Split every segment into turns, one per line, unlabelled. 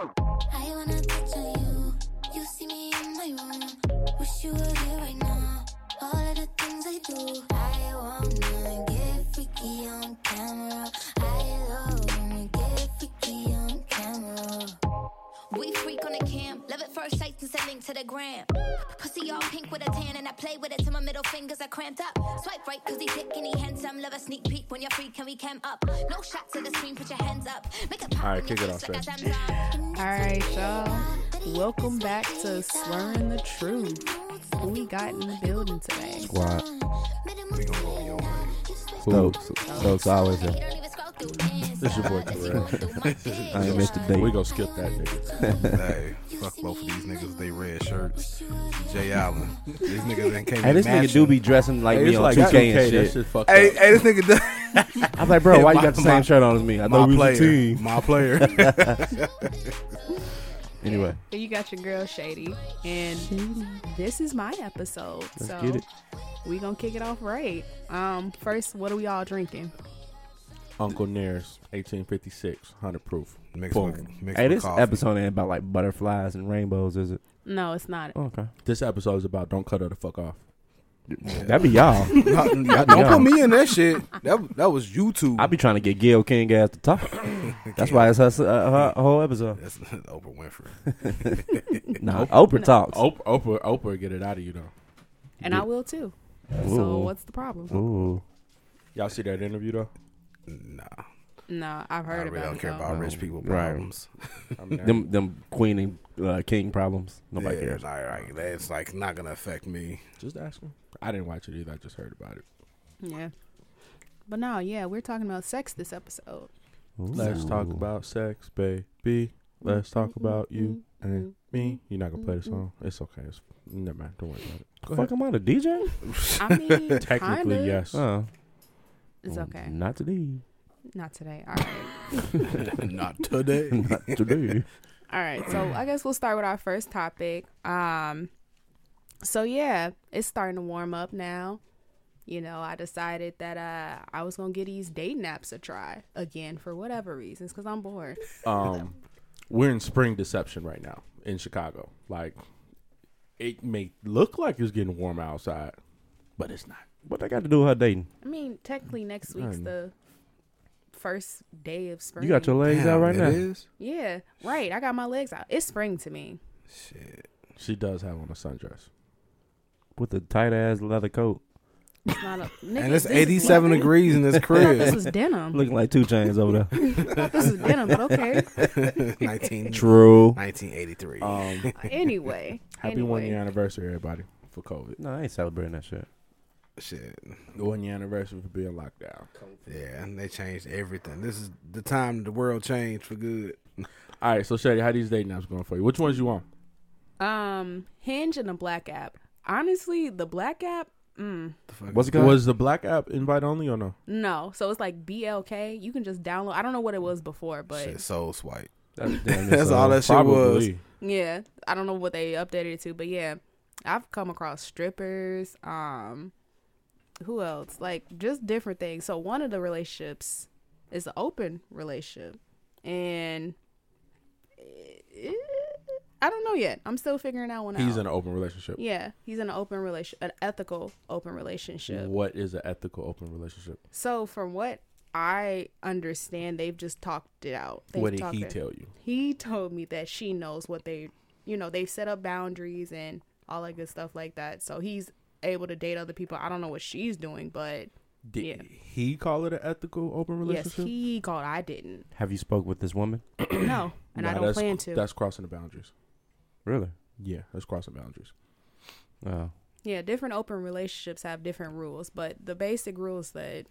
I wanna touch on you. You see me in my room. Wish you were here right now. All of the things I do. I wanna get freaky on camera. I love when we get freaky on camera.
We freak on the cam. Love at first sight since I link to the gram. Pussy all pink with a tan, and I play with it till my middle fingers are cramped up. Swipe right, cause he thick and he handsome. Love a sneak peek when you're freak and we cam up. No shots at the screen, put your hands up. Make a pop.
All right,
in your
kick it
face
off,
like
Shay.
a dum-dum.
All
right, y'all. Welcome back to Slurring the Truth. Who we got in the building today?
Squad.
So,
Who?
so, so it's always a,
They don't even scroll through Insta.
This your boy Terrell.
I ain't missed a day.
We gonna skip that nigga.
Hey, fuck both of these niggas. They red shirts. Jay Allen. These niggas ain't came
Hey, this
match
nigga do be dressing like
Hey,
me
it's
on
like
2K,
2K,
and
That
shit.
shit fucked
Hey,
up.
hey, this nigga. Do-
I'm like, bro, why
my-
you got the same
my-
shirt on as me? I
my
thought we was a
player.
team.
My player.
Anyway,
So you got your girl Shady, and this is my episode. so
get it.
we gonna kick it off right. Um, first, what are we all drinking?
Uncle Nears, 1856, 100 proof.
mixed
Boom.
with, mixed
hey,
with
this
coffee.
episode ain't about like butterflies and rainbows, is it?
No, it's not.
Oh,
Okay,
This episode is about don't cut her the fuck off.
that'd be y'all.
No, no,
be
don't
dumb.
put me in that shit. That that was YouTube.
I be trying to get Gail King ass to talk. That's why it's her, uh, her whole episode.
That's Oprah Winfrey.
No, Oprah talks.
Oprah, Oprah, Oprah, get it out of you though.
And I will too.
Ooh.
So what's the problem?
Ooh,
Y'all see that interview though?
Nah,
No, I've
I
heard
really
about
don't
it.
care
though.
about rich people
Right.
problems.
I mean, that-
them them queen and uh, king problems. Nobody
yeah,
cares.
like, like, that's like not gonna affect me.
just ask him. I didn't watch it either. I just heard about it.
Yeah. But no, yeah, we're talking about sex this episode.
Let's talk
Ooh.
about sex, baby. Let's talk about you
Mm-hmm.
and me. You're not gonna play the song. It's okay. It's never mind. Don't worry about it. Go
Fuck,
ahead.
am I the DJ?
I mean,
Technically, Oh,
kinda.
yes.
Uh,
It's okay.
Oh, Not today.
Not today. All right.
not today.
Not today.
All right, so I guess we'll start with our first topic. Um, so yeah, it's starting to warm up now. You know, I decided that uh, I was gonna give these date naps a try again for whatever reasons, cause I'm bored.
um, we're in spring deception right now in Chicago. Like, it may look like it's getting warm outside, but it's not.
what I got to do with her dating?
I mean, technically next week's
Dang.
the first day of spring.
You got your legs out
Damn,
right
it
now.
is?
yeah, right. I got my legs out. It's spring to me.
Shit.
She does have on a sundress.
with a tight ass leather coat,
It's not a nigga,
And
this
it's
is
87
leather.
degrees in this
I thought this
crib.
was denim.
looking like two chains over there.
I thought this was denim, but okay.
19,
True.
1983.
Um,
Anyway,
happy
anyway.
one year anniversary, everybody, for COVID.
No, I ain't celebrating that shit.
Shit.
The one year anniversary for being locked down.
Yeah, and they changed everything. This is the time the world changed for good.
All right, so Shady, how these dating apps going for you? Which ones you want?
Um, Hinge and the Black App. Honestly, the Black App, mm,
What's it called?
Was the black app invite only or no?
no. So it's like BLK. You can just download. I don't know what it was before, but
Shit, soul swipe.
That's, damn,
That's all that shit was.
Probably.
yeah, I don't know what they updated it to. But yeah, I've come across strippers. Um, who else? Like just different things. So one of the relationships is an open relationship, and eh, I don't know yet. I'm still figuring out one
He's
out.
in an open relationship.
yeah, he's in an open relation, an ethical open relationship.
What is an ethical open relationship?
So from what I understand, they've just talked it out. They've
what did
talked
he
it-
tell you?
He told me that she knows what they, you know, they've set up boundaries and all that good stuff like that. So he's able to date other people. I don't know what she's doing, but
Did
Yeah.
he call it an ethical open
yes,
relationship?
he called. I didn't.
Have you spoke with this woman?
No, and
Nah,
I don't
that's-
plan to.
That's crossing the boundaries.
Really?
Yeah, that's crossing boundaries.
Oh.
Yeah, different open relationships have different rules, but the basic rules that,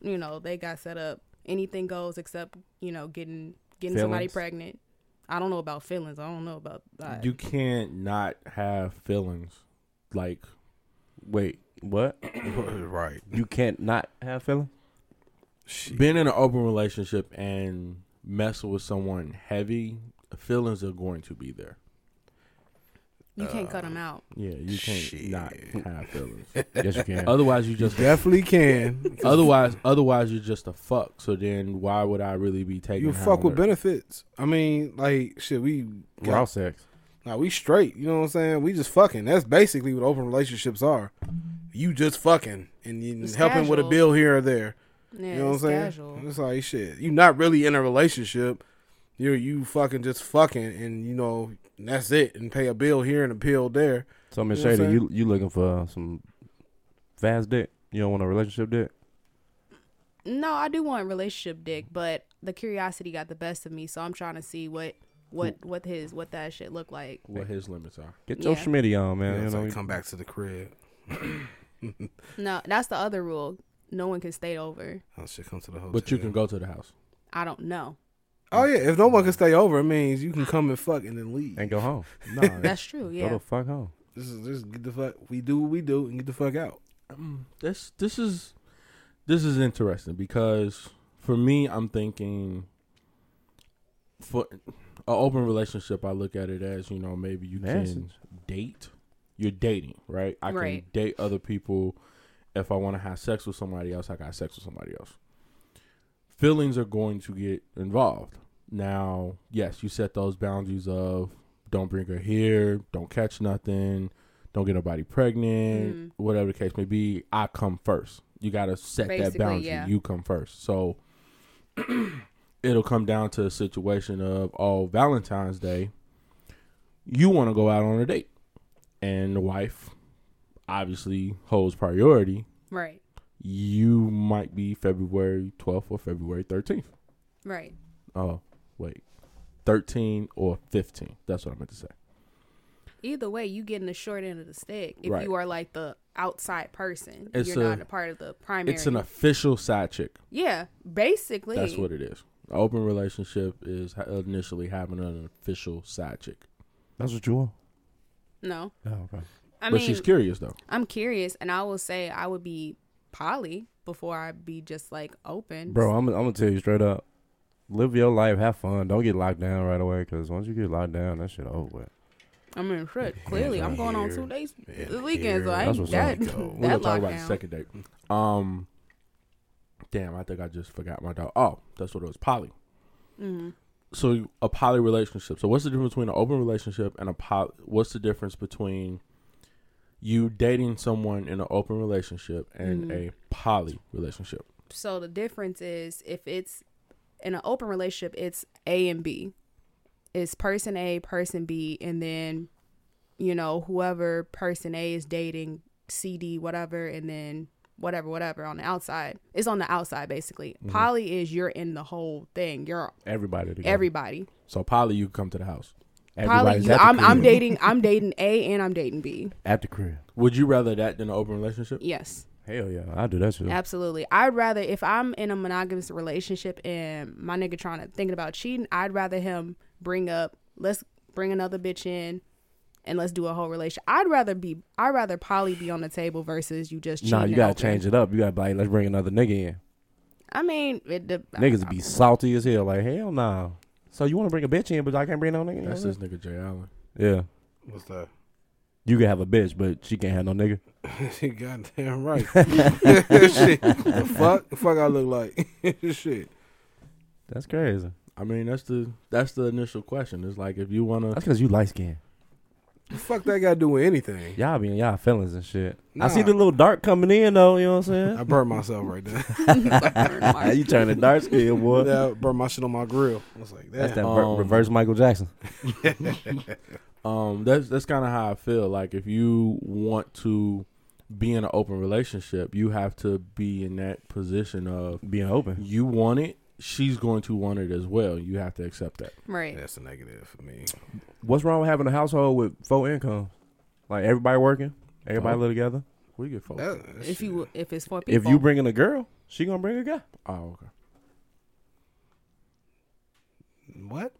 you know, they got set up, anything goes except, you know, getting getting somebody
Feelings.
pregnant. I don't know about feelings. I don't know about that.
You can't not have feelings. Like
Wait, what?
right.
You can't not have feelings?
Shit.
being in an open relationship and messing with someone heavy, feelings are going to be there.
You can't cut
Um,
them out.
Yeah, you can't
Shit.
not have feelings.
Yes, you can.
otherwise, you just
Definitely can.
otherwise otherwise you're just a fuck. So then why would I really be taking
You
her
fuck with
under-
benefits. I mean, like shit. We got-
Raw sex.
Now we straight, you know what I'm saying? We just fucking. That's basically what open relationships are. You just fucking and you
It's
helping with a
casual.
bill here or there.
Yeah,
You know what I'm
it's
saying?
casual.
It's like shit. You not really in a relationship. You're you fucking just fucking and you know and that's it and pay a bill here and a bill there.
So Miss
You know what I'm
Shady, you you looking for some fast dick? You don't want a relationship dick?
No, I do want relationship dick, but the curiosity got the best of me, so I'm trying to see what what what his what that shit look like.
what his limits are.
Get your
Yeah.
schmitty on, man.
Yeah,
you
it's
know,
like
you-
come back to the crib. Oh,
No, that's the other rule. No one can stay over.
Oh shit, come to the hotel.
But you can go to the house.
I don't know.
Oh yeah, if no one can stay over, it means you can come and fuck and then leave.
and go home.
No,
That's true.
Go
Yeah.
the fuck home.
This is just get the fuck. We do what we do and get the fuck out.
um, this this is this is interesting because for me, I'm thinking for an open relationship, I look at it as you know maybe you can
Message.
date. You're dating, right? I can
Right.
date other people. If I want to have sex with somebody else, I got sex with somebody else. Feelings are going to get involved. Now, yes, you set those boundaries of don't bring her here, don't catch nothing, don't get nobody pregnant,
Mm-hmm.
whatever the case may be. I come first. You got to set that
Basically,
boundary.
yeah.
You come first. So it'll come down to a situation of, oh, Valentine's Day, you want to go out on a date. And the wife obviously holds priority.
Right.
You might be February 12th or February 13th.
Right.
Oh, wait. 13 or 15. That's what I meant to say.
Either way, you getting the short end of the stick if
Right.
you are like the outside person.
It's
You're not
a-
a part of the primary.
It's an official side chick.
yeah, basically.
That's what it is. An open relationship is ha- initially having an official side chick.
That's what you want.
No,
Oh, okay.
I
but
mean,
she's curious, though.
I'm curious, and I will say I would be poly before I'd be just like open.
Bro, I'm I'm gonna tell you straight up. Live your life, have fun. Don't get locked down right away, cause once you get locked down, that shit over with.
I'm in shit. Clearly, I'm going on two days this weekend, so I
That's
ain't
what's
that
up.
that
We're going to talk about the
lockdown.
second date. Um, damn, I think I just forgot my dog. Oh, that's what it was. Poly.
Mm.
So a poly relationship. So what's the difference between an open relationship and a poly? What's the difference between you dating someone in an open relationship
Mm-hmm.
and a poly relationship?
So the difference is if it's in an open relationship, it's A and B. It's person A, person B, and then you know whoever person A is dating, CD, whatever, and then whatever, whatever on the outside. It's on the outside basically.
Mm-hmm.
Poly is you're in the whole thing. You're
Everybody together.
everybody.
So poly, you come to the house.
Poly,
Everybody's
you,
at the
I'm I'm
crib.
dating I'm dating A and I'm dating B.
at the crib.
Would you rather that than an open relationship?
Yes.
Hell yeah, I do that shit.
Absolutely. I'd rather if I'm in a monogamous relationship and my nigga trying to thinking about cheating, I'd rather him bring up let's bring another bitch in and let's do a whole relationship. I'd rather be I'd rather poly be on the table versus you just cheating.
nah, you
and
gotta
open.
change it up. You gotta be like, let's bring another nigga in.
I mean, it de-
Niggas be salty as hell. Like hell nah. So you want to bring a bitch in, but I can't bring no nigga. in?
That's this nigga Jay Allen.
Yeah,
What's that?
you can have a bitch, but she can't have no nigga.
Goddamn right. shit. The fuck? The fuck I look like? shit.
That's crazy.
I mean, that's the that's the initial question. It's like if you wanna,
That's because you light skinned
The fuck that got to do with anything?
Y'all be in y'all feelings and shit. I see
Nah.
the little dark coming in though. You know what
I
I'm
burnt myself right there.
saying? you turning dark skin, boy.
Yeah, I burnt my shit on my grill. I was like,
That's
that.
that ver-
Um,
reverse Michael Jackson.
um, that's that's kind of how I feel. Like if you want to be in an open relationship, you have to be in that position of
Being open.
you want it. She's going to want it as well. You have to accept that.
right.
That's a negative for me.
What's wrong with having a household with four incomes? Like everybody working, everybody
Oh.
live together.
We get focused.
That, that
If
shit-
you if it's four people.
If you bringing a girl, she gonna bring a guy.
Oh, okay.
What?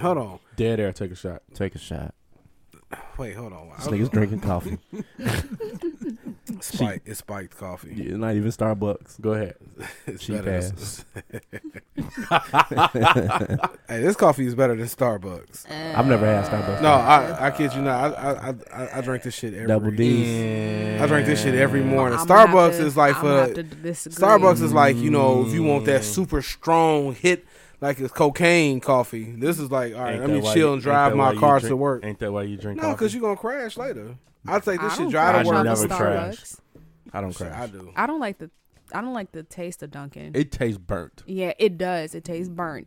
Hold on.
Dead air. Take a shot.
Take a shot.
Wait, hold on. I
This nigga's drinking coffee.
Spike, it's spiked coffee.
Yeah, Not even Starbucks.
Go ahead.
It's
cheap
better.
ass.
Hey, this coffee is better than Starbucks.
Uh,
I've never had Starbucks.
No, I, I kid you not. I I, I- I, I drink this shit every.
Double D's.
I drink this shit every morning.
I'ma have
Starbucks
to-
is like
I'ma have
for
to disagree.
Starbucks is like you know if you want
Mm.
that super strong hit like it's cocaine coffee. This is like all right.
Ain't
Let
that
me
why
chill
you-
and
ain't
drive
that
my
why you
car to
drink-
work.
Ain't that why you drink
No,
coffee?
because you're gonna crash later. I take
I
this shit
don't
dry
crash
I
to
off of
work.
never trash.
Starbucks.
I don't
Shit,
crash.
I do.
I don't like the I don't like the taste of Dunkin'.
It tastes burnt.
yeah, it does. It tastes burnt.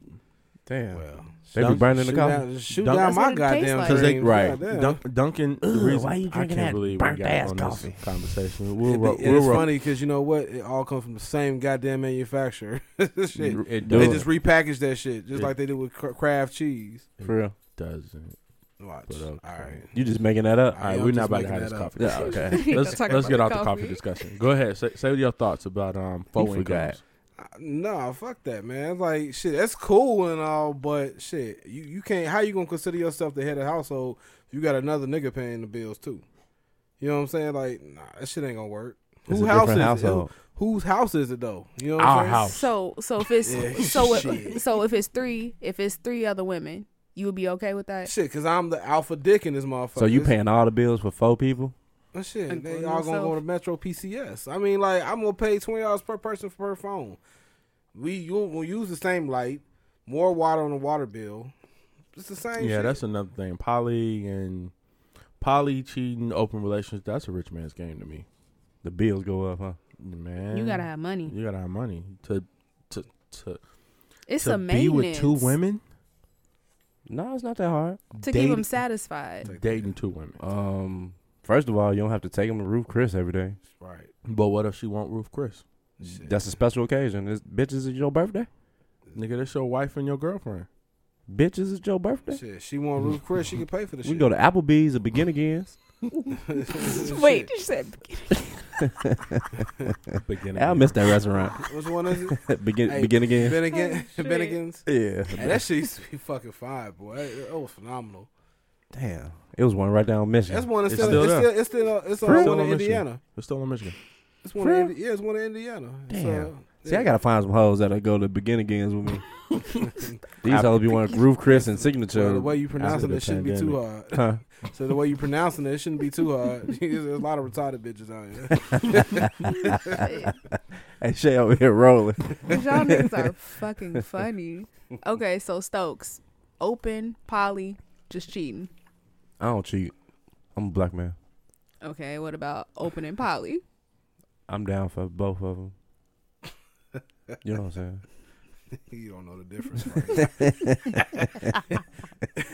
Damn.
Well,
They be
Dunk-
burning the
shoot
coffee.
down, shoot
Dunk-
down
That's what
my
it tastes
goddamn
like.
'Cause they-
dreams.
right.
Goddamn.
Dun- Duncan, the
Ugh,
reason
why you
I
drinking
can't
that
believe we got
burnt-ass
on this
coffee?
conversation.
It
We'll,
be-
ro-
and
we'll
it's
ro-
funny because you know what? It all comes from the same goddamn manufacturer. shit.
It
They
does.
just repackage that shit, just
Yeah.
like they do with cra- Kraft cheese.
For real.
doesn't.
Watch.
But,
All
okay.
right.
You just making that up?
All right,
I'm
Uh, we're
just
not about to
making
have
that
this
up.
coffee.
Yeah, okay.
Let's,
Talking
let's
about
get
the
out the coffee
coffee.
discussion. Go ahead. Say, say your thoughts about um
He
faux
forgot.
incomes.
Uh, Nah, fuck that, man. It's Like shit, that's cool and all, but shit, you, you can't. How you gonna consider yourself the head of the household? If you got another nigga paying the bills too. You know what I'm saying? Like, nah, that shit ain't gonna work.
It's
Who
a
house is
different
household.
household.
Whose house is it though? You know what
Our
I'm saying?
house.
So so if it's
Yeah,
so
shit.
if, so if it's three if it's three other women, you would be okay with that?
Shit, cause I'm the alpha dick in this motherfucker.
So you
It's-
paying all the bills for four people?
Oh, shit, they
Including
all gonna go
yourself?
to Metro PCS. I mean, like I'm gonna pay twenty dollars per person per phone. We you will use the same light, more water on the water bill. It's the same.
Yeah,
shit.
that's another thing. Poly and poly cheating, open relations. That's a rich man's game to me,
The bills go up, huh?
man.
You gotta have money.
you gotta have money to to to
It's
to
a
be
maintenance
with two women.
No, it's not that hard.
to
date-
keep them satisfied.
Dating two women,
Um, first of all, you don't have to take them to Roof Chris every day.
right.
but what if she want Ruth Chris?
Shit.
That's a special occasion. It's, bitches, is your birthday?
Nigga, that's your wife and your girlfriend.
Bitches, is your birthday?
shit. She want Ruth Chris. She can pay for the
We
shit.
can go to Applebee's or Begin Again's.
Wait, you said
Beginning.
I miss that restaurant.
which one is it?
begin,
Hey,
Begin Again.
Bennigan,
Oh, shit.
Bennigan's.
Yeah.
Hey, that shit used to be fucking fire, boy. That, that was phenomenal.
Damn. It was one right down Mission.
That's one. That's
It's still
still, it's
there.
still, it's still, it's
For
on
real?
one in Indiana.
It's still in Michigan.
It's one.
For
In, Indi- yeah, it's one in Indiana. It's,
Damn.
uh,
See, I
yeah.
gotta find some hoes that'll go to Begin Again's with me. These hoes be wanting Roof Chris and
Well,
Signature.
the way you pronouncing
the
it shouldn't be too hard.
Huh?
So the way you pronouncing it, it shouldn't be too hard. There's a lot of retarded bitches out here.
Hey, Shay over here rolling.
Cause y'all niggas are fucking funny. Okay, so Stokes, open, poly, just cheating.
I don't cheat. I'm a black man.
Okay, what about open and poly?
I'm down for both of them. You know what I'm saying?
You don't know the difference. Right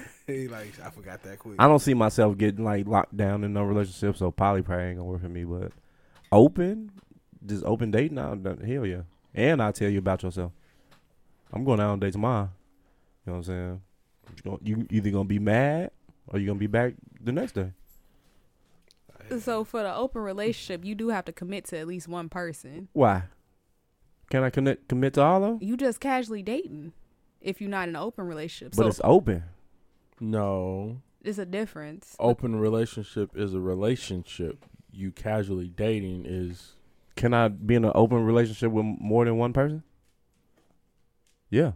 he like, I forgot that quick.
I don't see myself getting like locked down in no relationship, so poly probably ain't gonna work for me. But open, just open dating, I'll done- hell yeah. And I tell you about yourself. I'm going out on date tomorrow. You know what I'm saying? You gon- You either gonna be mad or you gonna be back the next day.
So for the open relationship, you do have to commit to at least one person.
Why? Can I commit commit to all of them?
You just casually dating if you're not in an open relationship.
But
so
it's open.
No,
it's a difference.
open relationship is a relationship. You casually dating is
Can I be in an open relationship with more than one person? Yeah.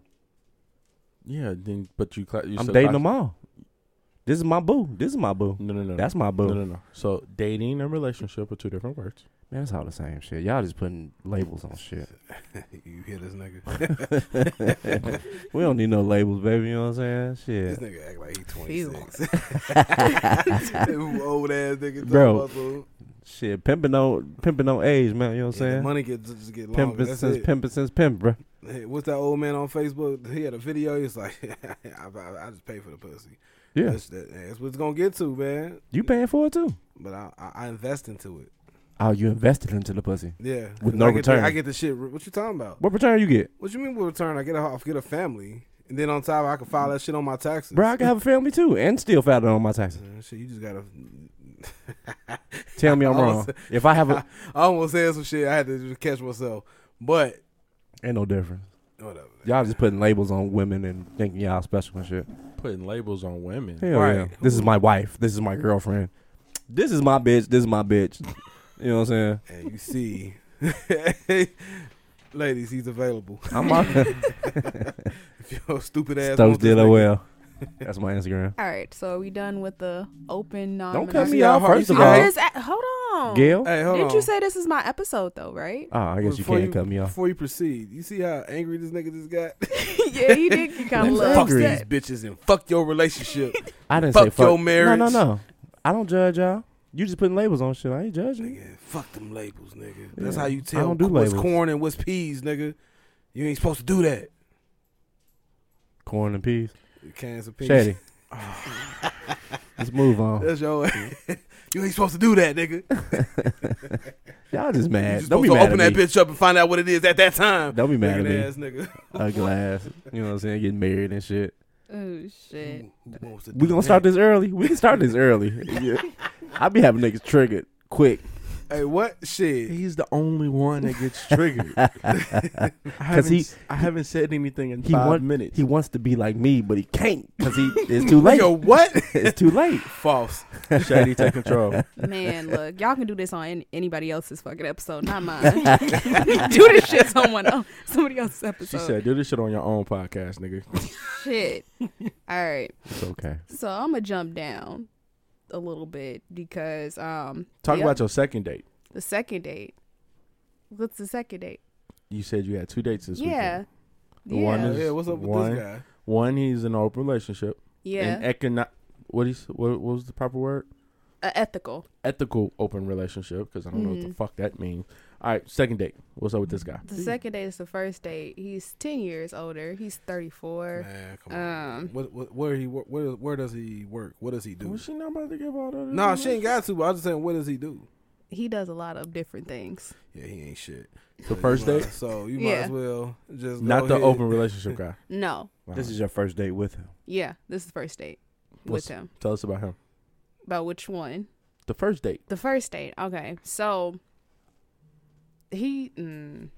yeah. Then, but you, cla- you
I'm
said
dating
class-
them all. This is my boo. This is my boo.
No, no, no.
That's my boo.
no, no, no. So dating and relationship are two different words.
Man, it's all the same shit. Y'all just putting labels on shit.
you hear this nigga?
we don't need no labels, baby. You know what I'm saying?
This
Shit.
nigga act like he
Phew.
26. Old ass nigga.
Bro,
talking
Shit. Pimping on pimping on age, man. You know
about
what
some- yeah, the
I'm saying?
money gets just get longer.
Pimping
That's
since
it.
pimping since pimp, bro.
Hey, what's that old man on Facebook? He had a video. He was like, I, I, I just pay for the pussy.
Yeah.
That's, that, that's what it's gonna get to, man.
You paying for it too.
But I, I, I invest into it.
Oh, you invested into the pussy.
Yeah,
With
'Cause
no
I get the-
return.
I get the shit. What you talking about?
What return you get?
What you mean with return? I get a house, get a family, and then on top I can file that shit on my taxes.
Bro, I can have a family too and still fat on my taxes.
Uh, shit, you just gotta.
Tell me I'm
I
wrong.
was-
If I have a
I almost said some shit. I had to just catch myself, but
ain't no difference.
whatever.
Y'all just putting labels on women and thinking y'all special and shit.
Putting labels on women.
Hell
Right.
yeah. This is my wife. This is my girlfriend. This is my bitch. This is my bitch. You know what I'm saying?
And you see, Ladies, he's available.
I'm out.
if your stupid ass
Stokes
wants this
did
nigga-
well. That's my Instagram.
All right, so are we done with the open?
Don't
nomination?
cut me
how
off
hard-
first
you
of
see how
I'm
all.
just a- hold on.
Gail.
Hey, hold
Didn't
on.
you say this is my episode though, right?
Oh, I guess you
Before
can't cut me off.
Before you proceed, you see how angry this nigga just got?
yeah, he did get kind of
Let's
low.
fuck
angry.
these bitches and fuck your relationship.
I didn't
Fuck
say fuck
your marriage.
No, no, no. I don't judge y'all. You just putting labels on shit. I ain't judging.
nigga, fuck them labels, nigga. That's
Yeah.
how you
I
tell
don't do
what's
labels.
corn and what's peas, nigga. You ain't supposed to do that.
Corn and peas.
Cans of peas.
Shady. Let's move on.
That's your You ain't supposed to do that, nigga.
Y'all just
You
mad.
just
don't
supposed
be
to
mad
open
at
that
me.
bitch up and find out what it is at that time.
Don't be mad at
Looking
me.
ass nigga.
Ugly ass. You know what I'm saying? Getting married and shit.
Oh shit.
Who- who wants to
We
do
gonna start
that?
this early. We can start this early. Yeah. I be having niggas triggered quick.
Hey, what shit?
He's the only one that gets triggered. I
haven't-
haven't,
he-
I haven't said anything in
He
five
want-
minutes.
He wants to be like me, but he can't because he it's too late.
Yo, what?
It's too late.
False.
Shady, take control.
Man, look, y'all can do this on an- anybody else's fucking episode, not mine. do this shit someone else, somebody else's
She
episode.
said, "Do this shit on your own podcast, nigga."
shit. All right,
It's okay.
so I'm gonna jump down a little bit because um,
Talk
the-
about your second date.
the second date. What's the second date?
You said you had two dates this
Yeah,
weekend. The one
yeah,
is-
Yeah, what's up with
One.
this guy?
One, he's in an open relationship.
yeah,
An
e-,
econo- what, he, s- what, what was the proper word?
Uh, ethical.
Ethical open relationship, because I don't know what the
Mhm.
fuck that means. All right, second date. What's up with this guy?
The
Mm.
second date is the first date. He's ten years older. He's thirty four.
Man, come on.
Um,
what, what, where he wor- where where does he work? What does he do?
Was she not about to give all that?
No, nah, she
information?
ain't got to. But I was just saying, what does he do?
he does a lot of different things.
Yeah, he ain't shit.
The
So
first
you might-
date?
so you might
Yeah.
as well just
Not
go
the
ahead.
open relationship guy.
No,
Wow.
This is your first date with him.
yeah, this is the first date
What's-
with him.
Tell us about him.
About which one?
The first date.
The first date. Okay, so he. Mm,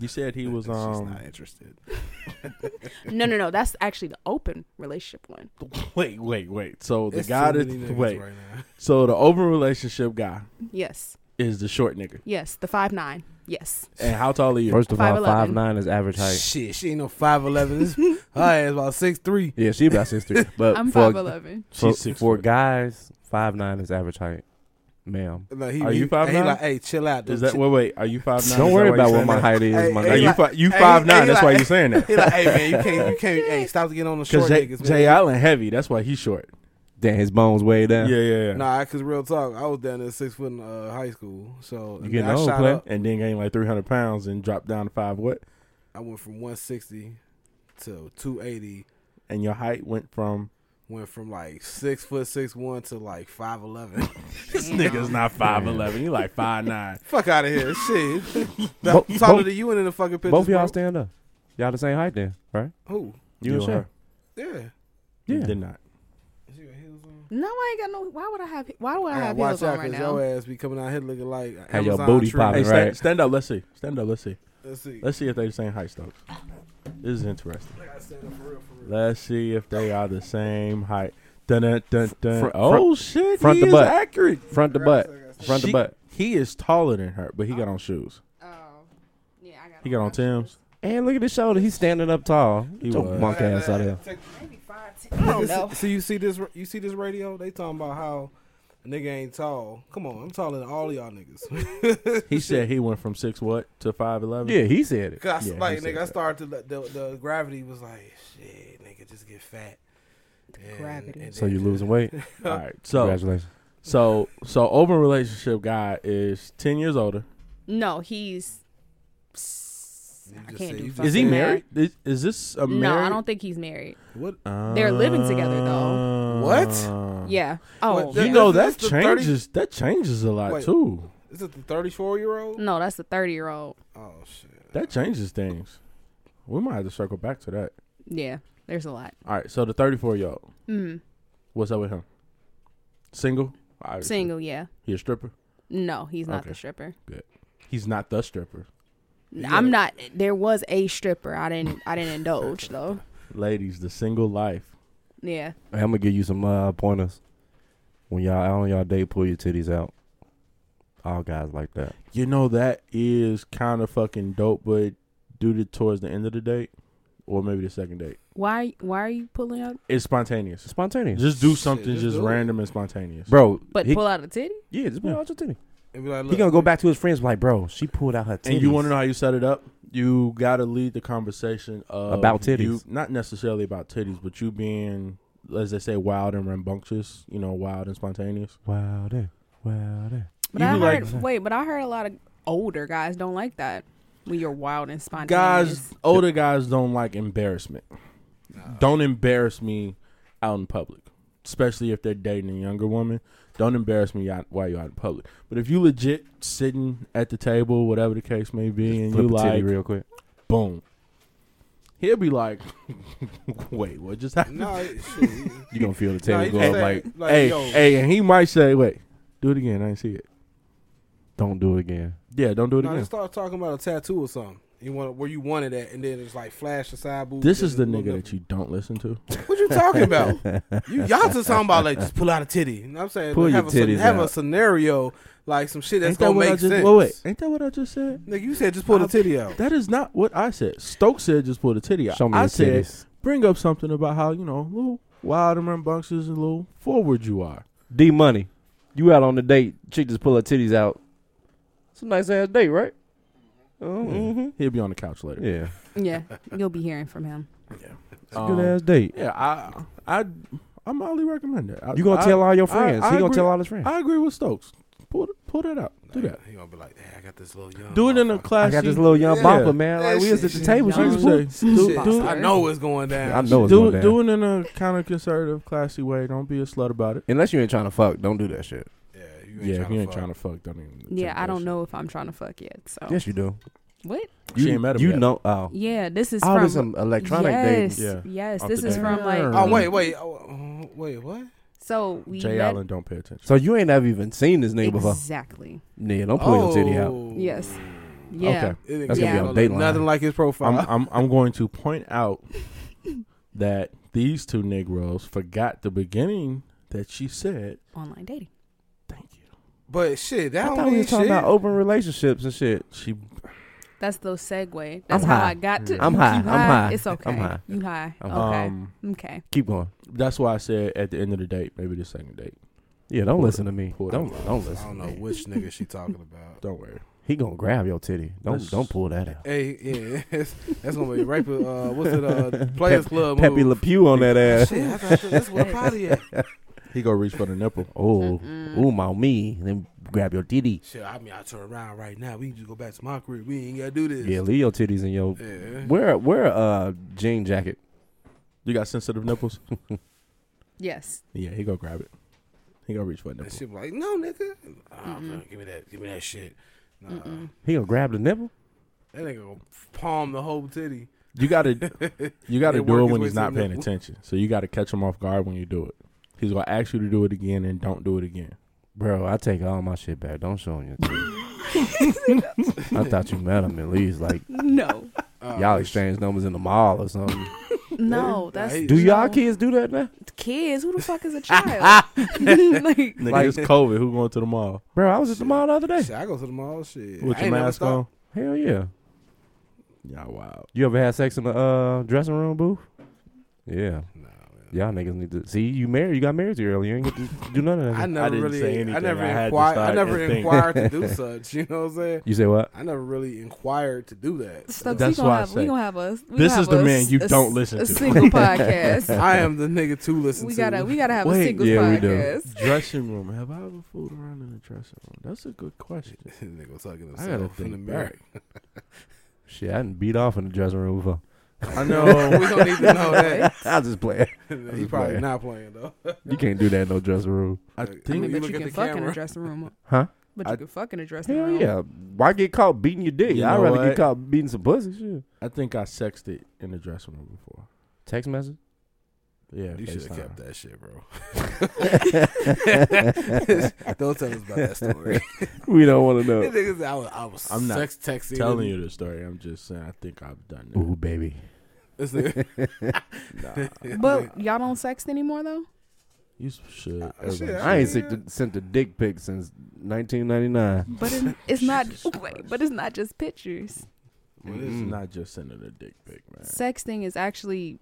You said he was
She's
um.
not interested.
no, no, no. That's actually the open relationship one.
Wait, wait, wait. So the
It's
guy
too
that
many niggas
wait.
right now.
So the open relationship guy
Yes,
is the short nigga.
yes. The five nine. Yes.
And how tall are you?
First of all,
5'11.
five nine is average height.
Shit, she ain't no five eleven. This her ass about six three.
Yeah, she about six three.
Uh,
But
I'm
for,
five eleven.
for,
She's six
for
foot.
guys, five nine is average height, ma'am.
Like he,
Are
he-
you 5'9"?
He like, hey, chill out. Dude.
Is that
Chill-
wait? Wait, are you five nine?
Don't worry about what my height is,
Hey,
my
hey,
Are
nigga.
you
like-
fi- you
hey,
five nine?
hey,
That's
like-
why you're saying that.
He like, hey man, you can't, you can't. hey, stop getting on the short
Because Jay,
niggas, man.
Jay Allen heavy. That's why he's short.
Damn, his bones way
Yeah,
down.
yeah, yeah.
Nah, cause real talk, I was down there six foot in uh, high school, so
You getting
I
old,
shot
player.
up.
And then gained like three hundred pounds and dropped down to five what?
I went from one sixty to two eighty.
And your height went from
Went from like six foot six one to like five eleven.
this nigga's not five eleven. You like five nine.
Fuck out of here, shit.
Bo-
I'm taller
bo-
than you and in the fucking picture.
Both of y'all stand up. Y'all the same height then, right?
Who?
You, and Shay.
Yeah.
Yeah.
Yeah.
Did not.
She got heels on.
No, I ain't got no. Why would I have? Why would I
I
have
watch
heels
out
on
'cause
right now?
your ass be coming out here looking like a
Have your
Amazon
booty
tree.
popping.
Hey, stand,
Right.
stand up. Let's see. Stand up. Let's see.
Let's see.
Let's see if they're the same height, Stokes. This is interesting.
I gotta stand up for real, for real.
Let's see if they are the same height. Dun dun dun dun.
Front-
oh shit!
front
he
to
is
butt.
accurate.
Front to butt. Front
She-
to butt.
He is taller than her, but he got on shoes.
Oh, yeah, I got.
He got on Tim's.
And look at his shoulder. He's standing up tall.
He
Get your
was.
monk ass out of here.
Maybe five ten. I don't know.
So you see this? You see this radio? They talking about how a nigga ain't tall. Come on, I'm taller than all of y'all niggas.
He said he went from six what to five eleven.
Yeah, he said it.
Cause I,
Yeah, he
like
said
nigga, I
that.
started to let- the, the gravity was like shit. Nigga, just get fat. And-
gravity.
and
So
then
you
just-
losing weight.
All right. So
Congratulations.
so so open relationship guy is ten years older.
No, he's.
You
I can't
just said-
do
you just
fucking
Is he
math.
married? Is, is this a married?
No, I don't think he's married.
What?
They're living together, though.
What?
Yeah. Oh,
What,
Ah. You
Yeah.
yeah.
know
That's-
that
that's the 30
changes. That changes a lot
Wait.
too.
Is it the 34 year old?
no, that's the thirty year old.
Oh shit.
That changes things. We might have to circle back to that.
Yeah, there's a lot.
All right. So the thirty-four year old.
Mm.
What's up with him? Single. Obviously.
Single, yeah.
He a stripper.
No, he's not
Okay.
the stripper.
He's not the stripper.
I'm not. There was a stripper. I didn't. I didn't indulge though. Ladies,
Ladies, the single life.
Yeah.
Hey, I'm gonna give you some uh, pointers. When y'all out on y'all date, pull your titties out. all guys like that.
You know that is kind of fucking dope, but do it towards the end of the date or maybe the second date.
Why? Why are you pulling out?
It's spontaneous.
Spontaneous,
Just do something
just
just
do it.
random and spontaneous.
bro.
But
he,
pull out a titty?
yeah, just pull
Yeah.
out your titty.
And be like,
He
look,
gonna go back to his friends like, bro, she pulled out her titties.
And you want to know how you set it up? You got to lead the conversation of
About titties.
you- not necessarily about titties, but you being, as they say, wild and rambunctious. You know, wild and spontaneous.
Wow, there, wow, there.
But
You
I
be like-
heard. wait, but I heard a lot of older guys don't like that when you're wild and spontaneous.
Guys, older guys don't like embarrassment. Don't embarrass me out in public, especially if they're dating a younger woman. Don't embarrass me out, while you're out in public. But if you legit sitting at the table, whatever the case may be, and you
Flip a
like,
titty real quick.
boom, he'll be like, wait, what just happened?
Nah, shit. he-
You gonna feel the
nah,
table
he
go
just
up
said,
like,
hey,
yo,
hey, and he might say, "Wait, do it again." I didn't see it.
don't do it again.
Yeah, don't do it
nah,
again.
just start talking about a tattoo or something. You want where you wanted at, and then it's like flash the side boob.
This is the nigga that you don't listen to.
What you talking about? you y'all just talking about like just pull out a titty. And I'm saying
Pull
like,
your
have, a, scen-
titties
have a
out.
scenario like some shit that's
that
gonna
what I
make
just?
sense.
Wait, wait, ain't that what I just said?
Nigga, you said just pull the
I-
titty out.
That is not what I said. Stokes said just pull the titty out.
Show me
I
your
said
titties.
bring up something about how you know a little wild and rambunctious and a little forward you are.
D money, you out on the date? Chick just pull her titties out. It's a nice ass date, right? Oh,
Mm-hmm.
mhm.
He'll be on the couch later.
yeah,
yeah, you'll be hearing from him.
it's
Um,
a
Um,
good ass date.
Yeah, I, I, I mildly recommend that. I,
You gonna
I-
tell all your
I-
friends?
I
he gonna
agree-
tell all his friends.
I agree with Stokes. Pull, pull that out. Do that.
He gonna be like, hey, I got this little young.
Do it in a
motherfucker."
classy.
I got this little young
Yeah.
bopper, man.
That
Like we was at
shit
the
is
table. She
young.
was pulling-
Say, do-
Shit,
do-
I
Dude.
know it's going down.
I know it's
do
going
it,
down.
do it in a kind of conservative, classy way. Don't be a slut about it.
Unless you ain't trying to fuck, don't do that shit.
Yeah, you ain't
Yeah, if you ain't
fuck.
trying to fuck, don't even.
Yeah,
attempt
I
that
don't
shit.
know if I'm trying to fuck yet. So
Yes, you do.
what?
She
You,
ain't met him
you
yet.
know, oh,
Yeah, this is
oh,
from
this some electronic
yes,
dating.
Yeah.
Yes,
Off
this
the
is
date.
from like.
Oh,
Oh wait, wait, oh, oh, wait, what?
So we
Jay
met
Allen, don't pay attention.
So you ain't never even seen this nigga before.
exactly.
Yeah, don't pull your titty out.
Oh.
Yes. Yeah.
Okay,
It ain't
That's
gonna be
got
on Dateline.
Nothing like his profile.
I'm, I'm I'm going to point out that these two Negroes forgot the beginning that she said.
Online dating.
Thank you.
but shit, that
I
don't
thought we
mean
was talking
shit.
about open relationships and shit.
She
That's the segue. That's
I'm
how
high. Mm.
I got to.
I'm high.
You
I'm high.
It's okay.
I'm high.
You high.
I'm
okay.
um.
okay.
Keep going.
That's why I said at the end of the date, maybe the second date.
Yeah, don't
Pull
listen to me.
pull it
Don't don't
I
listen.
don't
to
know
me.
which nigga she talking about.
Don't worry.
He gonna grab your titty. Don't
Let's-
don't pull that out.
Hey, yeah, that's, that's gonna be right. with, Uh, what's it? Uh, Players
Pep-
Club.
Pepe
move.
Le Pew on that ass.
Shit, I thought that's what potty at.
He go reach for the nipple.
Oh, ooh, my me. Then grab your titty.
Shit, I mean, I turn around right now. We can just go back to my crib. We ain't gotta do this.
Yeah, leave your titties in your.
Yeah.
Wear wear a uh, jean jacket.
You got sensitive nipples?
Yes.
yeah, he go grab it. He go reach for the
And
nipple.
she be like, no, nigga. Oh, no, give me that. Give me that shit. Nah,
He gonna grab the nipple.
that nigga gonna palm the whole titty.
You gotta You got to
It
do
work
it
his
when
way
he's
to
not
the
paying
nipple.
attention. So you got to catch him off guard when you do it. He's gonna ask you to do it again and don't do it again.
Bro, I take all my shit back. Don't show him your titty. I thought you met him at least. Like
No.
Uh,
y'all exchange numbers in the mall or something.
no. That's
Hey,
Do y'all
no.
kids do that now?
kids? Who the fuck is a child? like,
Nigga,
Like-
it's COVID. Who going to the mall?
Bro, I was at the mall the other day.
Shit, I go to the mall. Shit,
With
I
your
ain't never
mask on?
stopped.
Hell yeah.
Yeah, wow.
You ever had sex in the uh, dressing room booth? Yeah. Y'all niggas need to see you married. You got married too early. You ain't get to do none of
I
that.
never
didn't
really.
say anything.
I never
I had to
inquired. I
start
never
and think.
inquired to do such. You know what I'm saying?
You say what?
I never really inquired to do that.
Stokes, we
That's
gonna
why I
have,
say,
we gonna have us. we
this
gonna
is
have
the
a
man
s-
you
a s-
don't listen
a
to.
Single podcast.
I am the nigga to listen
we
to.
gotta we gotta have a
Wait,
single
yeah, we do.
podcast.
dressing room. Have I ever fooled around in a dressing room? That's a good question.
nigga was talking to
I gotta
himself in the
think
mirror.
back.
Shit, I didn't beat off in the dressing room before.
I know.
we don't need to know that.
I'll just play.
he
just
probably
playing.
not playing though.
You can't do that in no dressing room.
I
I mean,
think.
you
but
look
you
at
can
the
fuck in
camera.
a dressing room.
Huh?
But you
I-
can fuck in a dressing
Hell
room.
yeah. Why get caught beating your dick?
You
I'd
know
rather
what?
get caught beating some pussy. Shit.
I think I sexted in the dressing room before.
Text message?
Yeah,
You should have
FaceTime.
kept that shit, bro. Don't tell us about that story.
We don't want to
These
know.
niggas, I was, I was
I'm not
sex texting.
Telling you the story, I'm just saying. I think I've done it.
Ooh, baby.
This nigga-
Nah.
But y'all don't sext anymore though.
You s- shit.
Oh, shit,
everybody.
I ain't sent the, sent the dick pic since 1999.
But it, it's not. Wait, but it's not just pictures.
Well, It's not just sending a dick pic, man.
Sexting is actually.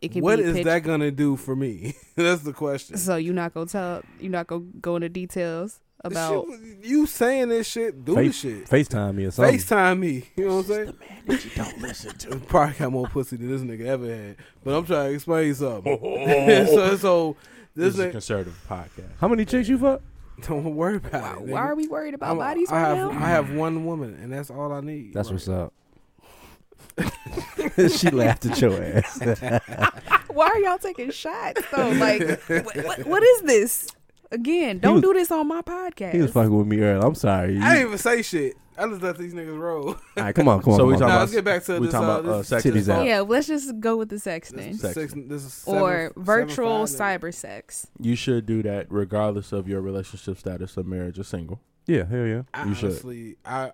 It can
What
be
is
pic-
that gonna do for me? That's the question.
So you're not gonna tell. You're not gonna go into details about.
Shit, you saying this shit, do
Face-
this shit.
FaceTime me or something.
FaceTime me. You know what I'm saying?
The man that you don't listen to.
probably got more pussy than this nigga ever had. But I'm trying to explain something. so, so
This
this
is a
nigga,
conservative podcast.
How many chicks you fuck?
don't worry about it.
Why
nigga.
are we worried about
I'm-
bodies
I
right
have
now?
I have one woman, and that's all I need.
That's
Like,
what's up. she laughed at your ass.
Why are y'all taking shots though? Like, wh- what, what is this? Again, don't
was-
do this on my podcast.
He was fucking with me earlier. I'm sorry. You-
I didn't even say shit. I just let these niggas roll.
All right, come on, come on.
So we
come on.
talking
Nah,
about
let's get back to
we
this,
talking
uh,
about uh,
this-
sex
Titties out.
yeah, let's just go with the sex
This
thing
is six, this is seven,
or
seven,
virtual
five,
cyber sex.
You should do that regardless of your relationship status of marriage or single.
Yeah, hell yeah.
I
You should.
honestly, I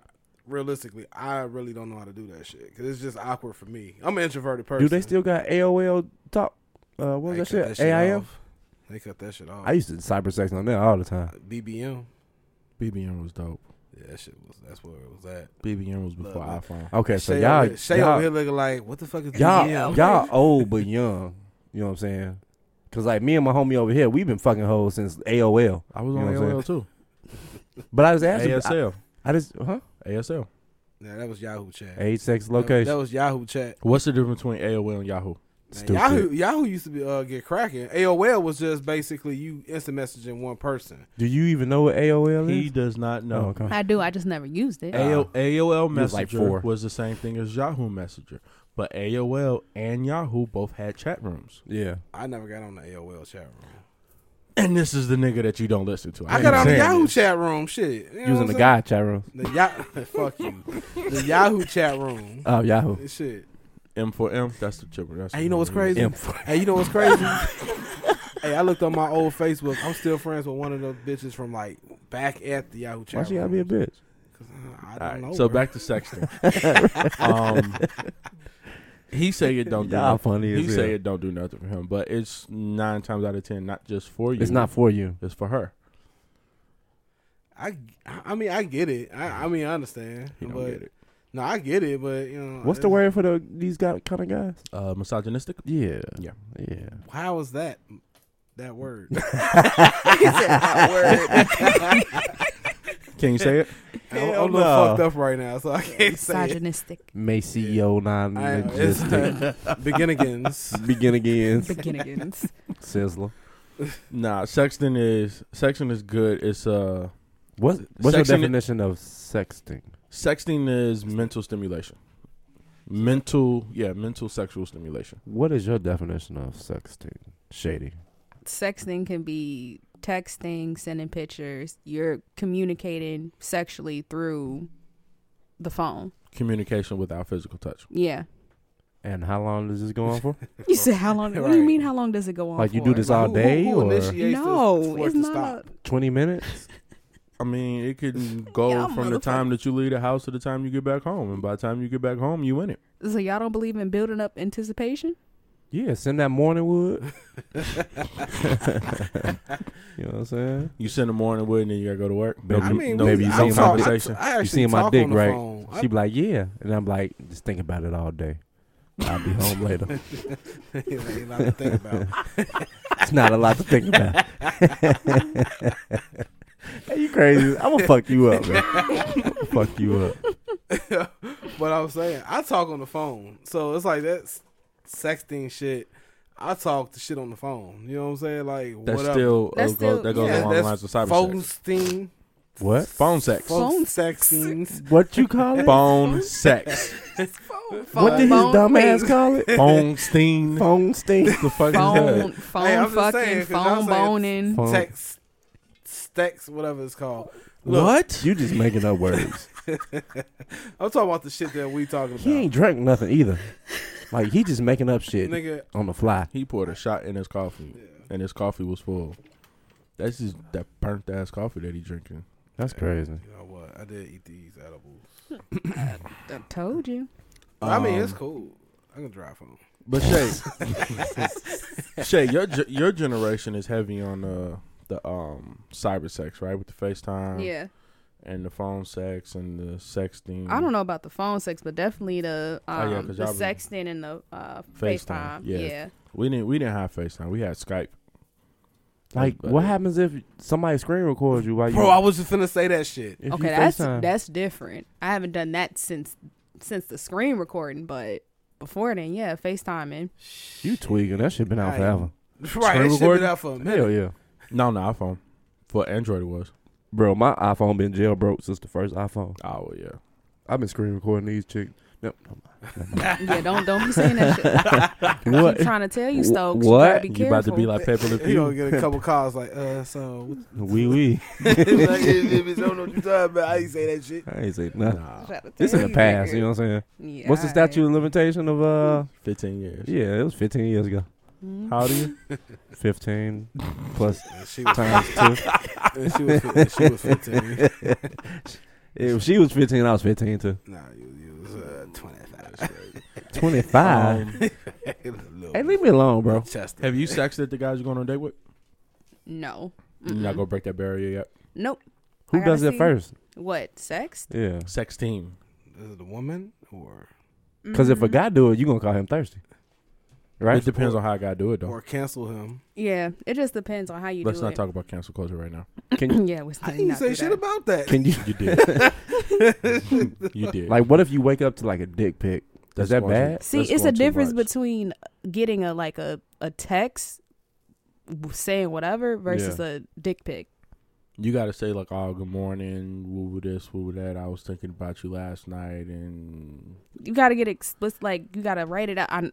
realistically, I really don't know how to do that shit because it's just awkward for me. I'm an introverted person.
Do they still got AOL top? Uh, what
They
was
cut
that shit? AIM.
off. They cut that shit off.
I used to cyber sex on there all the time.
BBM.
BBM was dope.
Yeah, that shit was. That's where it was at.
BBM was before
Love
iPhone.
Okay, so
Shay
y'all,
over, here- Shay over here
y'all,
looking like, what the fuck is
y'all,
BBM?
y'all old but young. You know what I'm saying? Cause like me and my homie over here, we've been fucking hoes since AOL.
I was
You
on
know what I'm
AOL too.
But I was asking, I,
ASL.
I just huh?
ASL.
Nah, that was Yahoo chat.
Age, sex,
That,
location.
that was Yahoo chat.
What's the difference between AOL and Yahoo?
Man,
Stupid.
Yahoo Yahoo used to be uh, get cracking. AOL was just basically you instant messaging one person.
Do you even know what AOL is?
He does not
Oh,
know.
okay.
I do. I just never used it.
AOL, AOL
was like
Messenger
four.
was, the same thing as Yahoo Messenger, but AOL and Yahoo both had chat rooms.
Yeah.
I never got on the AOL chat room.
And this is the nigga that you don't listen to.
I got on the
saying
Yahoo
this.
chat room. Shit, you know
Using
what
the
I'm
guy chat room.
saying? The ya- fuck you. The Yahoo chat room.
Oh, Yahoo.
Shit.
M4M. That's the chipper. That's
Hey,
the
you know what's
name of it.
crazy?
M-
Hey, you know what's crazy? hey, I looked on my old Facebook. I'm still friends with one of those bitches from like back at the Yahoo chat.
Why she gotta
room. uh,
be a bitch?
I
All
don't
right,
know.
so
bro.
back to sexting. um, he say it don't do
Y'all
nothing.
funny
He
as
say
hell.
it don't do nothing for him, but it's nine times out of ten not just for you.
It's not for you.
It's for her.
I, I mean, I get it. I, I mean, I understand.
He don't
but
get it.
No, I get it, but you know, uh,
What's the
it's-
word for the these guy kind of guys?
Uh, misogynistic.
Yeah.
Yeah.
Yeah.
How is that that word?
Can you say it?
I'm, I'm
Hell
a little
no.
fucked up right now, so I can't say it.
Misogynistic.
Maceo non
I am- it's
logistic.
Begin agains.
Begin again.
Beginnings.
Sizzler.
Nah, sexting is sexting is good. It's uh,
What, what's your
Sexting-
definition of sexting?
sexting is mental stimulation. Mental, yeah, mental sexual stimulation.
What is your definition of sexting? Shady.
Sexting can be texting, sending pictures. You're communicating sexually through the phone.
Communication without physical touch.
Yeah.
And how long does this go on for?
You said how long? What do you
Right.
mean? How long does it go on?
Like, you
for?
do this all
Who-
day
who, who
or
initiates this
No,
for us
it's
to
not.
stop?
a-
20 minutes?
I mean, it can go
Y'all
from the time that you leave the house to the time you get back home, and by the time you get back home, you in it.
So y'all don't believe in building up anticipation?
Yeah, send that morning wood. you know what I'm saying?
You send a morning wood and then you gotta go to work.
Baby,
I mean,
no,
we-
baby, you
I
seen my
talk- I-
conversation.
I
you
actually
seeing my
talk
dick,
on the
right?
phone. I-
She be like, yeah. And I'm like, just think about it all day. I'll be home later.
Ain't nothing to think about.
It's not a lot to think about. hey, you crazy. I'm going to fuck you up, man. I'ma fuck you up.
But I was saying, I talk on the phone, so it's like that's sexting shit. I talk the shit on the phone. You know what I'm saying? Like
That's
whatever.
still,
That's
uh, go,
still-
that goes
yeah,
along the lines of cyber
phone
sex.
sting,
What?
Phone sex. Phone,
phone
Phone
sexings.
What you call it?
sex.
Phone,
What did his
phone-
dumb
wait,
ass call it?
phone steen.
Phone stink.
The fuck is
Phone,
that?
phone,
Hey, I'm just
fucking,
saying, 'cause y'all
phone
saying-
boning.
Phone-
text, stex, whatever it's called. Look,
What? You just making up words.
I'm talking about the shit that we talking about.
he ain't drank nothing either. Like he just making up shit
Nigga,
on the fly.
He poured a shot in his coffee, and his coffee was full. That's just that burnt ass coffee that he drinking.
That's crazy.
you know what? I did eat these edibles.
I told you.
I mean, it's
Um,
cool. I can drive home.
But Shay, Shay, your ge- your generation is heavy on the the um cyber sex, right? With the FaceTime
yeah.
and the phone sex and the sexting.
Mm.
I don't know about the phone sex, but definitely the um,
Oh, yeah, 'cause
the
y'all be-
sexting and the uh,
FaceTime,
FaceTime.
yeah.
Yeah.
We didn't we didn't have FaceTime. We had Skype.
Like,
But-
what happens if somebody screen records you while you?
Bro, I was just finna say that shit.
if you
Okay, that's
FaceTime?
that's different. I haven't done that since since the screen recording, but before then, yeah, FaceTiming.
you tweaking. That shit been out
Aight.
forever.
Right, that shit
recording?
been out for a minute.
Hell yeah,
No, no iPhone. For Android it was.
bro. My iPhone been jailbroke since the first iPhone.
Oh yeah.
I've been screen recording these chicks. Nope.
yeah, don't don't be saying that shit.
What?
I'm trying to tell you,
Wh-
Stokes.
what?
You, gotta be
You about to be
careful.
like Pepe Le
You
Pew.
gonna get a couple calls like, uh, so.
Wee wee.
Like, I don't know what you're talking about. I ain't say that shit.
I ain't say nothing.
Nah,
Trying to
This in
tell
the past. You know
nigga.
what I'm saying?
Yeah,
What's the
alright.
statute of limitation of uh?
fifteen years.
Yeah, it was 15 years ago.
Mm.
How do you?
15 plus
And she was,
times two.
and she was, and she was 15.
If she was 15, I was 15 too.
Nah, you, you was uh, 25.
25.
Um,
Oh.
hey, leave me alone, bro.
Chester.
have you sexed at the guys you're going on a date with?
No.
you not
Mm-mm.
gonna break that barrier yet.
Nope.
Who
I gotta
does it
see.
first?
What sex?
Yeah.
Sex team.
Is it a woman or
Because if a
Mm.
guy do it, you going to call him thirsty. Right?
It depends on how I gotta do it though.
or cancel him?
yeah, it just depends on how you
Let's
do
not
it.
talk about cancel culture right now.
yeah, we
I didn't
not
say
do
shit
that.
about that.
Can you,
You did. you did.
like, what if you wake up to like a dick pic?
That's
Is that
going
bad?
See,
That's
it's a
going too
difference
much.
between getting a like a a text w- saying whatever versus a dick pic.
you gotta say like, "Oh, good morning, woo woo this, woo woo that." I was thinking about you last night, and
You got to get explicit. Like you got to write it out. I,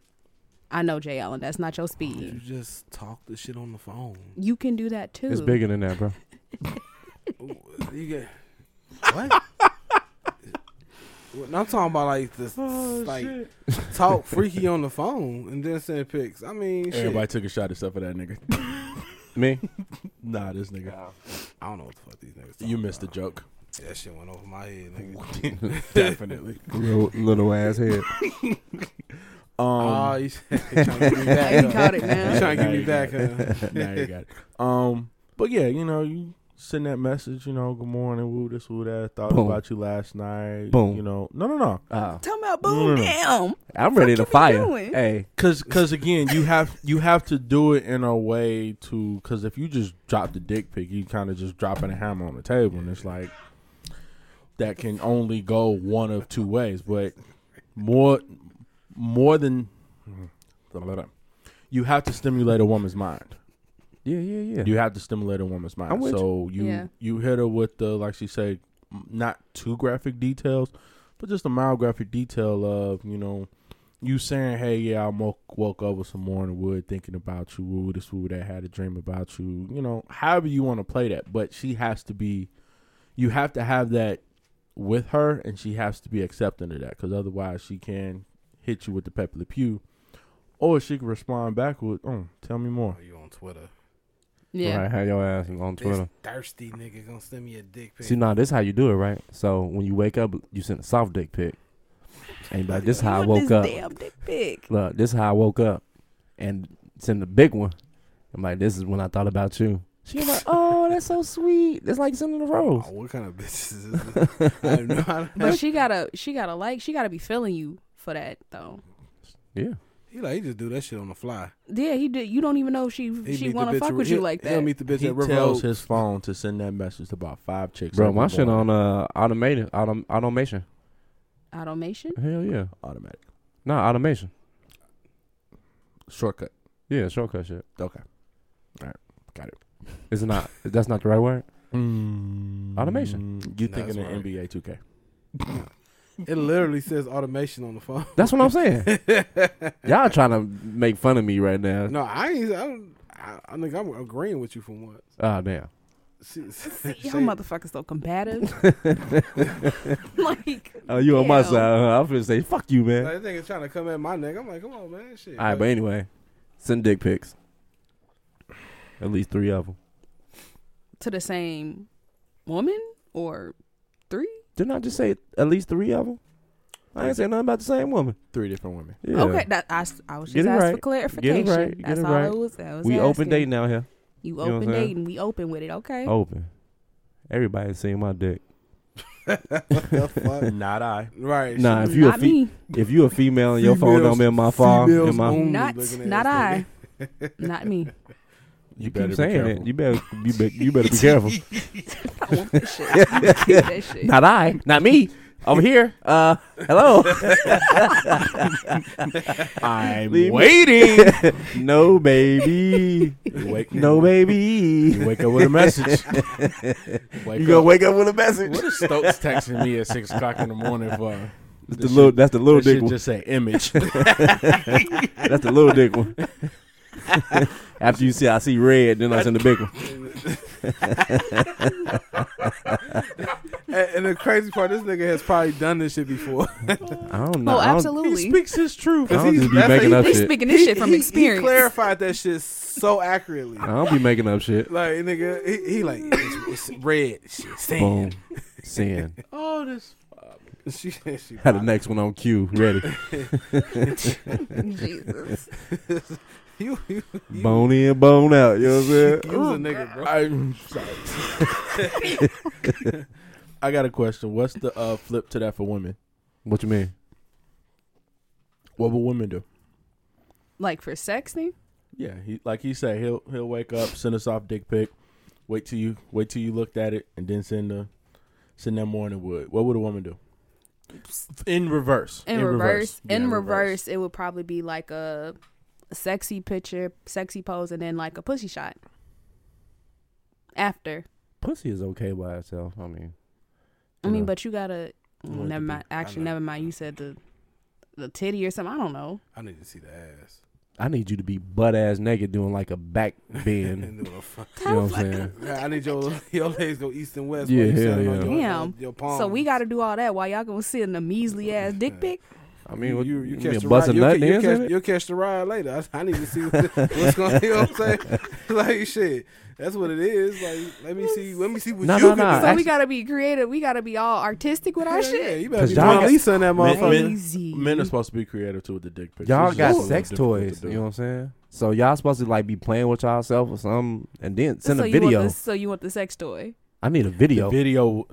I know, Jay Allen, that's not your
You
speed.
just talk the shit on the phone.
You can do that too.
It's bigger than that, bro.
You get what? Well, no, I'm talking about like this,
Oh,
like talk freaky on the phone and then send pics. I mean, shit.
everybody took a shot at stuff for that nigga.
Me?
nah, this nigga.
I don't know what the fuck these niggas.
You
talking
missed the
about.
joke.
That shit went over my head, nigga.
Definitely.
Little, little ass head.
Um,
oh, you trying to get me back?
you
huh?
caught it,
You
man.
trying
Now
to get me
you
back?
got it.
huh?
now you got it. Um, but yeah, you know, you send that message. You know, good morning, woo this, woo that. Thought
Boom.
about you last night.
Boom.
You know, no, no, no.
Oh.
Tell me about
No, no,
boom,
no.
damn.
I'm ready to
Fuck you
fire.
been doing?
Hey,
Cause, cause again, you have you have to do it in a way to. Cause if you just drop the dick pic, you kind of just dropping a hammer on the table, and it's like that can only go one of two ways. But more, more than you have to stimulate a woman's mind.
yeah, yeah, yeah.
You have to stimulate a woman's mind.
I'm with
So you
Yeah.
you hit her with the like she said, m- not too graphic details, but just a mild graphic detail of you know you saying, hey, yeah, I woke, woke up with some morning wood thinking about you. Woo, this woo, that had a dream about you. You know, however you want to play that, but she has to be, you have to have that with her, and she has to be accepting of that, because otherwise she can hit you with the pep Le Pew, or she can respond back with, oh, tell me more.
Are you on Twitter?
Yeah.
Right, have your ass on
This
Twitter.
thirsty nigga gonna send me a dick pic.
See, now this how you do it, right? So when you wake up, you send a soft dick pic. And you be like, this
You
how I
want
woke
this
up.
Damn dick pic.
Look, this is how I woke up. And send the big one. I'm like, this is when I thought about you. She was like, oh, that's so sweet. It's like sending a
Oh,
rose.
what kind of bitches is this? I have no idea.
But she gotta, she gotta like, she gotta be feeling you for that though.
Yeah.
He like he just do that shit on the fly.
Yeah, he did. You don't even know if she
He
she
meet the
want to
bitch
fuck
at-
with
he-
you like
He'll
that.
meet the bitch
He
at River
tells
Oaks.
his phone to send that message to about five chicks.
Bro,
every
my shit
morning.
on uh, automated, autom- automation.
Automation.
Hell yeah.
automatic
Nah, automation.
shortcut.
Yeah, shortcut shit.
Okay,
Is it not? That's not the right word?
Mm.
Automation.
You
That's
thinking of
right.
NBA 2K?
It literally says automation on the phone.
That's what I'm saying. Y'all trying to make fun of me right now.
No, I ain't. I, don't- I, I think I'm agreeing with you for once.
Oh, damn.
See,
Y'all motherfuckers so combative. like,
Oh, you on my
Damn.
side. huh? I'm finna say, fuck you, man.
Like, that nigga trying to come at my neck. I'm like, come on, man. Shit.
All right, but anyway, send dick pics. At least three of them.
to the same woman or three?
Didn't I just say at least three of them? I ain't saying nothing about the same woman.
Three different women.
Yeah.
Okay, that I, s- I was
Get
just
it
asking
right.
for clarification.
Get it right. Get
That's
it
all
right.
it was. I was
we open
asking.
dating out here.
You
know what I'm
open
saying? Oh,
dating. We open with it. Okay.
Open. Everybody's seen my dick.
what the fuck?
Not I.
Right.
Nah,
she-
if you a
not
fe-
me.
if you a female and your phone
Females-
don't be in my phone, in
females
my
only
Not
looking at
not
us,
I.
nigga.
not me.
you keep
better be
saying it.
careful.
You better you better you better be careful.
I want that shit. Keep that shit.
not I, not me. Over here. Uh, hello.
I'm
Leave me-
waiting.
no baby.
You wake,
No
You
baby.
wake up with a message. wake
You gonna
up.
wake up with a message?
What is Stokes texting me at six o'clock in the morning for?
That's the little. That's the little
That
dick.
should
One.
just say image.
That's the little dick one. After you see, I see red. Then I send the big one.
And, and the crazy part, this nigga has probably done this shit before.
I don't know.
Oh,
I don't-
absolutely.
his truth.
I don't just be making up
He's
shit.
speaking this shit from experience.
He clarified that shit so accurately.
I don't be making up shit.
Like nigga, he, he like it's, it's red. Shit,
Boom.
sand.
Sin.
oh, this.
She, she
Had the next one on cue. Ready.
Jesus.
you, you,
Bone in, bone out. You know what I'm saying?
you was a nigga, bro.
I'm sorry. I got a question. What's the uh, flip to that for women?
What you mean?
What will women do?
Like for sexting?
Yeah, he like he said he'll he'll wake up, send us off dick pic, wait till you wait till you looked at it, and then send the send that morning wood. What would a woman do? In reverse.
in, reverse.
Yeah,
in reverse, it would probably be like a sexy picture, sexy pose, and then like a pussy shot. After,
Pussy is okay by itself. I mean,
I
you
mean,
know.
but you gotta.
What
never
to
mind.
do. I
Actually,
know.
never mind. You said the the titty or something. I don't know.
I need to see the ass.
I need you to be butt ass naked doing like a back bend.
And do a fuck.
you know what I'm saying?
I need your your legs go east and west.
Yeah,
while you
hell
standing on
yeah.
Your,
Damn.
Your palms.
So we gotta do all that while y'all gonna sit in a measly ass dick pic.
I mean,
you, you,
mean
catch the
bust
ride.
a
You'll,
nut
ca-
then?
you'll, catch,
Catch,
you'll catch the ride later. I, I need to see what, what's going. You know what I'm saying? like shit. That's what it is. Like let me see. Let me see what
No,
you
no,
can
no.
do.
Uh,
so
actually-
we gotta be creative. We gotta be all artistic with our
Yeah, yeah,
shit.
you better
'Cause
be
y'all
Mona
got-
Lisa in that
Men-
motherfucker.
Crazy.
Men are supposed to be creative to the dick pic.
y'all got sex toys. You know what I'm saying? So y'all supposed to like be playing with y'all self or something, and then send
so
a
you want
video.
the- so you want the sex toy?
I need a video.
Video.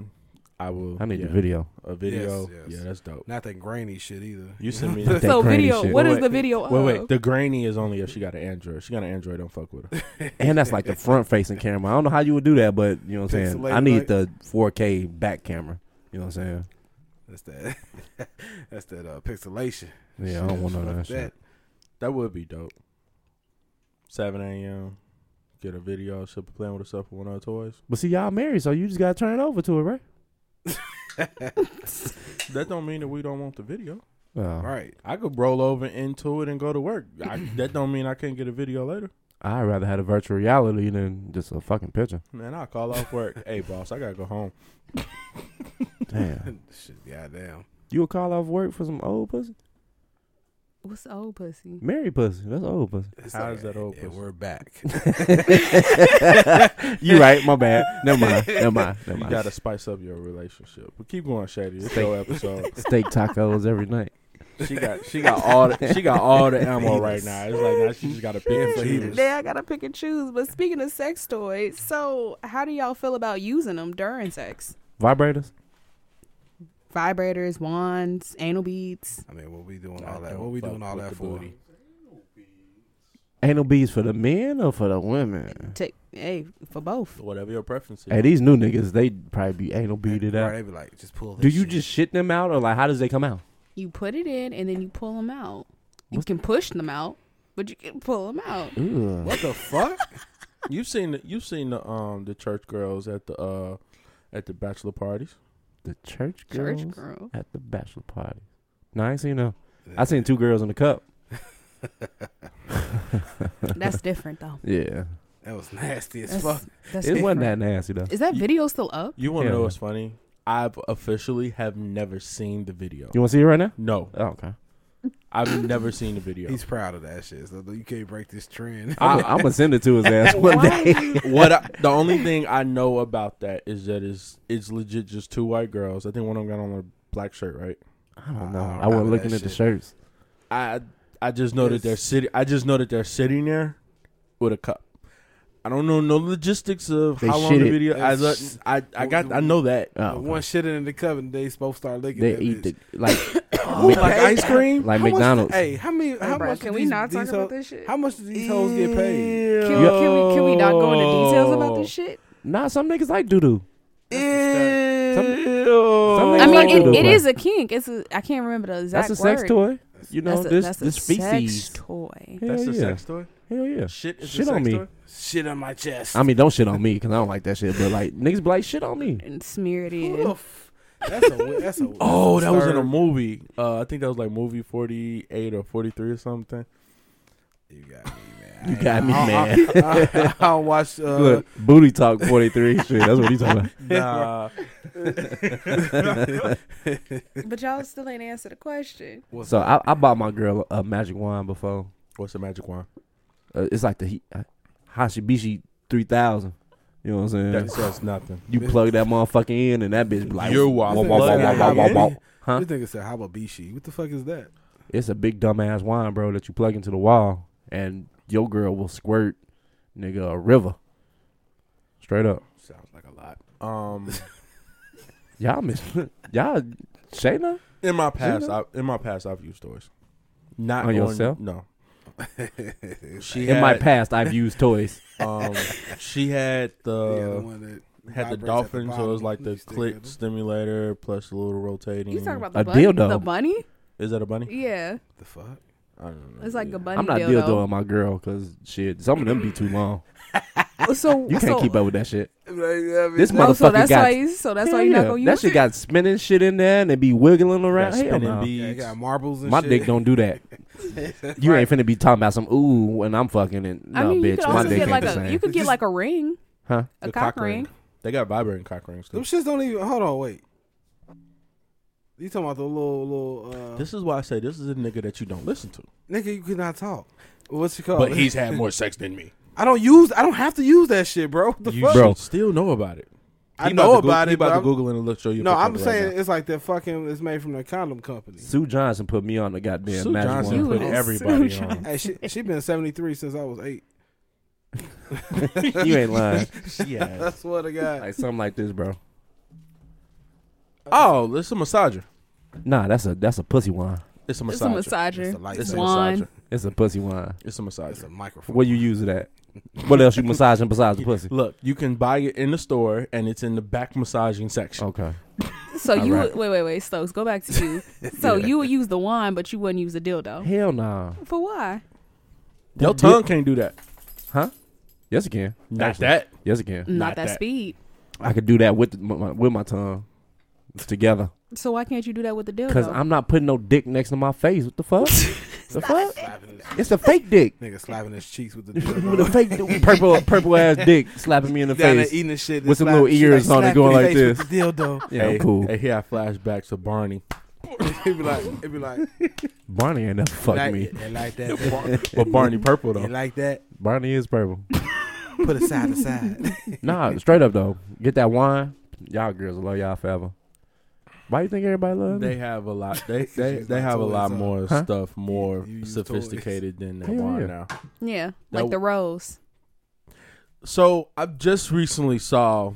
I will.
I need
yeah,
the video.
A video.
Yes, yes.
Yeah, that's dope.
Not that grainy shit either.
You send me.
That
so
grainy
video.
shit.
What is
Wait,
the video?
Wait,
of?
wait. The grainy is only if she got an Android. She got an Android. Don't fuck with her.
And that's like the front facing camera. I don't know how you would do that, but you know what I'm saying.
Pixelated,
I need
like-
the 4K back camera. You know what I'm saying?
That's that. that's that uh, pixelation.
Yeah, I don't want none of that
Fuck
shit.
That would be dope. Seven a.m. Get a video. She'll be playing with herself with one of her toys.
But see, y'all married, so you just gotta turn it over to it, right?
That don't mean that we don't want the video.
Oh,
Right.
I could roll over into it and go to work. I, that don't mean I can't get a video later.
I'd rather have a virtual reality than just a fucking picture.
Man, I'll call off work. hey, boss, I gotta go home.
Damn.
Shit. Goddamn.
you would call off work for some old pussy?
What's the old pussy?
Married pussy. That's old pussy.
It's
How is that old
And
pussy?
we're back.
you right. My bad. Never mind. Never mind. Never
You
mind.
gotta spice up your relationship. But keep going, Shady. It's your episode.
steak tacos every night.
She got she got all the, she got all the ammo right now. It's like now she just gotta pick and choose.
Now I gotta pick and choose. But speaking of sex toys, so how do y'all feel about using them during sex?
Vibrators.
Vibrators, wands, anal beads.
I mean, what we doing
I
all that?
don't
What we
fuck
doing all
with
that
the
for?
booty.
Anal beads for the men or for the women?
Take hey for both.
Whatever your preference is.
Hey, these new niggas, they probably be anal beaded
Right,
out.
They be like, just pull.
Do
this
you
shit.
just shit them out or like how does they come out?
You put it in and then you pull them out. You
What's-
can push them out, but you can pull them out.
Ugh.
What the fuck?
You've seen the, you've seen the um the church girls at the uh at the bachelor parties.
The church girls
Church girl.
at the bachelor party. No, I ain't seen no. I seen two girls in the cup.
That's different though.
Yeah.
That was nasty as
That's,
fuck.
that's
It wasn't
different.
that nasty though.
Is that video still up?
You wanna
Yeah.
know what's funny? I've officially have never seen the video.
You want to see it right now?
No,
Oh, okay.
I've never seen the video.
He's proud of that shit. So you can't break this trend.
I'm,
I-
gonna- I'm gonna send it to his ass one day.
what I, the only thing I know about that is that it's it's legit just two white girls. I think one of them got on a black shirt, right?
I don't know.
I don't
I, wasn't
remember
looking
that
at the
shit.
shirts.
I I just know that they're
Yes.
sitting. I just know that they're sitting there with a cup. I don't know no logistics of
They
how long
shit
the
it.
video. I,
That's-
I I got. I know that.
Oh,
The
okay.
one shit in the cup and they supposed to start licking.
they
that
eat
bitch. Oh,
the like
Like ice cream.
like
How much-
McDonald's.
hey, how many? How
Hey, bro,
much? do
can we
these-
not talk
these
about
ho-
this shit?
How much do these hoes get paid?
Can, we, can we can we not go into details about this shit?
Nah, some niggas like doo doo. Some-
Ew.
They
I mean,
like
it,
it,
it
but-
is a kink. It's a, I can't remember the exact
That's a
word.
sex toy. You know
That's a-
this
that's a
this
sex
feces.
toy.
Hell
That's
yeah.
a sex toy.
Hell yeah.
Shit is
Shit
a sex
on me.
toy.
Shit on my chest.
I mean, don't shit on me because I don't like that shit. But like niggas be like shit on me.
And smear it in.
Oof. That's a. wi- That's a. that's
Oh, that was in a
disturbing.
movie. Uh, I think that was like movie forty eight or forty three or something.
You got me, man.
You
I ain't-
got me,
I- I-
man.
I, I, don't watch. Uh,
Look, booty talk forty three. shit, that's what he's talking about.
Nah,
But y'all still ain't answer the question.
what's
So
up?
I, I bought my girl a magic wand before.
what's the magic wand?
Uh, it's like the he- uh, Hashibishi three thousand. You know what I'm saying?
That says nothing.
you plug that motherfucker in, and that bitch be like
You're wild.
wah, wah, wah,
Plug
wah,
it
wah, wah,
in.
wah. Huh?
This nigga said Hababishi. What the fuck is that?
It's a big dumbass wine, bro, that you plug into the wall, and your girl will squirt, nigga, a river. Straight up.
Sounds like a lot. Um,
Y'all miss y'all Shayna?
in my past, I, in my past, I've used toys. Not
On yourself?
No. she
In my
had-
past, I've used toys.
Um, she had
yeah, the
the
one that
Uh, had the
vibrates at
dolphin, so it was
bottom.
like the
You stick
clit
it in.
stimulator plus the little rotating.
You talking about the
Mm. A
bunny?
dildo.
The bunny?
Is that a bunny?
Yeah,
The fuck?
I don't know.
it's like
Yeah.
a bunny.
I'm not
dildo.
dildoing my girl because shit, some of them be too long.
So
You can't
so,
keep up with that shit.
This
This
Oh, so
motherfucker
that's
got-
why. You, so that's why
Hell
you're
yeah.
not gonna
That
use
shit
it.
got spinning shit in there and they be wiggling
Got
around. Hell
spinning
no.
yeah, it
beads.
got marbles and
My
shit.
dick don't do that. You ain't finna be talking about some ooh when I'm fucking it. No,
I mean, you
bitch,
could
my
also
dick
get
ain't
like
the
a
same.
you could get
Just-
like a ring,
huh?
a
The
cock, ring.
They got vibrating cock rings
Them
too.
shits don't even. Hold on, wait. You talking about the little little uh,
This is why I say this is a nigga that you don't listen to.
nigga? You could not talk. What's it called?
But he's had more sex than me.
I don't use. I don't have to use that shit, bro. What the
You
fuck?
Bro.
should still know about it.
I
He to
know
Goog-
about
he
it.
about to
but I'm-
Google it and look show you. a
No,
picture
I'm
of it
saying
right
it's like that fucking. It's made from the condom company.
Sue Johnson put me on the goddamn
Sue
magic
Johnson
wand.
put
You and
everybody
Sue
on.
Hey, she she been seventy three since I was eight.
you ain't lying.
Yeah.
I swear to God.
Like something like this, bro.
Oh, it's a massager.
Nah, that's a that's a pussy wine.
It's a massager.
It's a massager.
It's a light
It's a
Wand.
massager.
It's a pussy wine.
It's a
It's
massager.
a microphone.
What you use it at? What else you massaging besides the pussy?
Look, you can buy it in the store, and it's in the back massaging section.
Okay.
So you
Alright.
would wait, wait, wait, Stokes, go back to you. So you would use the wine, but you wouldn't use the dildo.
Hell nah.
For why?
Your tongue can't do that.
Yes, it can.
Not
Actually,
that.
Yes, it can.
Not,
Not
that,
that.
speed.
I could do that with my, my- with my tongue together
So why can't you do that with the dildo?
because I'm not putting no dick next to my face. What the fuck? the fuck?
Slapping his,
It's a fake dick.
nigga slapping his cheeks with the
with a fake purple purple ass dick slapping me in the
down there
face.
eating this shit
With some
slap-
little
she
ears on it
slap
going
your
like
face
this.
with the dildo.
Yeah, I'm
Hey,
cool.
Hey, here I flashbacks to Barney.
It'd be like, it'd be like,
Barney ain't never fucked
like,
me.
it like that.
But Barney purple
You
though.
like that?
Barney is purple.
Put it side to side.
nah, straight up though. Get that wine. Y'all girls will love y'all forever. Why you think everybody love
They
me?
have a lot. They they,
She's
they
like
have a
toys,
lot
huh?
more
Huh?
stuff, more
You- you use toys.
sophisticated than that
Hell
wine
yeah.
now.
yeah,
That-
like the rose.
So I just recently saw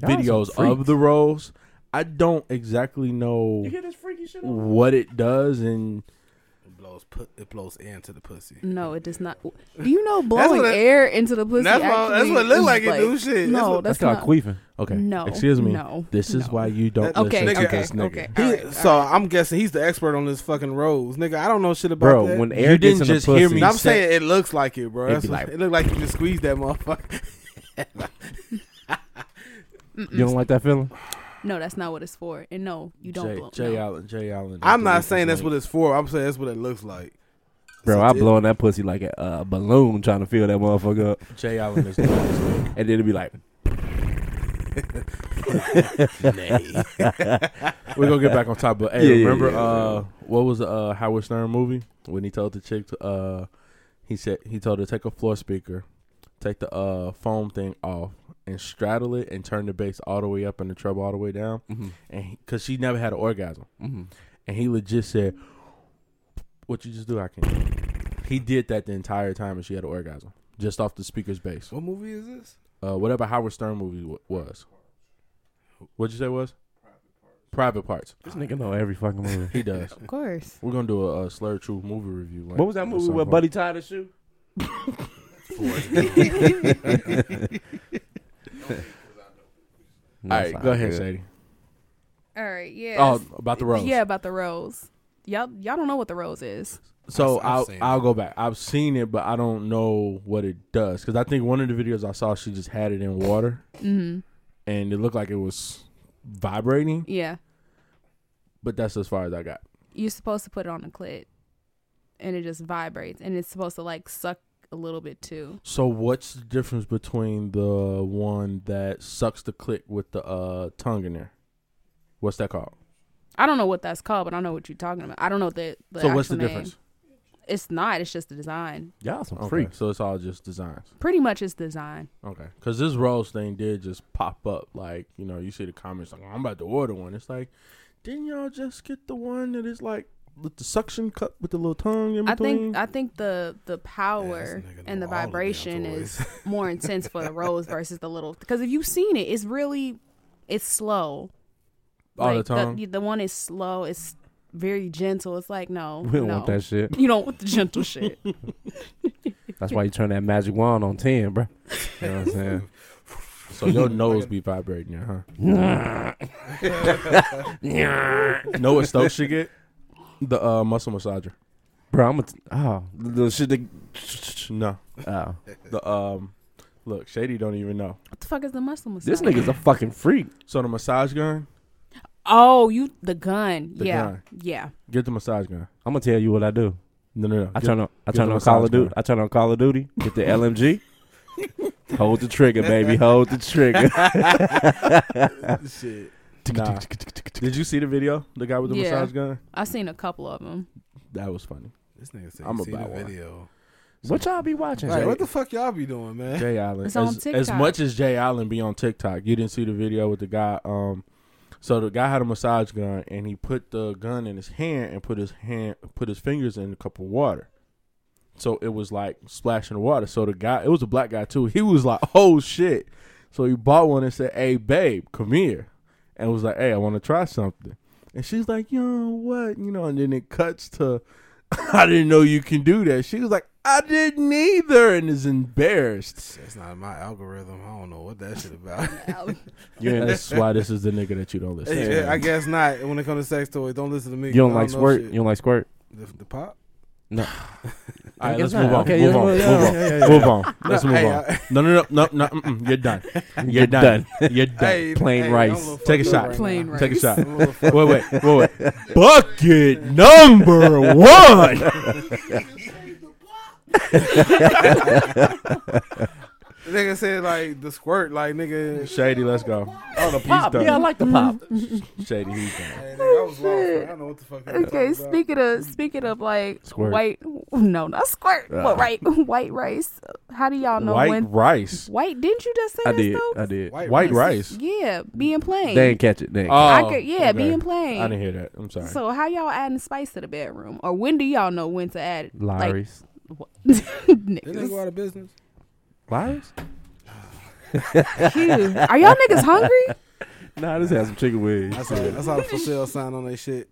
Y'all
videos
some
of
freaks.
the rolls. I don't exactly know
this freaky shit
what it does, and
It blows, pu- it blows air into the pussy.
No, it does not. Do you know blowing
what it-
air into the pussy?
That's what- that's
actually
what it look
is
like it do, shit.
No,
That's what-
That's
that's,
called
not.
queefing.
okay,
No,
excuse me.
no,
this is
no.
why you don't
Okay,
listen to
okay,
this nigga.
okay.
He,
All right,
so
all right.
I'm guessing he's the expert on this fucking rose, nigga. I don't know shit about
Bro,
that.
when
You
air gets
didn't
in the
just hear
pussy,
me.
No, I'm
set-
saying it looks like it, bro.
It'd
That's
be
what-
like-
it looked like you just squeezed that motherfucker.
you don't like that feeling.
no, that's not what it's for. And no, you don't
Jay,
blow.
Jay
no.
Allen. Jay Allen.
I'm not saying that's what it's for. I'm saying that's what it looks like.
Bro,
So
I
it-
blowing that pussy like a uh, balloon trying to fill that motherfucker up,
Jay Allen is. doing.
and then it'll be like,
We're gonna get back on top, but hey,
Yeah, yeah,
remember
yeah.
uh what was the uh Howard Stern movie when he told the chick to, uh he said he told her take a floor speaker, take the uh foam thing off and straddle it and turn the bass all the way up and the treble all the way down,
mm-hmm,
and because she never had an orgasm,
mm-hmm.
and he legit said, "What you just do? I can't." He did that the entire time, and she had an orgasm just off the speaker's base.
What movie is this?
Uh, whatever Howard Stern movie w- was. What'd you say was? Private Parts.
This nigga know every fucking movie.
He does.
Of course.
We're gonna do a, uh Slur Truth movie review. like,
what was that
at
movie
some
where
point.
Buddy tied his shoe?
All right, go ahead, Sadie.
All right. Yeah.
Oh, about the rose.
Yeah, about the rose. Y'all, y'all don't know what the rose is.
So
I've
I'll
seen it.
I'll go back. I've seen it, but I don't know what it does because I think one of the videos I saw, she just had it in water,
Mm-hmm.
and it looked like it was vibrating.
Yeah,
But that's as far as I got.
you're supposed to put it on the clit, and it just vibrates, and it's supposed to like suck a little bit too.
So what's the difference between the one that sucks the clit with the uh, tongue in there? What's that called?
I don't know what that's called, but I know what you're talking about. I don't know the. the
so what's the
actual name.
difference?
It's not. It's just the design.
Y'all some
Okay,
freaks.
So it's all just designs.
Pretty much, it's design.
Okay, because this rose thing did just pop up. Like you know, you see the comments like, "Oh, "I'm about to order one." It's like, didn't y'all just get the one that is like with the suction cup with the little tongue in
I
between?
think. I think the the power
nigga
and
know
the
all the
vibration
damn
is more intense for the rose versus the little. Because if you've seen it, it's really, it's slow.
all
Like,
the tongue.
The, one is slow. It's very gentle. It's like no,
We don't
no.
want that shit.
You don't want the gentle shit.
That's why you turn that magic wand on ten, bro. You know what I'm saying?
so your nose be vibrating, there, huh? know what Stokes should get? The uh, muscle massager.
Bro, I'm a t- oh the shit. That,
No,
oh,
the um, look, Shady don't even know.
what the fuck is the muscle massage?
this nigga's a fucking freak.
So the massage gun,
Oh, you the gun.
The
yeah,
gun.
yeah.
get the massage gun.
I'm gonna tell you what I do.
No, no, no.
I
Get-
turn on. I
get
turn
the
on Call
massage
of Duty.
gun.
I turn on Call of Duty. Get the LMG. Hold the trigger, baby. Hold the trigger.
Shit.
Nah. Did you see the video? The guy with the
Yeah.
massage gun.
I've seen a couple of them.
That was funny.
This nigga said
I'm
you
a
see the
bad one.
video.
what y'all be watching?
Like,
Jay?
what the fuck y'all be doing, man?
Jay Allen.
It's on
as, as
TikTok.
much as Jay Allen be on TikTok, you didn't see the video with the guy. Um, so the guy had a massage gun and he put the gun in his hand and put his hand put his fingers in a cup of water. So it was like splashing the water. So the guy, it was a black guy too. He was like, "Oh shit!" So he bought one and said, "Hey babe, come here," and was like, "Hey, I want to try something." And she's like, "You know what? You know." And then it cuts to, "I didn't know you can do that." She was like, "I didn't either," and is embarrassed.
That's not my algorithm. I don't know what that shit about.
You ain't-
That's why this is the nigga that you don't listen to.
I guess not. When it comes to sex toys, don't listen to me.
you don't
I
like
know
squirt.
shit.
You don't like squirt.
The, the pop.
All
I
right,
guess
let's
not.
move on.
Okay,
move
yeah,
on.
yeah,
Move
yeah,
on.
yeah, yeah, yeah.
Move on. Let's move
Hey,
on.
I-
No, no, no, no, no. Mm-mm. You're done. You're,
You're
done.
done.
You're done.
Hey,
Plain
hey,
rice.
I'm a little
Take a
fucked
shot.
up right
Plain
now.
rice.
Take a shot.
I'm a little fucked
Wait, wait,
up.
wait, wait. Bucket number one.
Nigga said like the squirt, like nigga.
Shady, let's go. Oh, the
Pop. Yeah, I like the pop.
Shady, he's done.
Hey, nigga, I was lost. man. I don't know what the fuck. you were
Okay,
talking about.
speaking of speaking of like
Squirt.
white, no, not squirt,
Ah.
but right, white rice. How do y'all know
White
when
rice.
white? Didn't you just say
I
this
did.
though?
I did.
White rice.
Yeah, being plain.
They ain't catch it. They ain't
Oh,
catch
I could, yeah,
okay.
being
I didn't
plain.
hear that. I'm sorry.
So how y'all adding spice to the bedroom, or when do y'all know when to add?
it.
Like,
Larry's.
what?
They didn't go out of business.
Larry's?
Phew. Are y'all niggas hungry?
Nah, this has some chicken wings.
That's all. That's all the for sale sign on that shit.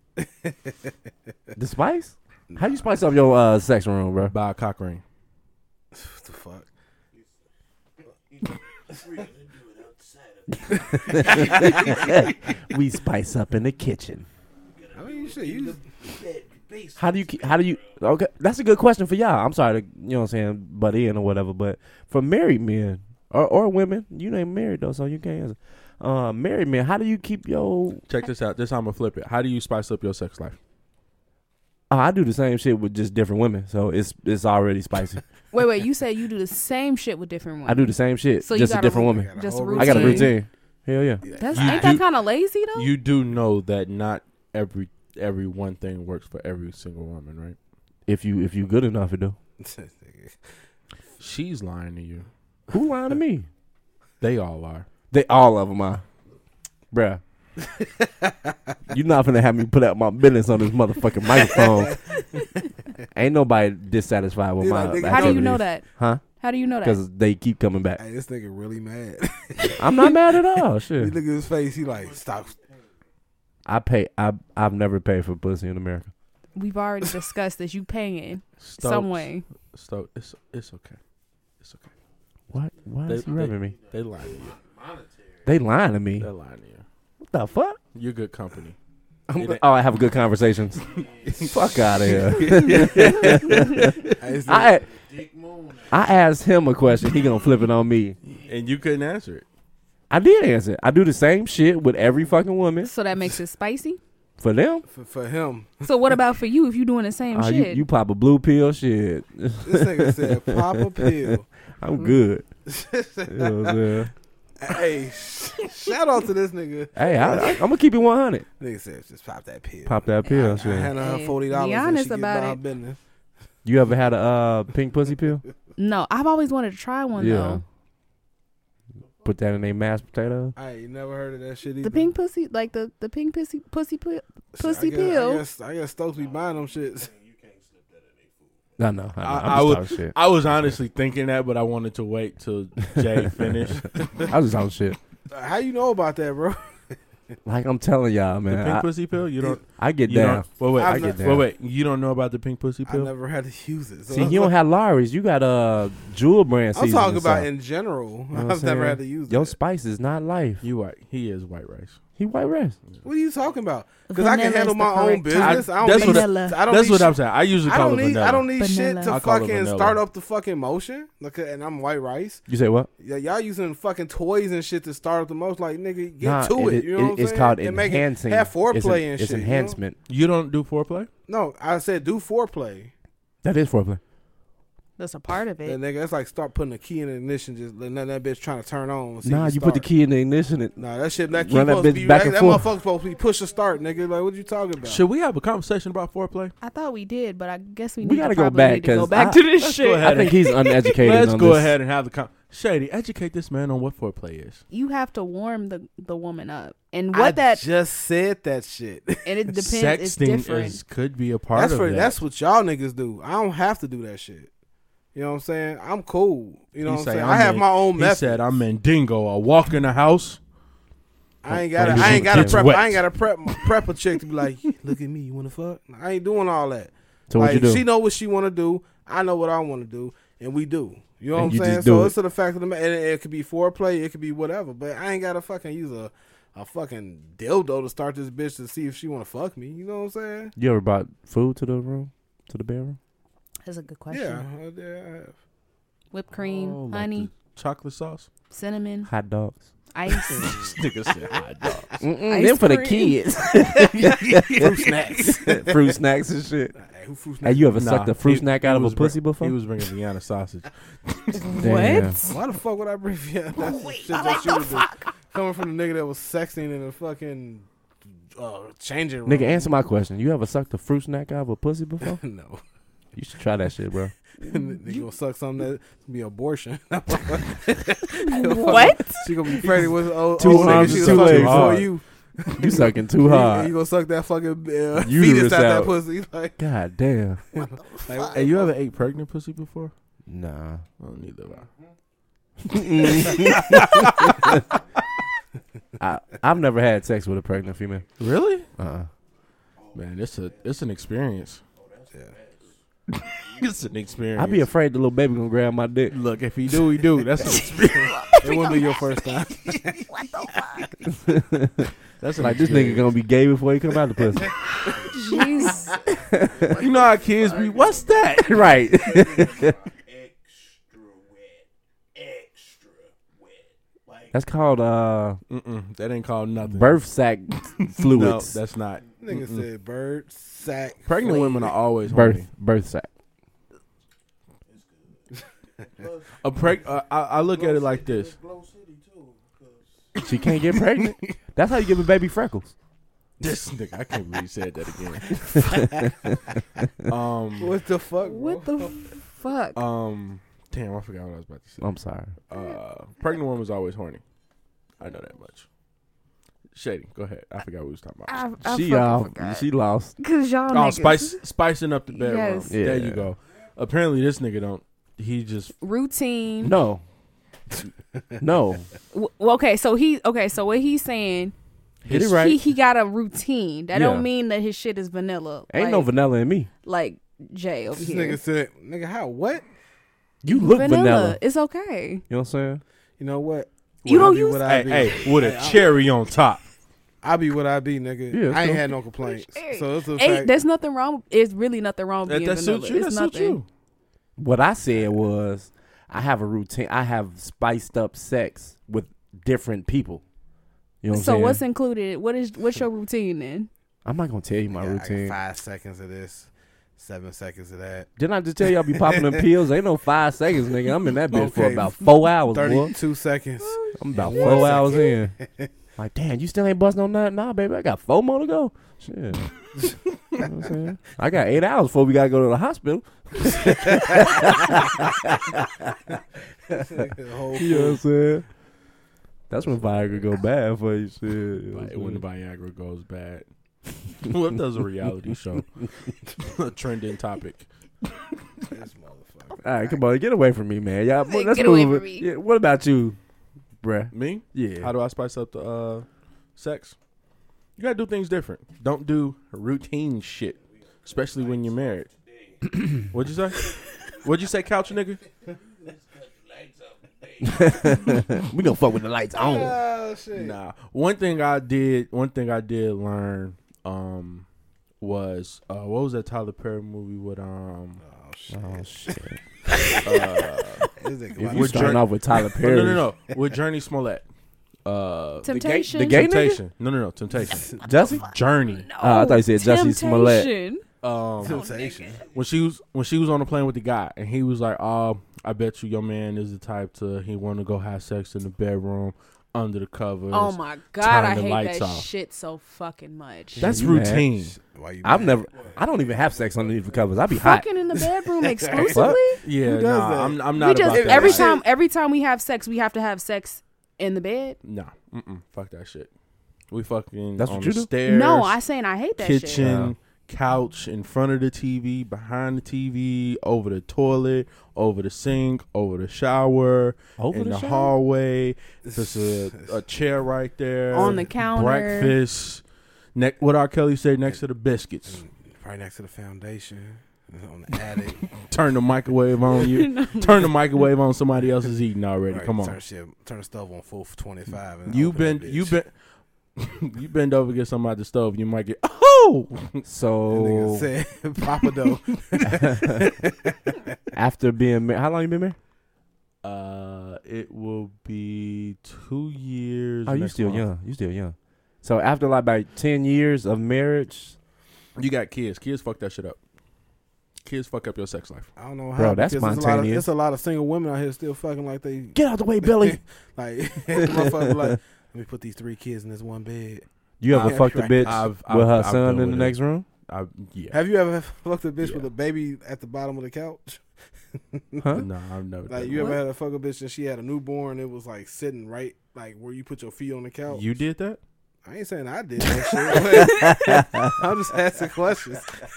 The spice? How you spice up your uh, sex room, bro?
Buy a cock ring.
What the fuck?
we spice up in the kitchen.
I mean, shit. You
How do you keep? How do you? Okay, that's a good question for y'all. I'm sorry to you know what I'm saying, butt in or whatever. But for married men or or women, you ain't married though, so you can't answer. Uh, married men, how do you keep your?
Check this out. This time I'm gonna flip it. How do you spice up your sex life?
Oh, I do the same shit with just different women, so it's it's already spicy.
Wait, wait. You said you do the same shit with different ones.
I do the same shit,
So you
just a
got a
different
routine.
woman.
Just
I got a routine. Hell yeah.
That's,
You
ain't
do-
that kind of lazy though?
You do know that not every every one thing works for every single woman, right?
If you if you good enough, it do.
She's lying to you.
Who lying to me?
They all are.
They all of them are, uh, bruh. You're not finna have me put out my business on this motherfucking
Oh.
microphone. Ain't nobody dissatisfied with
He's
my.
like, nigga,
How do you
activities.
know that?
Huh?
How do you know that?
Because they keep coming back.
Hey, this nigga really mad.
I'm not mad at all.
you
Shit.
look at his face. He like stop.
I pay. I I've never paid for pussy in America.
We've already discussed this. You paying
Stokes,
some way.
Stokes, it's it's okay. It's okay.
What? Why
They-
is he rubbing me?
They lying to you.
They lying to me.
They lying to you.
What the fuck?
You're good company.
I'm
It
gl-
ain't-
oh, I have good conversations. fuck out of here.
Hey, this nigga-
I I asked him a question. He gonna flip it on me.
And you couldn't answer it.
I did answer. I do the same shit with every fucking woman.
So that makes it spicy.
For them,
for, for him,
So what about for you if you doing the same
oh, you,
shit?
you pop a blue pill, shit.
this nigga said pop a pill.
Mm-hmm.
I'm good. You know what I'm saying?
hey, sh- shout out to this nigga.
hey, I, I, am gonna keep it 100.
Nigga said just pop that pill.
Pop that pill,
I
shit.
handed her
Hey,
forty dollars.
be
and
honest
she get
about
about
it.
her business.
You ever had a uh, pink pussy pill?
no, I've always wanted to try one though.
Put that in a mashed potato.
I ain't never heard of that shit either.
The pink pussy, like the the pink pussy pussy pill.
So
pussy
I guess,
pill.
I guess, I guess Stokes be buying them shits.
No, no, I, know.
I-
I'm
I
just
would-
talking shit.
I was honestly thinking that, but I wanted to wait till Jay finished.
I was just talking shit.
How you know about that, bro?
Like I'm telling y'all,
the
man,
pink
I,
pussy pill. You don't.
I get
You
down.
don't. Wait, wait.
I've
I get
ne-
down.
Wait, wait. You don't know about the pink pussy
I
pill?
never had to use it. So
See, you don't have Lowry's. You got uh, jewel brand.
I'm talking
seasonings, so-
about in general.
You know what
I've
I'm saying?
never had to use
Your
it.
spice is not life.
You white. He is white rice.
He white rice.
What are you talking about? Because I can
Vanilla
handle
is the
my own
correct
business.
term.
I, don't
That's
need,
what
I don't
That's
need
what
shit-
I'm saying. I usually
I
call
don't
it
need
vanilla.
I don't need shit
Vanilla.
to
I call it
fucking
vanilla.
start up the fucking motion. Look, at- and I'm white rice.
You say what?
Yeah, y'all using fucking toys and shit to start up the motion. Like nigga, get
Nah,
to it.
it-
you know what I'm
it's
saying?
called
And make it-
enhancing.
Have foreplay
it's en-
and
It's
shit. you know?
enhancement.
You don't do foreplay.
No, I said do foreplay.
That is foreplay.
That's a part of
That
it.
nigga, that's like start putting the key in the ignition, just letting that, that bitch trying to turn on.
nah, you put the key in the ignition. And,
Nah, that shit. That key
Run that
supposed to
bitch
be
back
that,
and
that
forth.
motherfucker supposed to be push to start, nigga. Like, what you talking about?
Should we have a conversation about foreplay?
I thought we did, but I guess we,
We
need
gotta
to
go
probably
back,
need to go
'cause
back
I-
to this shit.
go
I think he's uneducated.
Let's
on
go
this.
ahead and have the con- Shady. Educate this man on what foreplay is.
You have to warm the the woman up, and
I
what that
just said that shit.
and it depends. it's
Sexting
different.
is could be a part
That's
of
for
that.
that's what y'all niggas do. I don't have to do that shit. You know what I'm saying? I'm cool. You know
He
what I'm
say,
saying?
"I'm
I have
in-
my own
He
method.
said, "I'm Mandingo. I walk in the house.
I ain't
Don't-
gotta.
don't
I
do
ain't gotta
that.
prep.
Wet.
I ain't gotta prep prep a chick to be like, look at me. You wanna fuck? I ain't doing all that.
So
like,
what you do?
She know what she wanna do. I know what I wanna do, and we do. You know
And
what
you
I'm saying?
just do
So
it.
it's to the fact of the matter. It, it could be foreplay. It could be whatever. But I ain't gotta fucking use a a fucking dildo to start this bitch to see if she wanna fuck me. You know what I'm saying?
You ever brought food to the room, to the bedroom?
That's a good question.
Yeah, I- yeah. I have.
Whipped cream,
Oh, like
honey,
the chocolate sauce.
cinnamon,
Hot dogs.
ice.
this nigga said hot dog.
Mm-mm,
Ice
them for the
cream.
kids.
Fruit snacks.
fruit snacks and shit.
Hey, who fruit
Hey,
snacks?
you ever
Nah,
sucked a fruit
he-
snack
he
out of a
was bring-
pussy before?
He was bringing Vienna sausage.
Damn.
Why the fuck would I bring Vienna? That's the shit that you would do. Coming from the nigga that was sexting in a fucking uh, changing room.
Nigga, answer my question. You ever sucked a fruit snack out of a pussy before?
no.
you should try that shit, bro.
nigga gonna suck something that's gonna be abortion.
what?
she gonna be pregnant with old,
Two
old
arms
nigga. She
and two
was fucking
legs.
before
Hard.
you.
You sucking too
You,
hard.
gonna suck that fucking uh,
Uterus
fetus out
out.
that pussy. Like,
God damn.
like
Hey, you ever ate pregnant pussy before?
Nah.
Oh, neither have I.
I, I've never had sex with a pregnant female.
Really?
Uh-uh.
Man, it's a it's an experience. it's an experience.
I'd be afraid the little baby gonna grab my dick.
Look, if he do, he do. That's an experience.
it wouldn't be your first time.
That's an
Like this nigga gonna be gay before he come out the pussy.
Jeez.
gonna. You know how kids be. What's that?
right. That's called uh
Mm-mm, that ain't called nothing.
birth sac
No,
fluids.
that's not.
Nigga said bird sack.
Pregnant women are always
birth
horny.
birth sac.
A preg- uh, I, I look at it like this.
She can't get pregnant. That's how you give a baby freckles.
This nigga, I can't believe he said that again. um,
What the fuck? bro?
What the fuck?
um, damn, I forgot what I was
Um,
about to say.
I'm sorry.
Uh, pregnant woman's always horny. I know that much. Shady, go ahead. I forgot what we was talking about.
I, I
she
fucking
off.
forgot.
She lost.
Cause y'all
Oh,
niggas.
spice, spicing up the bedroom.
Yes.
There
Yeah.
you go. Apparently, this nigga don't. He just
routine.
No. no.
W- okay, so he okay, so what he's saying,
Get it
his-
right.
he he got a routine. That
Yeah.
don't mean that his shit is vanilla.
Ain't
like,
no vanilla in me.
like Jay over
This
here.
nigga said, "Nigga, how what?
You look vanilla.
It's okay.
You know what I'm saying?
You know what?
You
What I
don't
be
use-
what
Hey,
I be.
hey, with a
I-
cherry on top.
I be what I be, nigga.
Yeah, it's
I ain't
cool.
had no complaints.
Hey,
So it's a
Ain't,
fact.
there's nothing wrong. It's really nothing wrong with
That,
being
that
vanilla.
suits you. That
it's
suits
nothing.
you.
What I said was, I have a routine. I have spiced up sex with different people. You know what
So
I'm saying?
what's included? What is what's your routine then?
I'm not gonna tell you my
Yeah, I got
routine.
Five seconds of this, seven seconds of that.
Didn't I just tell you I'll be popping them pills? Ain't no five seconds, nigga. I'm in that bitch for
Okay.
about four hours, boy.
Thirty-two seconds.
Oh,
I'm about
Yeah,
four
one
hours in. Like, damn, you still ain't bust no nut? Nah, baby, I got four more to go. Shit. you know what I'm saying? I got eight hours before we gotta go to the hospital.
The whole
You know what I'm
crew.
saying? That's when Viagra go bad for you, shit. You know what I'm
Like, when the
saying?
Viagra goes bad. what does a reality show? a trending topic.
This motherfucker.
All right, come on, get away from me, man. Y'all,
Say,
let's
"Get
move
away
it.
from me."
Yeah, what about you, bruh?
Me?
Yeah,
How do I spice up the uh, sex? You gotta do things different. Don't do routine shit, especially when you're married. What'd you say? What'd you say, couch nigga?
we gonna fuck with the lights on.
Oh shit.
Nah. One thing I did. One thing I did learn. Um, was uh, what was that Tyler Perry movie with um?
Oh shit.
Oh shit!
This nigga
If
like-
you
With
starting
Jer-
off with Tyler
Oh, No,
Perry,
no, no, no. With Journey Smollett. Uh,
Temptation.
the gay-
Temptation. No, no, no. Temptation.
Jesse.
Journey.
Oh, I thought you said Jussie Smollett.
Temptation.
Um,
Temptation.
Oh,
when she was when she was on the plane with the guy, and he was like, "Oh, I bet you your man is the type to he want to go have sex in the bedroom under the covers."
Oh my god,
turn
I
the
hate
lights
that
off.
shit so fucking much.
That's
You mad?
routine.
Why you?
I've
mad?
never. I don't even have sex underneath the covers. I be hot.
fucking in the bedroom exclusively.
Yeah,
does
nah,
that?
I'm I'm
we
not
just
about that.
every
life.
time every time we have sex, we have to have sex in the bed.
Nah, mm-mm, fuck that shit. We fucking
That's
on
what you
the
do?
stairs,
no, I saying I hate that shit.
kitchen, couch, in front of the TV, behind the TV, over the toilet, over the sink, over the shower,
Over
in
the
the,
shower?
hallway. There's a, a chair right there
On the counter.
Breakfast. Ne- what R. Kelly said next to the biscuits.
Mm.
Right next to the foundation. On the attic.
Turn the microwave on you. Turn the microwave on somebody else is eating already.
Right,
Come on.
Turn shit. Turn the stove on full for twenty five.
You bend you bend you bend over get something out the stove, you might get oh
So
Said, Papa though.
after being married, how long you been married?
Uh, it will be two years.
Oh, you
next
still
month.
young. You still young. So after like about ten years of marriage,
You got kids. Kids fuck that shit up. Kids fuck up your sex life.
I don't know how.
Bro, that's
because it's a, lot of,
spontaneous.
it's a lot of single women out here still fucking like they
get out the way, Billy.
like. motherfucker, like let me put these three kids in this one bed.
You ever
I've-
fucked a bitch
I've-
with
I've-
her
I've
son
been
in the
with
next room?
I yeah.
Have you ever fucked a bitch with
Yeah.
a baby at the bottom of the couch?
Huh?
No, I've never.
Like
done
you
that.
ever had a fuck a bitch and she had a newborn? It was like sitting right like where you put your feet on the couch.
You did that?
I ain't saying I did that shit. I'm just asking questions.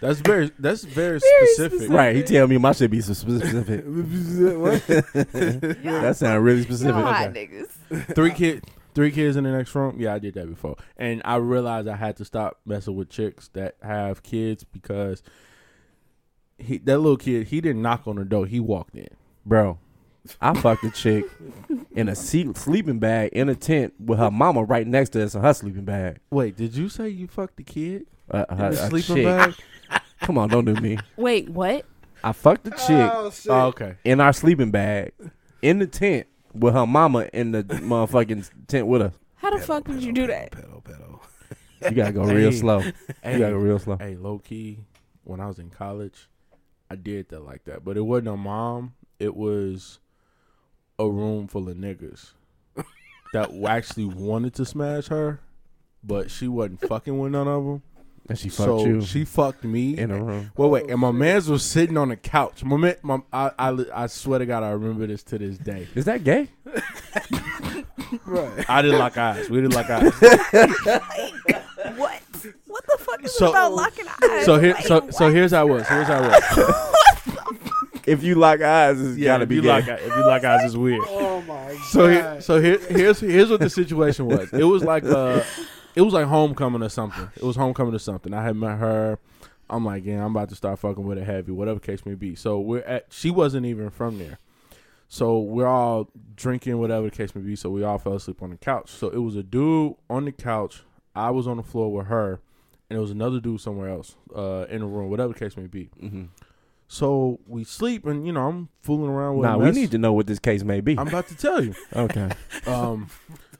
That's very. That's very, specific.
Right. He tell me my shit be so specific.
What?
that sound really specific.
Y'all hot
Okay.
niggas.
Three kid. Three kids in the next room. Yeah, I did that before, and I realized I had to stop messing with chicks that have kids because he that little kid he didn't knock on the door. He walked in.
Bro, I fucked a chick in a seat, sleeping bag in a tent with her mama right next to us in her sleeping bag.
Wait, did you say you fucked the kid
Uh,
in
her-
the
a
sleeping
chick.
bag?
Come on, don't do me.
Wait, what?
I fucked a chick
Oh, shit.
Oh, okay.
in our sleeping bag in the tent with her mama in the motherfucking tent with us.
How the fuck did you do that?
Pedo, pedo.
You gotta go real
Hey.
slow. You gotta go
Hey,
real slow.
hey, low key, when I was in college, I did that like that. But it wasn't a mom, it was a room full of niggas that actually wanted to smash her, but she wasn't fucking with none of them.
And she fucked
So
you
she fucked me.
in a room.
Well, wait, and my man's was sitting on the couch. My man, my, I, I, I swear to God, I remember this to this day.
Is that gay?
Right.
I didn't lock eyes. We didn't lock eyes.
What? What the fuck is
So-
it about locking eyes?
so here,
Like,
so so
what?
here's how it was. Here's how it was.
If you lock eyes, it's gotta
if
be
you
gay.
lock eye- if you lock eyes, it's weird.
Oh my god.
So here, so here, here's here's what the situation was. It was like uh, it was like homecoming or something. It was homecoming or something. I had met her. I'm like, yeah, I'm about to start fucking with a heavy, whatever case may be. So we're at. She wasn't even from there. So we're all drinking, whatever the case may be. So we all fell asleep on the couch. So it was a dude on the couch. I was on the floor with her, and it was another dude somewhere else uh, in the room, whatever the case may be.
Mhm.
So we sleep, and you know I'm fooling around with.
Nah,
a
we
mess.
need to know what this case may be.
I'm about to tell you.
okay.
Um,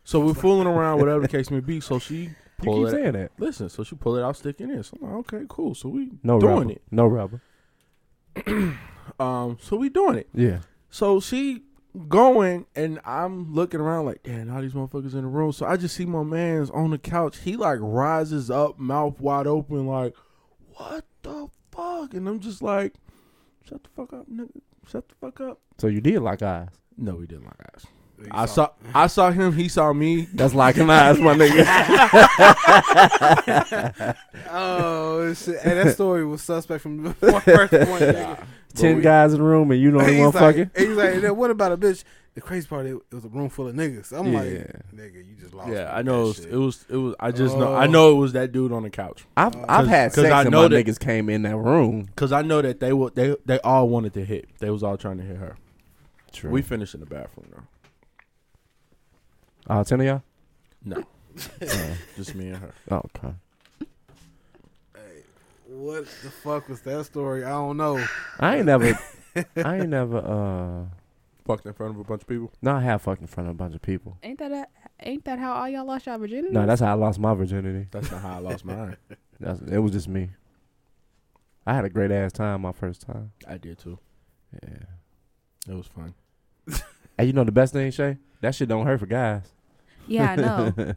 so we're fooling around, whatever the case may be. So she
You
pull
keep
it.
saying that.
Listen, so she pull it out, stick it in. So I'm like, okay, cool. So we
No
doing
rubber. No rubber.
it. Um, so we doing it.
Yeah.
So she going, and I'm looking around like, damn, all these motherfuckers in the room. So I just see my man's on the couch. He like rises up, mouth wide open, like, what the fuck? And I'm just like, shut the fuck up, nigga. Shut the fuck up.
So you did lock eyes.
No, we didn't like eyes. I saw, I saw him. He saw me.
That's locking eyes, my nigga.
Oh shit! And that story was suspect from the first point. nigga.
Ten
we-
guys in the room and you the only one
he's like,
fucking.
he's like, "And then what about a bitch? The crazy part, it, it was a room full of niggas. I'm like,
Yeah.
nigga, you just lost. me
Yeah, I
with
know. It
that
was,
shit.
it was. It was. I just know. I
Oh.
know it was that dude on the couch
I've I've had
uh, 'cause- 'cause
sex
I
and
know
my
that-
niggas came in that room.
because I know that they were. They they all wanted to hit. They was all trying to hit her.
True.
We
We
finished in the bathroom though.
uh, ten of y'all.
No, Uh, just me and her.
Oh, okay.
what the fuck was that story? I don't know.
I ain't never. I ain't never. Uh,
Fucked in front of a bunch of people.
no, I have fucked in front of a bunch of people.
Ain't that a, ain't that how all y'all lost y'all virginity?
No, that's how I lost my virginity.
That's not how I lost mine.
That's, it was just me. I had a great ass time my first time.
I did too.
Yeah.
It was fun.
And you know the best thing, Shay? That shit don't hurt for guys.
yeah, I know.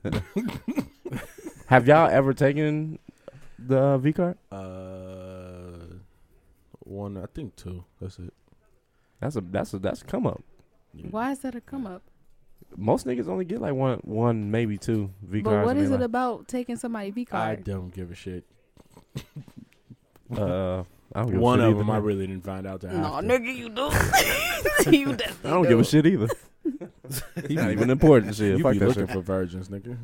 Have y'all ever taken the uh, V card?
Uh, one. I think two. That's it.
That's a that's a that's a come up.
Yeah.
Why is that a come up?
Most niggas only get like one one maybe two V cards.
But what
in
is
their
it about taking somebody V
I
card?
don't give a shit.
life. Uh, I don't give
One
a shit
of them,
either.
I really didn't find out that.
No, nigga, you do. you definitely
I don't give a
do.
shit either.
He
Not
be-
even important shit.
You
Fuck
be
that
looking
shit.
for virgins, nigga.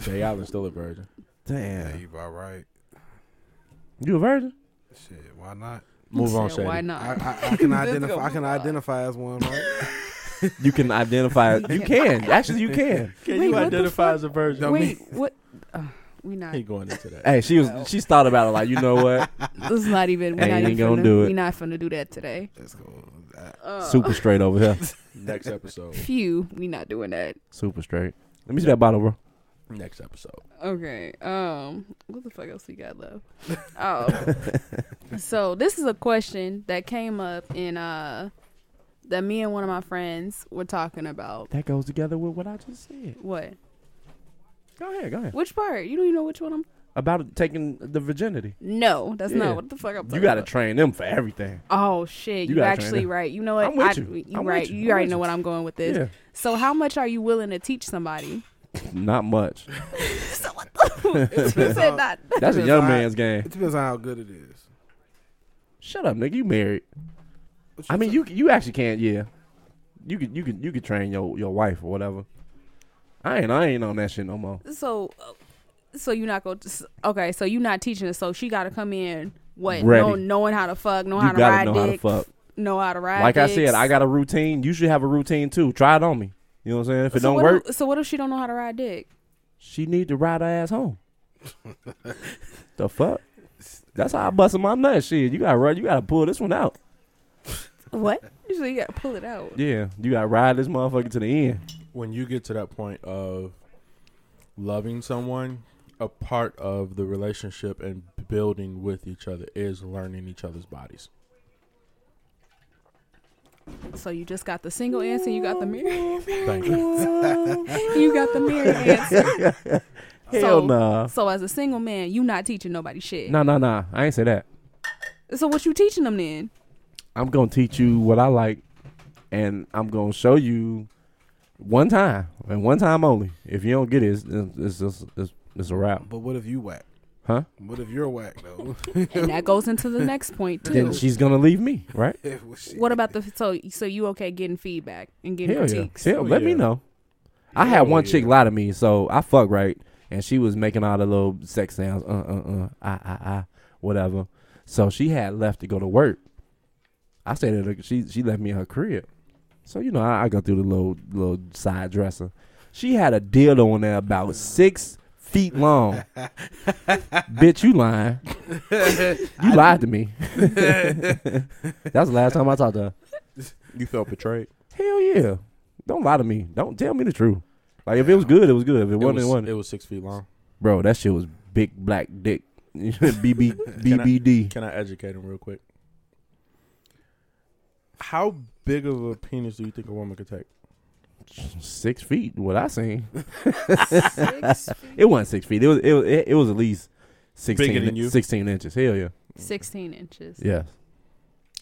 Jay Allen's still a virgin.
Yeah,
Damn.
you about right.
You a virgin?
Shit, why not?
Move on,
Said,
Shady.
Why
I,
not?
I, I can
Let's
identify.
go
I can
move on.
identify as one, right?
You can identify. you can actually. You can.
Can
Wait,
you
what the
identify
fuck?
as a virgin?
Wait, what? Ugh, we not.
He going into that.
Hey, she was. She's thought about it. Like you know what?
This is not even. We're
Ain't
not even
gonna
finna,
do it.
We not finna do that today. Uh,
Let's go.
Super straight over here.
Next episode.
Phew, we not doing that.
Super straight. Let me see that bottle, bro.
Next episode.
Okay. Um, what the fuck else we got left? Oh, so this is a question that came up in uh that me and one of my friends were talking about.
That goes together with what I just said.
What?
Go ahead. Go ahead.
Which part? You don't even know which one I'm.
About taking the virginity.
No, that's
Yeah.
not what the fuck I'm.
You
talking
gotta
about.
train them for everything.
Oh shit!
You
You,
gotta train
actually
them.
right. You know what?
I'm with
I-
you.
You
I'm with
right.
you.
You
I'm
already
with
know
you.
what I'm going with this.
Yeah.
So how much are you willing to teach somebody?
Not much.
So what the
you said not.
That's a
Depends
young
on-
man's game.
It depends on how good it is.
Shut up, nigga. You married.
What
I mean, you you actually can't. Yeah, you could you could you could train your your wife or whatever. I ain't I ain't on that shit no more.
So, uh, so you not go. To, okay, so you not teaching us. So she got to come in. What?
Ready.
Know, knowing how to fuck. Know
You
how to
gotta
ride
know how to
dick.
fuck.
Know how to ride.
Like I said,
dicks.
I got a routine. You should have a routine too. Try it on me. You know what I'm saying? If it
so
don't
what
work,
If, so what if she don't know how to ride dick?
she need to ride her ass home. the fuck? That's how I busted my nut. Shit, you gotta run. You gotta pull this one out.
What? Usually you got to pull it out.
Yeah, you gotta ride this motherfucker to the end.
When you get to that point of loving someone, a part of the relationship and building with each other is learning each other's bodies.
So you just got the single answer. You got the mirror.
Thank you.
you got the mirror answer.
Hell
So-
nah.
So as a single man, you not teaching nobody shit.
Nah, nah, nah. I ain't say that.
So what you teaching them then?
I'm gonna teach you what I like, and I'm gonna show you One time and one time only. If you don't get it, it's it's it's, it's, it's a wrap.
But what if you whack?
Huh?
What if you're whack though?
and that goes into the next point too.
Then she's gonna leave me, right?
Well, shit.
What about the so so you okay getting feedback and getting
Hell yeah.
critiques?
Hell, let me
Oh, yeah.
know. I had
Hell
one chick
yeah.
lie to me, so I fuck right, and she was making all the little sex sounds, uh uh uh, ah ah ah, whatever. So she had left to go to work. I stayed at her, she she left me at her crib, so you know I, I go through the little little side dresser. She had a dildo in there about six feet long. Bitch, you lying? you lied to me. That's the last time I talked to her.
You felt betrayed.
Hell yeah. Don't lie to me. Don't tell me the truth. Like if it was good, it was good. If it, wasn't, it
was,
wasn't.
it was six feet long.
Bro, that shit was big black dick. BB
Can I-
BBD.
Can I educate him real quick? How big of a penis do you think a woman could take?
Six feet. What I seen. It wasn't six feet. It was. It was. It, it was at least sixteen.
Bigger than you.
Sixteen inches. Hell yeah.
Sixteen inches.
Yeah.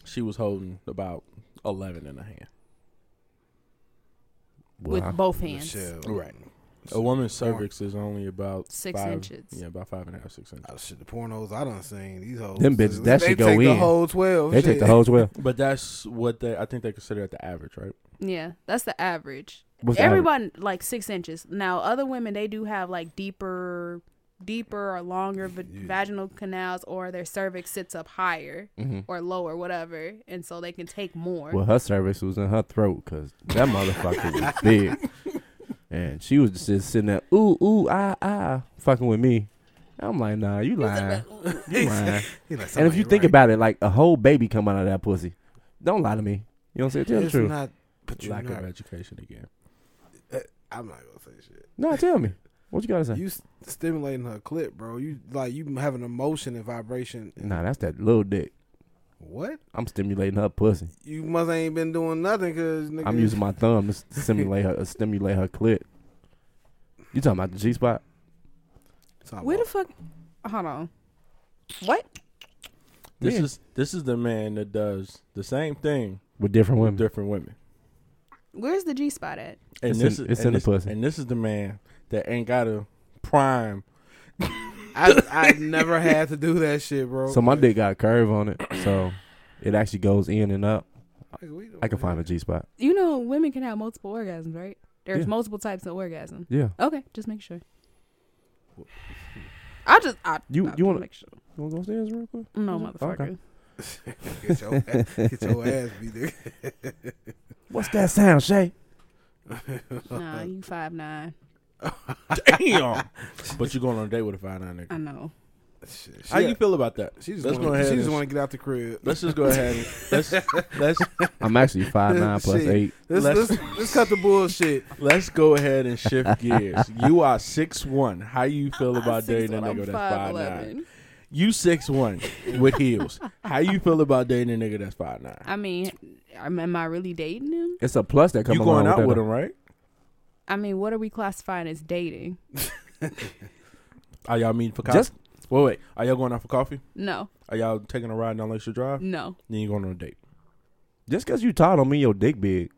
She was holding about eleven in a hand.
With
Wow.
both hands.
Shit.
Right. A woman's
Porn-
cervix is only about
Six
five-
inches.
Yeah, about five and a half, six inches.
Oh, shit, the pornos I done seen these hoes.
Them bitches, that
they
shit go
take the
in.
whole twelve.
they take the whole twelve.
But that's what they. I think they consider it the average, right?
Yeah, that's the average.
What's the average?
Everyone like six inches. Now other women they do have like deeper, deeper or longer va- vaginal canals, or their cervix sits up higher or lower, whatever, and so they can take more.
Mm-hmm. Well, her cervix was in her throat because that motherfucker was big, and she was just sitting there, ooh ooh ah ah, fucking with me. I'm like, nah, you lying, you lying.
He
And if
like, somebody
you think
right.
about it, like a whole baby come out of that pussy. Don't lie to me. You know what I'm saying? Tell the
it's
truth.
not, but you're
Lack
not.
of education again.
I'm not gonna say shit.
No, tell me. What you gotta say?
You s- stimulating her clit, bro. You like you having emotion and vibration.
nah, that's that little dick.
What?
I'm stimulating her pussy.
You must ain't been doing nothing, cause nigga,
I'm using my thumb to stimulate her, stimulate her clit. You talking about the G spot?
Talking
Where the
about-
fuck? Hold on. What?
This
Yeah.
is this is the man that does the same thing
With different
with
women.
different women.
Where's the G spot at?
And
It's
this
in-
is
it's
and
in the
this,
pussy.
And this is the man that ain't got a prime.
I I never had to do that shit, bro.
So my dick got a curve on it, so it actually goes in and up.
Nigga, we
I can find a G spot.
You know, women can have multiple orgasms, right? There's
Yeah.
multiple types of orgasm.
Yeah.
Okay, just make sure. I just I
You-
I
you wanna-
make sure.
You wanna go upstairs real quick?
No,
Okay.
motherfucker.
get your ass, get your ass beat, nigga.
What's that sound, Shay?
Nah, you five nine.
Damn. but you're going on a date with a five nine nigga.
I know.
Shit, she,
How you feel about that?
she just
let's go
wanna,
ahead
she just
and-
want to get out the crib.
Let's just go ahead. And, let's let's
I'm actually five nine plus
Shit.
eight.
Let's,
Let's-
let's, let's cut the bullshit.
let's go ahead and shift gears. You are six one. How you feel about
Six
dating a
foot, I'm
nigga that's five nine?
5'11.
You six one with heels. How you feel about dating a nigga that's five nine?
I mean, am, am I really dating him?
It's a plus that comes
You going out with
that.
him, right?
I mean, what are we classifying as dating?
Are y'all meeting for coffee?
Just
wait, wait. Are y'all going out for coffee?
No,
Are y'all taking a ride down Lakeshore Drive?
no.
Then you going on a date.
just cause you tall don't mean your dick big.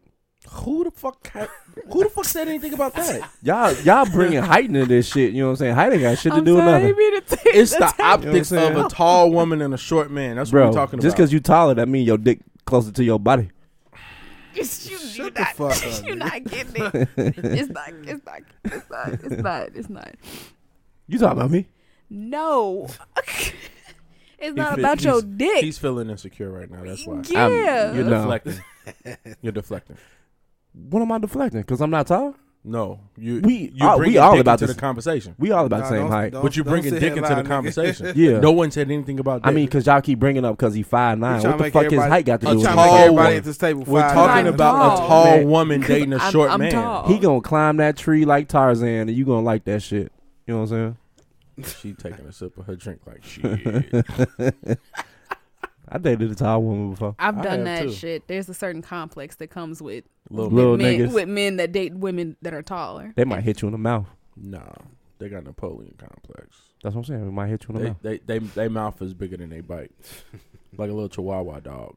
Who the fuck? ha- Who the fuck said anything about that?
Y'all y'all bringing height into this shit. You know what I'm saying? Height ain't got shit to
I'm
do with
sorry,
nothing.
me to take
It's the
that.
optics
You know what I'm
of a tall woman and a short man. That's what
Bro,
we're talking
just
about.
cause you taller, that mean your dick closer to your body.
It's- you,
Shut the
you're not,
fuck up,
you're
nigga.
not getting it. It's not. It's not. It's not. It's not. It's not.
You talking about me?
No. it's
He
not
fit-
about your
he's-
dick.
He's feeling insecure right now. That's why.
I'm-
yeah.
you
You're
know.
deflecting. You're deflecting.
What am I deflecting? Cause I'm not tall.
No, you.
We-
you
uh,
bring
we
your
all
dick
about
into
this.
the conversation.
We all about
Nah,
the same
don't-
height.
don't-
But you're
don't
bringing
sit
dick
here
into the
lying, nigga.
conversation.
Yeah.
No one said anything about that.
I mean, cause y'all keep bringing up cause he five nine.
You
What
tryna
the
make
fuck is
everybody-
height got to
you
do
I'm
with
tryna
trying
it?
to make
tall
everybody
one.
at this table.
we're
five
talking
times.
about a
tall.
tall
Man.
woman dating a
I'm-
short
I'm
man.
tall.
He gonna climb that tree like Tarzan, and you gonna like that shit. You know what I'm
She taking a sip of her drink like shit.
saying? I dated a tall woman before.
I've
I
done
have
that
too.
shit. There's a certain complex that comes with
Little
Little-
with men,
niggas.
with men that date women that are taller.
They might hit you in the mouth.
Nah, they got Napoleon complex.
That's what I'm saying. They might hit you in the
They,
mouth.
they they they mouth is bigger than they bite, like a little Chihuahua dog.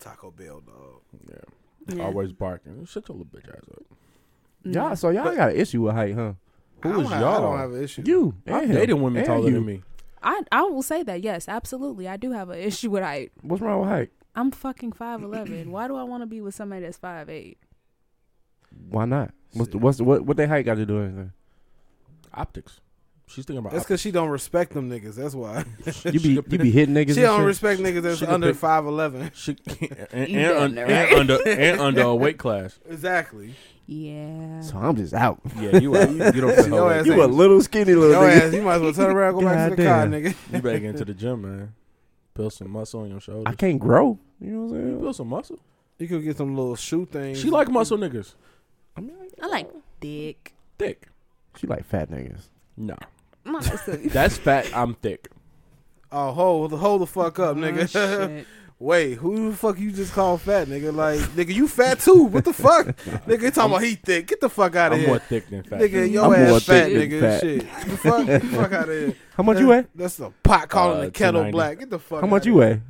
Taco Bell dog.
Yeah.
Yeah.
Always barking. Shut your little bitch ass up.
Y'all, so y'all got an issue with height, huh?
Who
is
I don't have, I
y'all?
don't have an issue.
You,
I'm
and him,
dating women
and
taller
you.
than me.
I I will say that yes, absolutely. I do have an issue with height.
What's wrong with height?
I'm fucking five eleven. Why do I want to be with somebody that's five eight?
Why not? What's the, what's the, what what their height got to do with anything?
Optics. She's thinking about
That's because she don't respect them niggas. That's why
You be you be hitting niggas.
she
and
don't
shit?
respect niggas that's
She could
under
pick-
five eleven.
She and, and,
You damn
un-
near
and
right.
under and under a weight class.
Exactly.
Yeah.
So I'm just out.
Yeah, you are, you, you don't
Your
fit her
ass
weight.
ain't-
You a little skinny little
Your
nigga.
ass, you might as well turn around, and go back to the car,
Goddamn.
nigga.
You better get into the gym, man. Build some muscle on your shoulders.
I can't grow. You know what
You
I'm saying?
build some muscle.
You could get some little shoe things.
She like muscle niggas.
I like thick.
Thick.
She like fat niggas.
No,
My sister-
that's fat. I'm thick.
Oh, hold, hold the fuck up,
Oh,
nigga.
shit.
Wait, who the fuck you just called fat, nigga? Like, nigga, you fat too. What the fuck? nigga, you talking about he thick. Get the fuck out of
I'm more
here.
thick than fat.
Nigga, your
I'm more
ass fat,
thick
nigga.
than fat.
Shit. The fuck? Get the fuck out of here.
How much you weigh?
That's a pot calling
Uh,
the kettle
290.
black. Get the fuck
How much
outta
you
here.
weigh?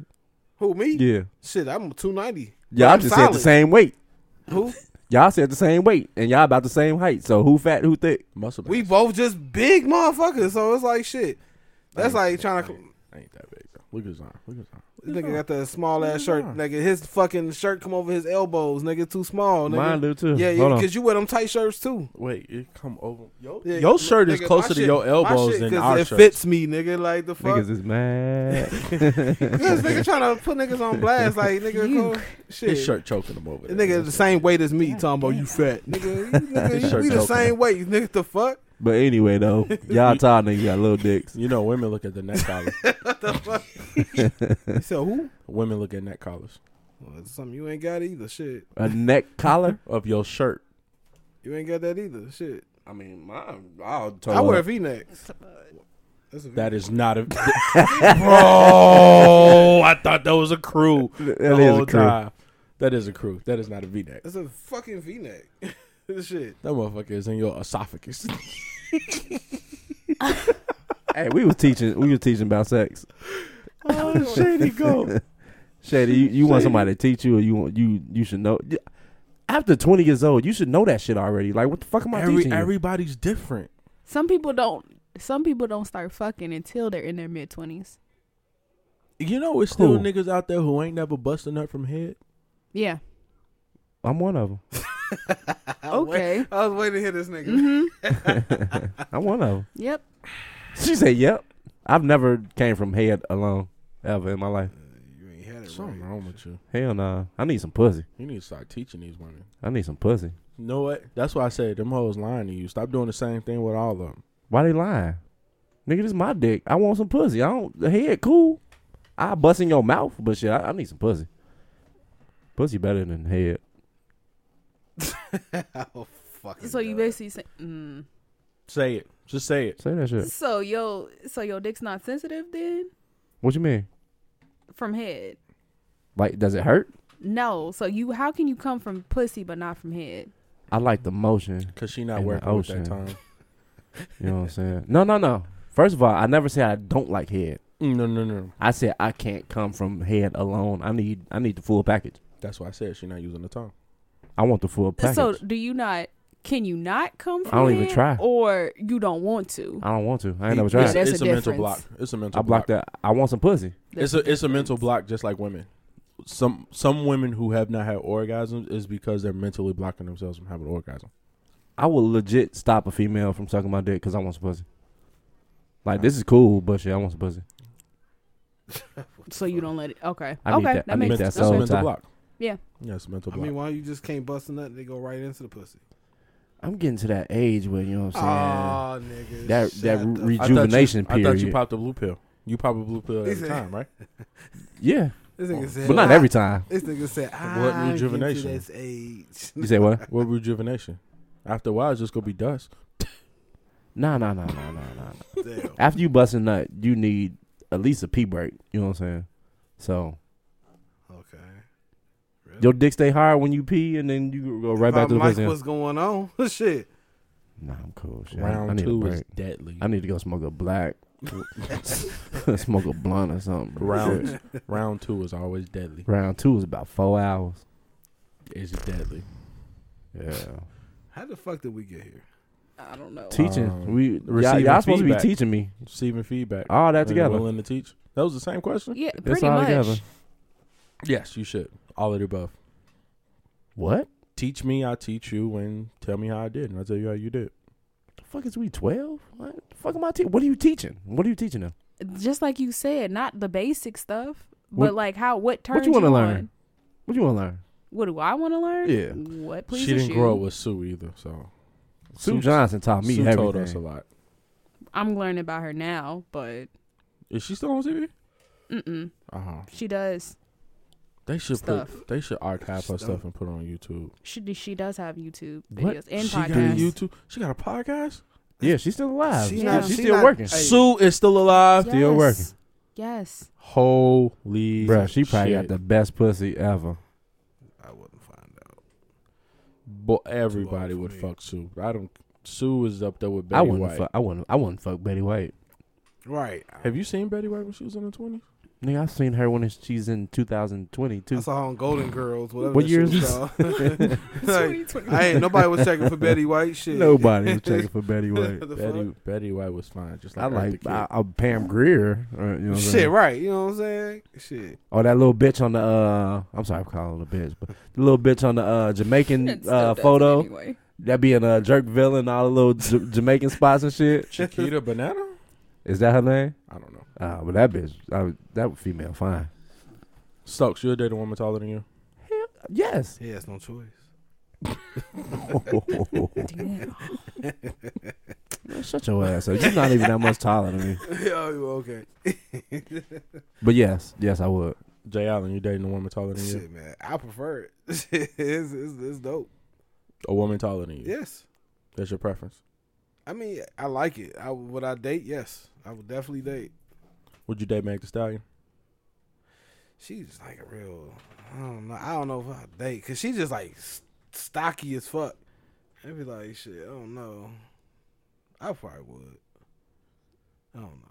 Who, me?
Yeah.
Shit, I'm 290.
Y'all
I'm
just said
solid.
the same weight.
Who?
Y'all said the same weight, and y'all about the same height. So who fat? Who thick?
Muscle.
We
mass.
both just big motherfuckers, so it's like shit. That's like trying to.
I ain't that big. Bro. Look at his arm. Look at his arm.
Nigga got that small ass shirt. Nigga, his fucking shirt come over his elbows. Nigga, too small. Oh, Nigga.
Mine do too.
Yeah, yeah,
Hold on.
because you wear them tight shirts too.
Wait, it come over. Yo,
Yeah,
your shirt is
nigga,
closer
my
to
shit-
your
my
elbows
shit,
than
'cause
our
it
shirt.
fits me, nigga. Like the fuck,
Niggas is mad.
Yes, nigga trying to put niggas on blast. Like nigga,
You-
come- shit.
His shirt choking him over.
This
there.
nigga the same weight as me. Talking about you fat, nigga. you-
His
nigga you-
shirt
we the
choking
same
him.
weight, nigga. The fuck,
but anyway, though, y'all tall niggas got little dicks.
You know, women look at the neck collar.
you said who?
women look at neck collars
Well, it's something you ain't got either. Shit,
A neck collar.
of your shirt.
you ain't got that either. Shit,
I mean, mine. I'll
I wear V-necks. That's a V neck.
That is not a bro. I thought that was a crew.
That
the
is a
whole
crew.
time. That is a crew. That is not a V-neck.
That's a fucking V-neck. This shit.
That motherfucker is in your esophagus.
Hey, we was teaching. We was teaching about sex.
oh, shady go.
Shady, you, you want somebody to teach you, or you want you you should know. y- After twenty years old, you should know that shit already. Like, what the fuck am I
Every,
teaching you?
everybody's different.
Some people don't. Some people don't start fucking until they're in their mid twenties.
You know, it's
Who?
still niggas out there who ain't never busting up from head.
Yeah.
I'm one of them.
Okay.
I was waiting to hear this nigga.
Mm-hmm.
I'm one of them.
Yep.
She said, "Yep." I've never came from head alone ever in my life.
Mm-hmm.
You ain't had it
Something
right.
wrong with you.
Hell nah. I need some pussy.
You need to start teaching these women.
I need some pussy.
You know what? That's why I say them hoes lying to you. Stop doing the same thing with all of them.
Why they lying? Nigga, this my dick. I want some pussy. I don't the head cool. I bust in your mouth, but shit, I, I need some pussy. Pussy better than head.
oh, fucking
So you
God.
basically say, mm.
Say it. Just say it.
Say that shit.
so yo, so your dick's not sensitive then
What you mean?
from head.
Like, does it hurt?
No. So you, how can you come from pussy but not from head?
I like the motion.
Cause she not
In the
working with that
ocean.
time.
You know what I'm saying? No, no, no. First of all, I never said I don't like head.
Mm, No, no, no.
I said I can't come from head alone. I need I need the full package.
That's why I said she not using the tongue.
I want the full package.
So do you not? Can you not come? From
I don't even
head?
try.
Or you don't want to.
I don't want to. I ain't
He-
never
Yeah,
tried.
that's
It's, it's
a
a, mental
difference.
block. It's a mental
I blocked
block.
that. I want some pussy.
It's a it's a mental block, just like women. Some some women who have not had orgasms is because they're mentally blocking themselves from having an orgasm.
I will legit stop a female from sucking my dick because I want some pussy. Like this is cool, but shit, I want some pussy.
So you don't let it. Okay.
I need
okay.
that- I need that
makes
Mental-
sense.
it's
soul
a
Okay.
mental
tie.
block.
Yeah.
Yeah, it's a mental
I
block.
mean, why you just can't bust a nut? They go right into the pussy.
I'm getting to that age where you know what
Oh,
I'm
nigga.
saying. that
shut
that
the
re-
Ah,
fuck-
I thought you-
rejuvenation
I thought you
period.
popped the blue pill. You pop a blue pill
He
every
said-
time, right?
yeah,
This nigga said,
but not
"I-
every time.
This nigga said, I
What
get to
rejuvenation?
This age.
You say what?
What rejuvenation? After a while, it's just gonna be dust.
Nah, nah, nah, nah, nah, nah.
Damn.
After you bust a nut, you need at least a pee break. You know what I'm saying? So
Okay.
your dick stay hard when you pee, and then you go right
If
back
I'm
to the
like,
pussy.
What's going on? shit.
Nah, I'm cool. Shit. I- I
Round
need a
two
break.
is deadly.
I need to go smoke a black, smoke a blunt or something. bro.
round round two is always deadly.
Round two is about four hours.
Is it deadly?
Yeah.
How the fuck did we get here?
I don't know.
Teaching.
Um,
we Uh, y'all,
receiving
y'all supposed to
feedback.
be teaching me
Receiving feedback.
all that
Are you
together.
Willing to teach? That was the same question.
Yeah,
It's
pretty
all
much.
together.
Yes, you should. All of the above.
What?
Teach me, I teach you, and tell me how I did, and I'll tell you how you did.
The fuck is we twelve? What the fuck am I teaching? What are you teaching? What are you teaching them?
Just like you said, not the basic stuff,
What-
but like how what turns
What you want to learn?
on.
What you want to learn?
What do I want to learn?
Yeah.
What pleases
she didn't
you?
grow up with Sue either, so
Sue Johnson taught me
Sue
everything.
told us a lot.
I'm learning about her now, but
Is she still on TV?
mm-mm,
Uh huh.
she does.
They should
Stuff.
put. They should archive her
Stuff.
stuff and put it on YouTube.
She she does have YouTube
What?
videos and
she got a
podcasts.
YouTube. She got a podcast.
Yeah, she's still alive.
She's
She's,
not-
she's
she's
still
not-
working.
Hey.
Sue is still alive.
Still
Yes.
working.
Yes.
Holy,
Bruh, she probably got
shit.
the best pussy ever.
I wouldn't find out.
But everybody
for
would
me.
fuck Sue. I don't. Sue is up there with
I
Betty
wouldn't.
White.
Fuck, I wouldn't. I wouldn't fuck Betty White.
Right.
Have you seen Betty White when she was in her twenties?
Nigga, I seen her when she's in 2022.
I saw her on Golden Girls. Whatever
What
that
year
shit
is
was called. like,
2020.
I ain't nobody was checking for Betty White shit.
Nobody was checking for Betty White.
The
Betty
fuck?
Betty White was fine. Just
I
like Eartha
like
Kitt.
I, I'm Pam Greer. uh, you know what I'm
Shit,
saying?
right. You know what I'm saying? Shit.
Or Oh, that little bitch on the. uh I'm sorry, I'm calling her a bitch, but the little bitch on the uh
Mm,
Jamaican uh photo
Anyway.
that be in a jerk villain, all the little J- Jamaican spots and shit.
Chiquita Banana.
Is that her name?
I don't know.
Uh, but that bitch, I, that female, fine.
Stokes, you'll date a woman taller than you.
Yes.
He has no choice.
Shut your ass up. You're not even that much taller than me.
oh, you okay.
But yes, yes, I would.
Jay Allen, you dating a woman taller than you?
Shit, man. I prefer it. Shit, it's, it's, it's dope.
A woman taller than you.
Yes.
That's your preference.
I mean, I like it. I, would I date? Yes. I would definitely date.
Would you date Meg Thee Stallion?
She's like a real. I don't know. I don't know if I date because she's just like s- stocky as fuck. I'd be like, shit. I don't know. I probably would. I don't know.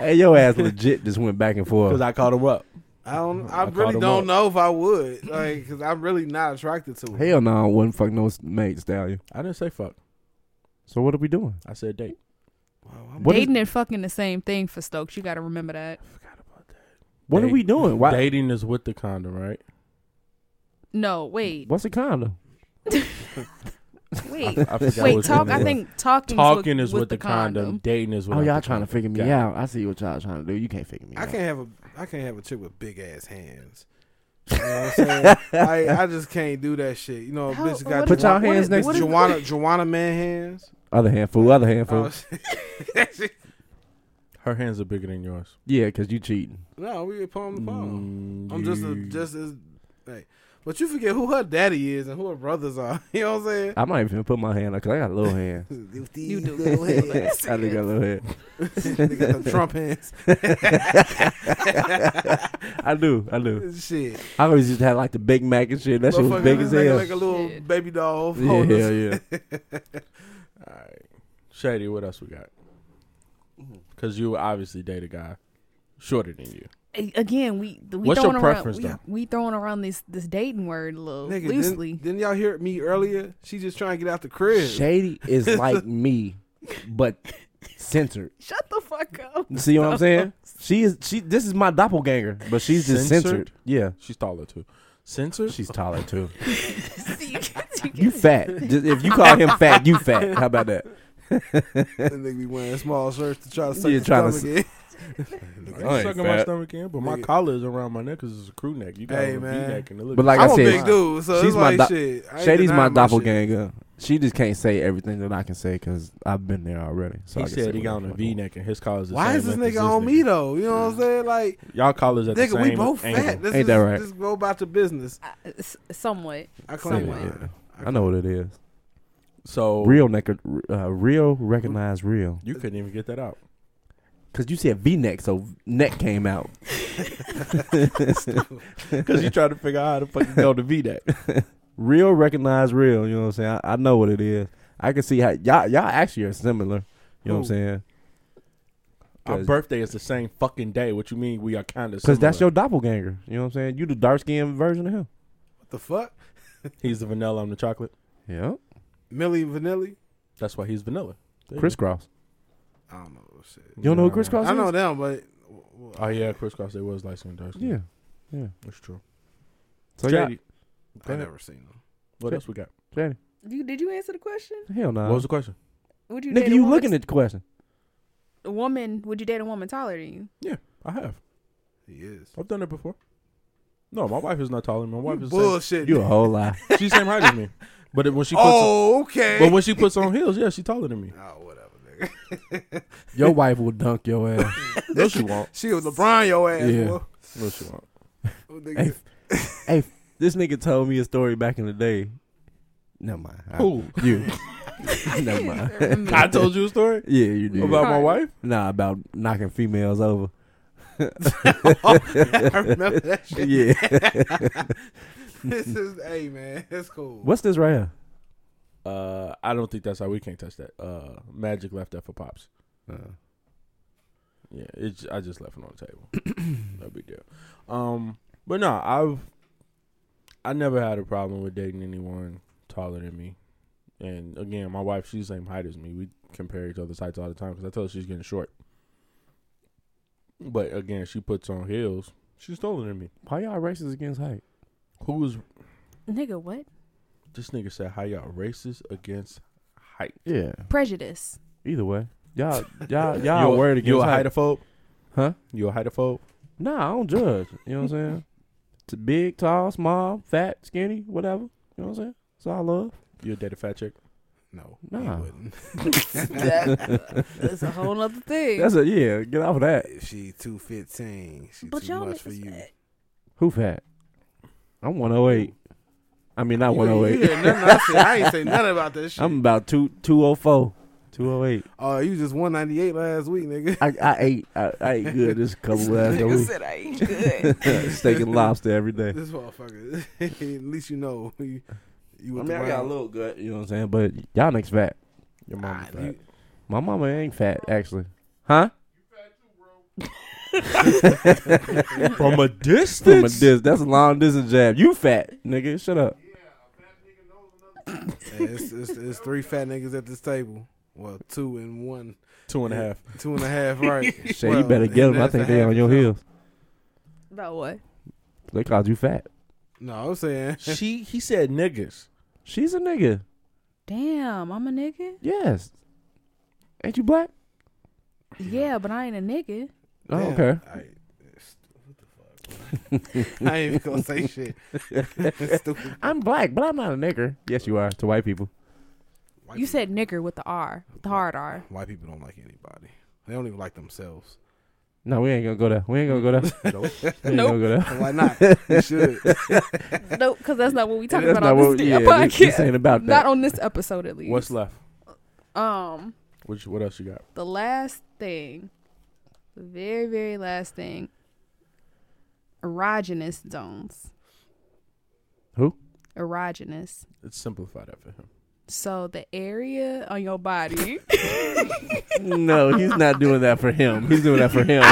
hey, your ass legit just went back and forth.
Because I called him up.
I don't.
I
I,
called
really
him
don't
up.
know if I would. Like, because I'm really not attracted to her.
Hell no, I wouldn't fuck no mate stallion.
I didn't say fuck.
So what are we doing?
I said date.
Wow, I'm-
What is-
Dating and fucking the same thing for Stokes. You got to remember that.
What are
Date.
we doing? Why?
Dating is with the condom, right?
No, wait,
What's a condom?
wait,
I forgot
wait.
what's
Talk.
in
I
there.
think talking.
talking
with,
is with, the condom. Dating is with.
Oh, y'all trying to figure me out. I see what y'all trying to do. You can't figure me
I
out.
can't have a. I can't have a chick with big ass hands. You know what I'm saying? I, I just can't do that shit. You know,
How-
bitches got
what is-
Put y'all
what
hands
is-
next
what
to
is-
Joanna Joanna man hands.
Other handful. Other handful.
Oh, shit.
Her hands are bigger than yours.
yeah, because you cheating.
no, we palm to palm.
Mm,
I'm just a,
you-
just as hey. But you forget who her daddy is and who her brothers are. You know what I'm saying?
I'm not even gonna put my hand up because I got a little hand.
You do.
I think I got a little hand.
they got them Trump hands.
I do. I do.
Shit.
I always used to have like the Big Mac and shit. That shit was
Motherfucker,
big as
they
hell.
Like a little
Shit.
baby doll.
Yeah,
holding
yeah,
us.
yeah.
All right, Shady. What else we got?
Mm-hmm.
Because you obviously date a guy shorter than you.
A- Again, we we
What's your
throwing
preference,
around
though?
we, we throwing around this this dating word a little
Nigga,
loosely.
didn't, didn't y'all hear me earlier? She just trying to get out the crib.
Shady is like me, but censored.
Shut the fuck up.
You See what I'm saying? She is. She. This is my doppelganger, but she's just censored.
Censored?
Yeah,
She's taller too. Censored.
she's taller too.
See, you-
You fat. Just, if you call him fat, you fat. How about that?
that nigga be wearing small shirts to try to suck
Yeah,
yeah,
trying to
stomach
I
I
ain't
ain't
sucking
fat.
my stomach in, but my
Nigga.
collar is around my neck because it's a crew neck. You got
Hey,
a V
man.
neck and it looks.
But like
I'm
I
a
said,
big dude, so
she's
it's
my
like
do-
shit. I ain't
Shady's my
denying shit.
doppelganger. She just can't say everything that I can say because I've been there already. So
he
I can say
said he got
whatever
on a
I
V
want.
neck and his collar's the
Why
same
is this
length as
nigga on me
nigga.
though? You know what I'm saying? Like,
Y'all collars at the
nigga,
same
we both
angle.
fat. Let's
Ain't
just,
that right?
just go about the business.
I- s- somewhat.
I claim
Yeah,
mine.
yeah.
I
I know what it is.
So
Real neck. Uh, real recognize real.
You couldn't even get that out.
Cause you said V neck, so neck came out.
Because you tried to figure out how to fucking go to V neck.
Real recognize real. You know what I'm saying? I, I know what it is. I can see how y'all y'all actually are similar. You know what I'm
Who?
saying?
Our
'Cause-
birthday is the same fucking day. What you mean we are kind of?
Because that's your doppelganger. You know what I'm saying? You the dark skinned version of him.
What the fuck?
He's the vanilla. I'm the chocolate.
Yeah.
Millie Vanilli?
That's why he's vanilla. There you
Crisscross.
I don't know. Shit.
You
go.
don't know who
Nah.
Crisscross is?
I know them, but
Oh yeah, crisscross. They was light skin, dark skin.
Yeah.
that's true.
So
JD,
yeah.
I never seen them.
what
Jay-
else we got?
Jada.
You, did you answer the question?
Hell no.
What was the question?
Would you
Nigga,
date a
you
woman-
looking at the question.
a woman? Would you date a woman taller than you?
I have.
He is.
I've done it before. No, my wife is not taller. than me. My wife
You
is the same-
bullshit.
You a whole lie.
she's same height as me. But it- when she puts on,
oh, okay.
but when she puts on heels, yeah, she's taller than me.
oh, whatever, nigga.
your wife will dunk your ass.
No, she won't.
she was LeBron your ass,
Yeah.
boy.
No, she won't.
Oh, nigga.
Hey, hey, this nigga told me a story back in the day. Never mind. I-
Who?
You. Never mind.
I told you a story
Yeah, you did.
about my wife.
nah, about knocking females over.
I remember that shit.
yeah.
This is, hey, man, it's cool.
What's this right here?
Uh, I don't think that's how we can't touch that. Uh, Magic left that for pops.
Uh,
Yeah, it's I just left it on the table. no big deal. Um, but no, I've I never had a problem with dating anyone taller than me. And again, my wife, she's the same height as me. We compare each other's heights all the time because I tell her she's getting short. But again, she puts on heels. She's taller than me.
Why y'all racist against height?
Who's
Nigga, what?
this nigga said? How y'all racist against height?
Yeah.
Prejudice.
Either way. Y'all y'all
you
y'all
a-
worried against
You a
height.
hydrophobe?
Huh?
You a hydrophobe?
Nah, I don't judge. You know what I'm saying? T- big, tall, small, fat, skinny, whatever. You know what I'm saying? It's all love.
You a date a fat chick?
No,
Nah.
he wouldn't.
That's a whole other thing.
That's a yeah. Get off of that.
If she two fifteen, she
but
too
y'all
much for
niggas eh,
you.
fat.
Who fat? I'm 108. I mean, not
You ain't- you
108.
ain't nothing I, said. I ain't say nothing about that shit.
I'm about two 204, 208.
Oh, you just one ninety eight last week, nigga.
I, I ate I, I ate good this couple last
Nigga
week.
said I ain't good.
Steak and lobster every day.
This motherfucker. At least you know you.
I
you with
mean, I
the
got a
wild-
little gut. You know what I'm saying? But y'all niggas fat.
Your
Ah,
mom's fat.
you-
My mama ain't fat actually. Huh?
From a distance.
From a dis- that's a long distance jab. You fat nigga. Shut up.
Yeah, it's, it's, it's three fat niggas at this table. Well, two and one,
Two and a half.
two and a half, right?
Shay,
well,
you better get them. I
that's
think
a
they
half
on your
or something.
heels.
About what?
They called you fat.
No, I'm saying
she he said niggas.
She's a nigga.
Damn, I'm a nigga.
Yes. Ain't you black?
Yeah, but I ain't a nigga.
Oh,
Damn,
okay.
I, it's- what the fuck? I ain't even gonna say shit. Stupid.
I'm black, but I'm not a nigger. Yes, you are to white people.
White
You
people-
said nigger with the R, the hard R.
white people don't like anybody. They don't even like themselves.
No, we ain't gonna go there. We ain't gonna go there.
Nope.
We ain't gonna go there.
Why not? You should.
nope, because that's not what we talking
That's
about on
not
this
what-
damn
yeah, this-
podcast.
this ain't about that.
Not on this episode, at least.
What's left?
um
Which what else you got?
the last thing, the very very last thing, erogenous zones.
Who?
Erogenous.
Let's simplify that for him.
So the area on your body.
no, he's not doing that for him. He's doing that for him.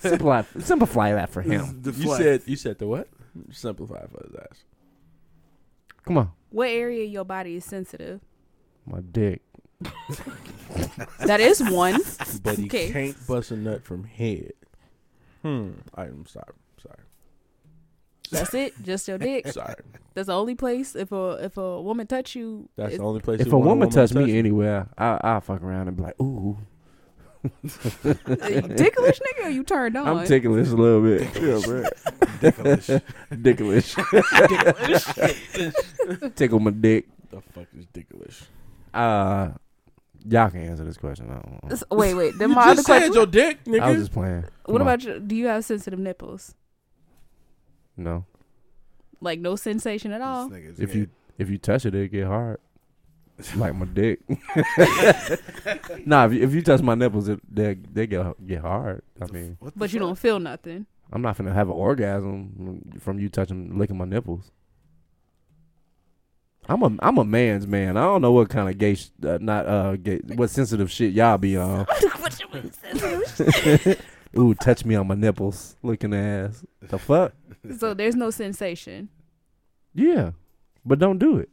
simplify, simplify that for him.
You said you said the what? Simplify for his ass.
Come on,
what area of your body is sensitive?
my dick.
That is one.
But he
Okay.
can't bust a nut from head. Hmm. I'm sorry. Sorry.
That's it. Just your dick.
Sorry.
That's the only place. If a if a woman touch you,
That's
it's-
the only place.
If
you
a
want
woman touch me
touch
anywhere, I I fuck around and be like, ooh,
Are you ticklish nigga. Or you turned on.
I'm ticklish a little bit. Yeah, bro. Dicklish. Tickle my dick.
the fuck is dicklish.
Uh, y'all can answer this question. I don't know.
S- wait, wait. Then
You
my other
just said
question.
your dick, nigga.
I was just playing.
what
Come on.
about you? Do you have sensitive nipples?
no?
Like no sensation at all.
If you if you touch it, it get hard. Like my dick. nah, if you, if you touch my nipples, it, they they get get hard. I mean,
What the
But you
fuck?
don't feel nothing.
I'm not gonna have an orgasm from you touching licking my nipples. I'm a I'm a man's man. I don't know what kind of gay, sh- uh, not uh, gay, what sensitive shit y'all be on.
What you mean, sis?
Ooh, touch me on my nipples, looking ass. The fuck?
So there's no sensation.
Yeah, but don't do it.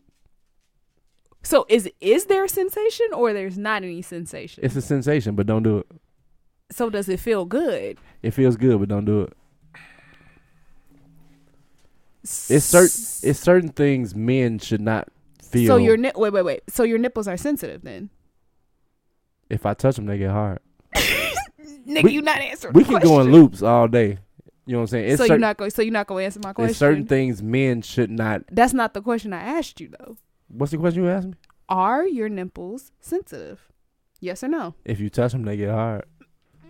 So is is there sensation or there's not any sensation?
It's a sensation, but don't do it.
so does it feel good?
It feels good, but don't do it. It's certain it's certain things men should not feel.
So your ni- wait wait wait. So your nipples are sensitive then?
if I touch them, they get hard.
Nigga,
We-
you not answering.
We
the
can go
question.
in loops all day. You know what I'm saying? It's
so
cer-
you're not going. So you're not going to answer my question.
it's certain things men should not.
That's not the question I asked you though.
What's the question you asked me?
Are your nipples sensitive? Yes or no?
If you touch them, they get hard.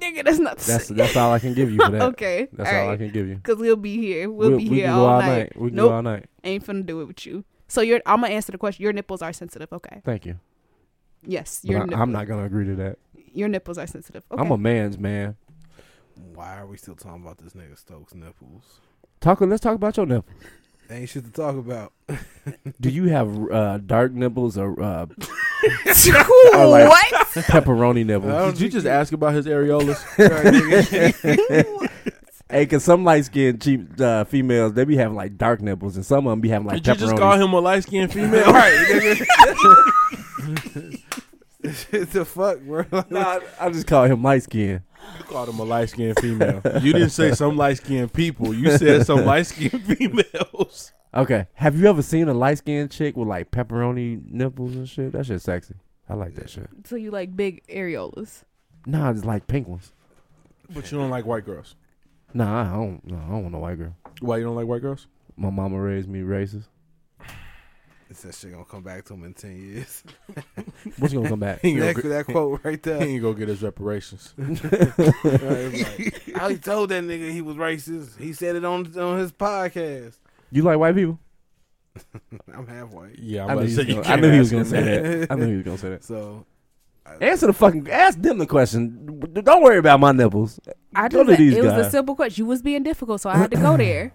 Nigga, that's not. the
That's
same.
that's all I can give you for that.
okay.
That's all I can give you.
Because we'll be here. We'll, be
we
here
can
all,
go all
night.
We can
Nope.
go all night.
Ain't finna do it with you. So you're. I'm gonna answer the question. Your nipples are sensitive. Okay.
Thank you.
Yes.
But
Your
I,
nipples.
I'm not gonna agree to that.
Your nipples are sensitive. Okay.
I'm a man's man.
Why are we still talking about this nigga Stokes nipples?
Talk. Let's talk about your nipple.
Ain't shit to talk about.
Do you have uh, dark nipples or uh,
what?
pepperoni nipples?
Did you just ask about his areolas?
hey, cause some light skinned cheap uh, females they be having like dark nipples, and some of them be having like
Did you just call
pepperoni.
him a light skinned female?
Shit the fuck, bro.
Nah, I just call him light skinned.
You called him a light skinned female. You didn't say some light skinned people. You said some light skinned females.
Okay. Have you ever seen a light skinned chick with like pepperoni nipples and shit? That shit's sexy. I like that shit.
so you like big areolas?
Nah, I just like pink ones.
But you don't like white girls.
Nah, I don't. No, I don't want no white girl.
Why you don't like white girls?
My mama raised me racist.
It's that shit gonna come back to him in ten years.
What's gonna come back?
He ain't gonna,
That,
go-
that quote right
he
there.
ain't gonna get his reparations.
I already told that nigga he was racist. He said it on on his podcast.
You like white people?
I'm half white,
Yeah, I'm
I
about
knew,
to
he
say
was
you
gonna, I
can't
knew he
ask
was gonna
him
say that. I knew he was gonna say that.
so
Answer the fucking. Ask them the question. Don't worry about my nipples.
I
Go
just,
to these
it was
guys.
a simple question. You was being difficult, so I had to go there.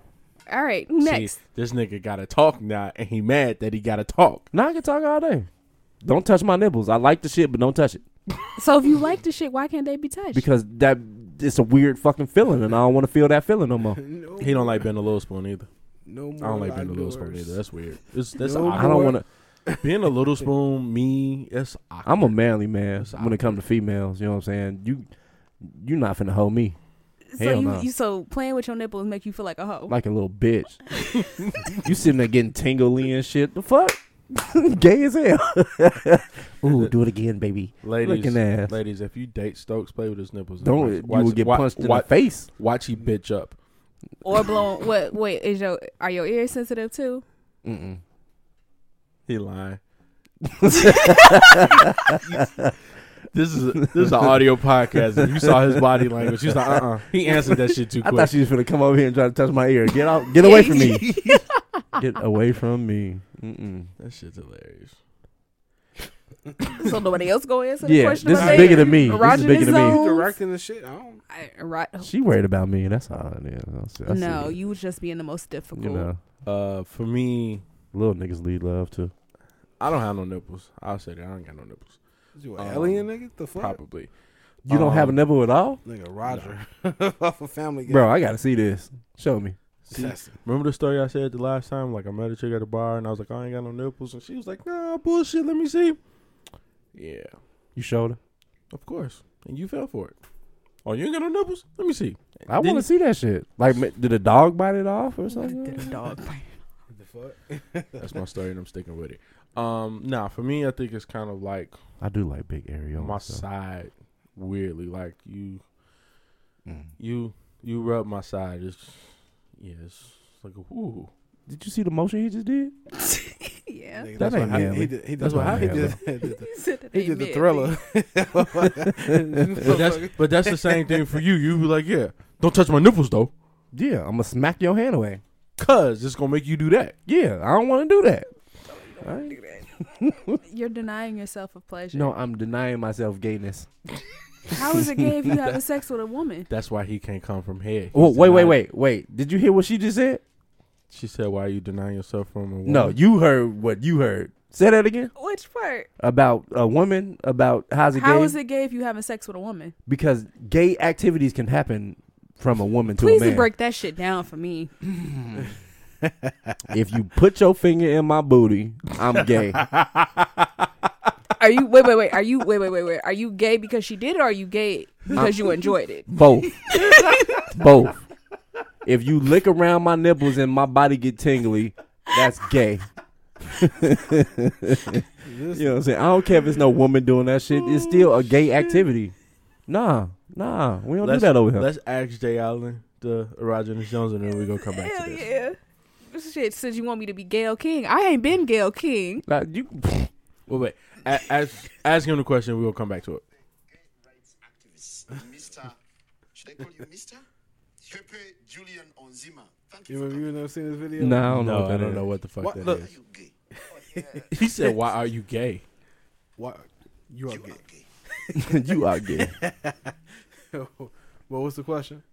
All right, who
See,
next?
this nigga gotta talk now, and he mad that he gotta talk.
Nah, I can talk all day. Don't touch my nipples. I like the shit, but don't touch it
So if you like the shit, why can't they be touched?
because that it's a weird fucking feeling, and I don't want to feel that feeling no more.
no,
He don't like being a little spoon either.
no more.
I don't like being a little
doors.
spoon either. That's weird. It's, that's
No,
I don't want to.
to being a little spoon. Me, it's awkward.
I'm a manly man
That's
when it comes to females. You know what I'm saying? You you not finna hold me
so
hell
you,
no.
you so playing with your nipples make you feel like a hoe.
like a little bitch. you sitting there getting tingly and shit. The fuck? Gay as hell. Ooh, do it again, baby.
ladies.
Looking ass.
Ladies, if you date Stokes, play with his nipples. and
Don't
watch-
you
watch-
will get
wa-
punched in
wa-
the face.
Watch he bitch up.
or blowing what wait, is your are your ears sensitive too?
Mm-mm.
He lying. this is a, this is an audio podcast. If you saw his body language, he's like, uh, uh He answered that shit too
I
quick.
thought she was gonna come over here and try to touch my ear. Get out! Get away from me! get away from me! Mm-mm.
that shit's hilarious.
So nobody else go answer the
Yeah, this
question.
is
about that?
bigger than me. This
Roger
is bigger
is
than me.
on-
You directing the shit. I don't.
I, right,
She worried about me. That's all it is. That's, that's
no,
it.
you was just being the most difficult.
you know,
Uh, for me,
little niggas lead love too.
I don't have no nipples. I'll say that I don't got no nipples.
You an
Um,
alien nigga? The fuck,
Probably.
You don't have a
Um,
nipple at all,
nigga Roger off of Family Guy.
bro. I gotta see this. Show me.
See,
Remember the story I said the last time? Like I met a chick at a bar and I was like, I ain't got no nipples, and she was like, Nah, bullshit. Let me see. Yeah,
You showed her.
of course. And you fell for it. Oh, you ain't got no nipples? Let me see.
I want to see that shit. Like, ma- did a dog bite it off or something?
Did a dog bite?
the fuck?
That's my story, and I'm sticking with it. Um, nah, for me, I think it's kind of like
I do like big areolas.
my
though.
side. Weirdly, like you,
Mm.
you, you rub my side. It's yeah, it's like a woo.
Did you see the motion he just did?
yeah.
That
Nigga, that's what
ain't
hap-
manly.
he did. He did
That's what
he
happened.
did- he did the-
You said that
He
they
did the
met
thriller.
me.
But that's but that's the same thing for you. You be like, yeah, don't touch my nipples though,
Yeah, I'm gonna smack your hand away.
cause it's gonna make you do that.
Yeah, I don't want to do that. All right.
You're denying yourself of pleasure.
No, I'm denying myself gayness.
How is it gay if you having sex with a woman?
That's why he can't come from head.
Oh,
He's
wait, wait,
not-
wait, wait. Did you hear what she just said?
She said, "Why are you denying yourself from a woman?
No, you heard what you heard. Say that again
Which part?
about a woman. About how's it
How
gay?
is it gay if you having sex with a woman?
Because gay activities can happen from a woman to
Please
a man.
break that shit down for me.
If you put your finger in my booty, I'm gay.
Are you wait wait wait? Are you wait wait wait wait? Are you gay because she did, it or are you gay because you enjoyed it?
Both. Both. If you lick around my nipples and my body get tingly, that's gay. you know what I'm saying? I don't care if it's no woman doing that shit. It's still a gay activity. Nah, nah. We don't
let's,
do that over here.
Let's ask Jay Allen, the erogenous Jones, and then we're gonna come back
Hell
to this.
yeah. Shit, since you want me to be Gail King, I ain't been Gail King.
Like, you,
Wait, wait. A- ask, ask him the question. We will come back to it.
rights activist, Mr. Should I call you Mr. Hepe Julian Onzima? Thank you.
You
For
remember you never seen this video?
no, I don't know.
No,
what that
I don't
is.
know what the fuck
What?
that is.
Look.
Are you gay?
He said, "Why are you gay?"
Why? You are gay.
gay.
you are gay.
well, what's the question?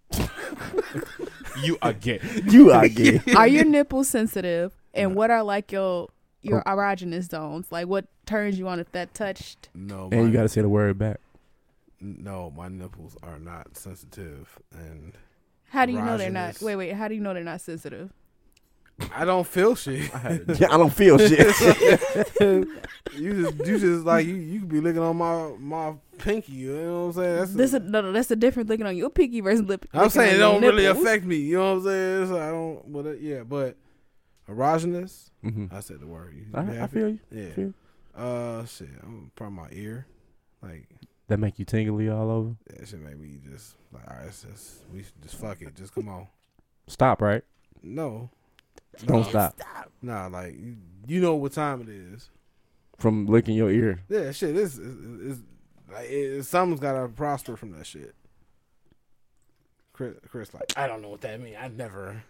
You are gay.
You are gay.
Are your nipples sensitive? And what are like your your erogenous zones? Like what turns you on if that touched?
No,
and you got to say the word back.
no, my nipples are not sensitive, and
How do you know they're not?
Erogenous.
Wait wait. How do you know they're not sensitive?
I don't feel shit.
Yeah, I don't feel shit.
you just, you just like you, you could be licking on my my pinky. You know what I'm saying? That's
This is no, no. That's the difference. Looking on your pinky versus lip.
I'm
licking
saying it
on
don't
your
really
nipples.
affect me. You know what I'm saying? So I don't. But it, yeah, but erogenous.
hmm
I said the word. You
I, I
happy?
feel you.
Yeah.
Feel.
Uh, shit. I'm probably my ear. Like
That make you tingly all over.
that shit make me just like all right. It's just, we should just fuck it. Just come on.
Stop, right?
No,
Don't stop
nah. Like you, you know what time it is.
from licking your ear.
Yeah, shit. This is, is, is like it, someone's got to prosper from that shit. Chris, Chris, like I don't know what that means. I never.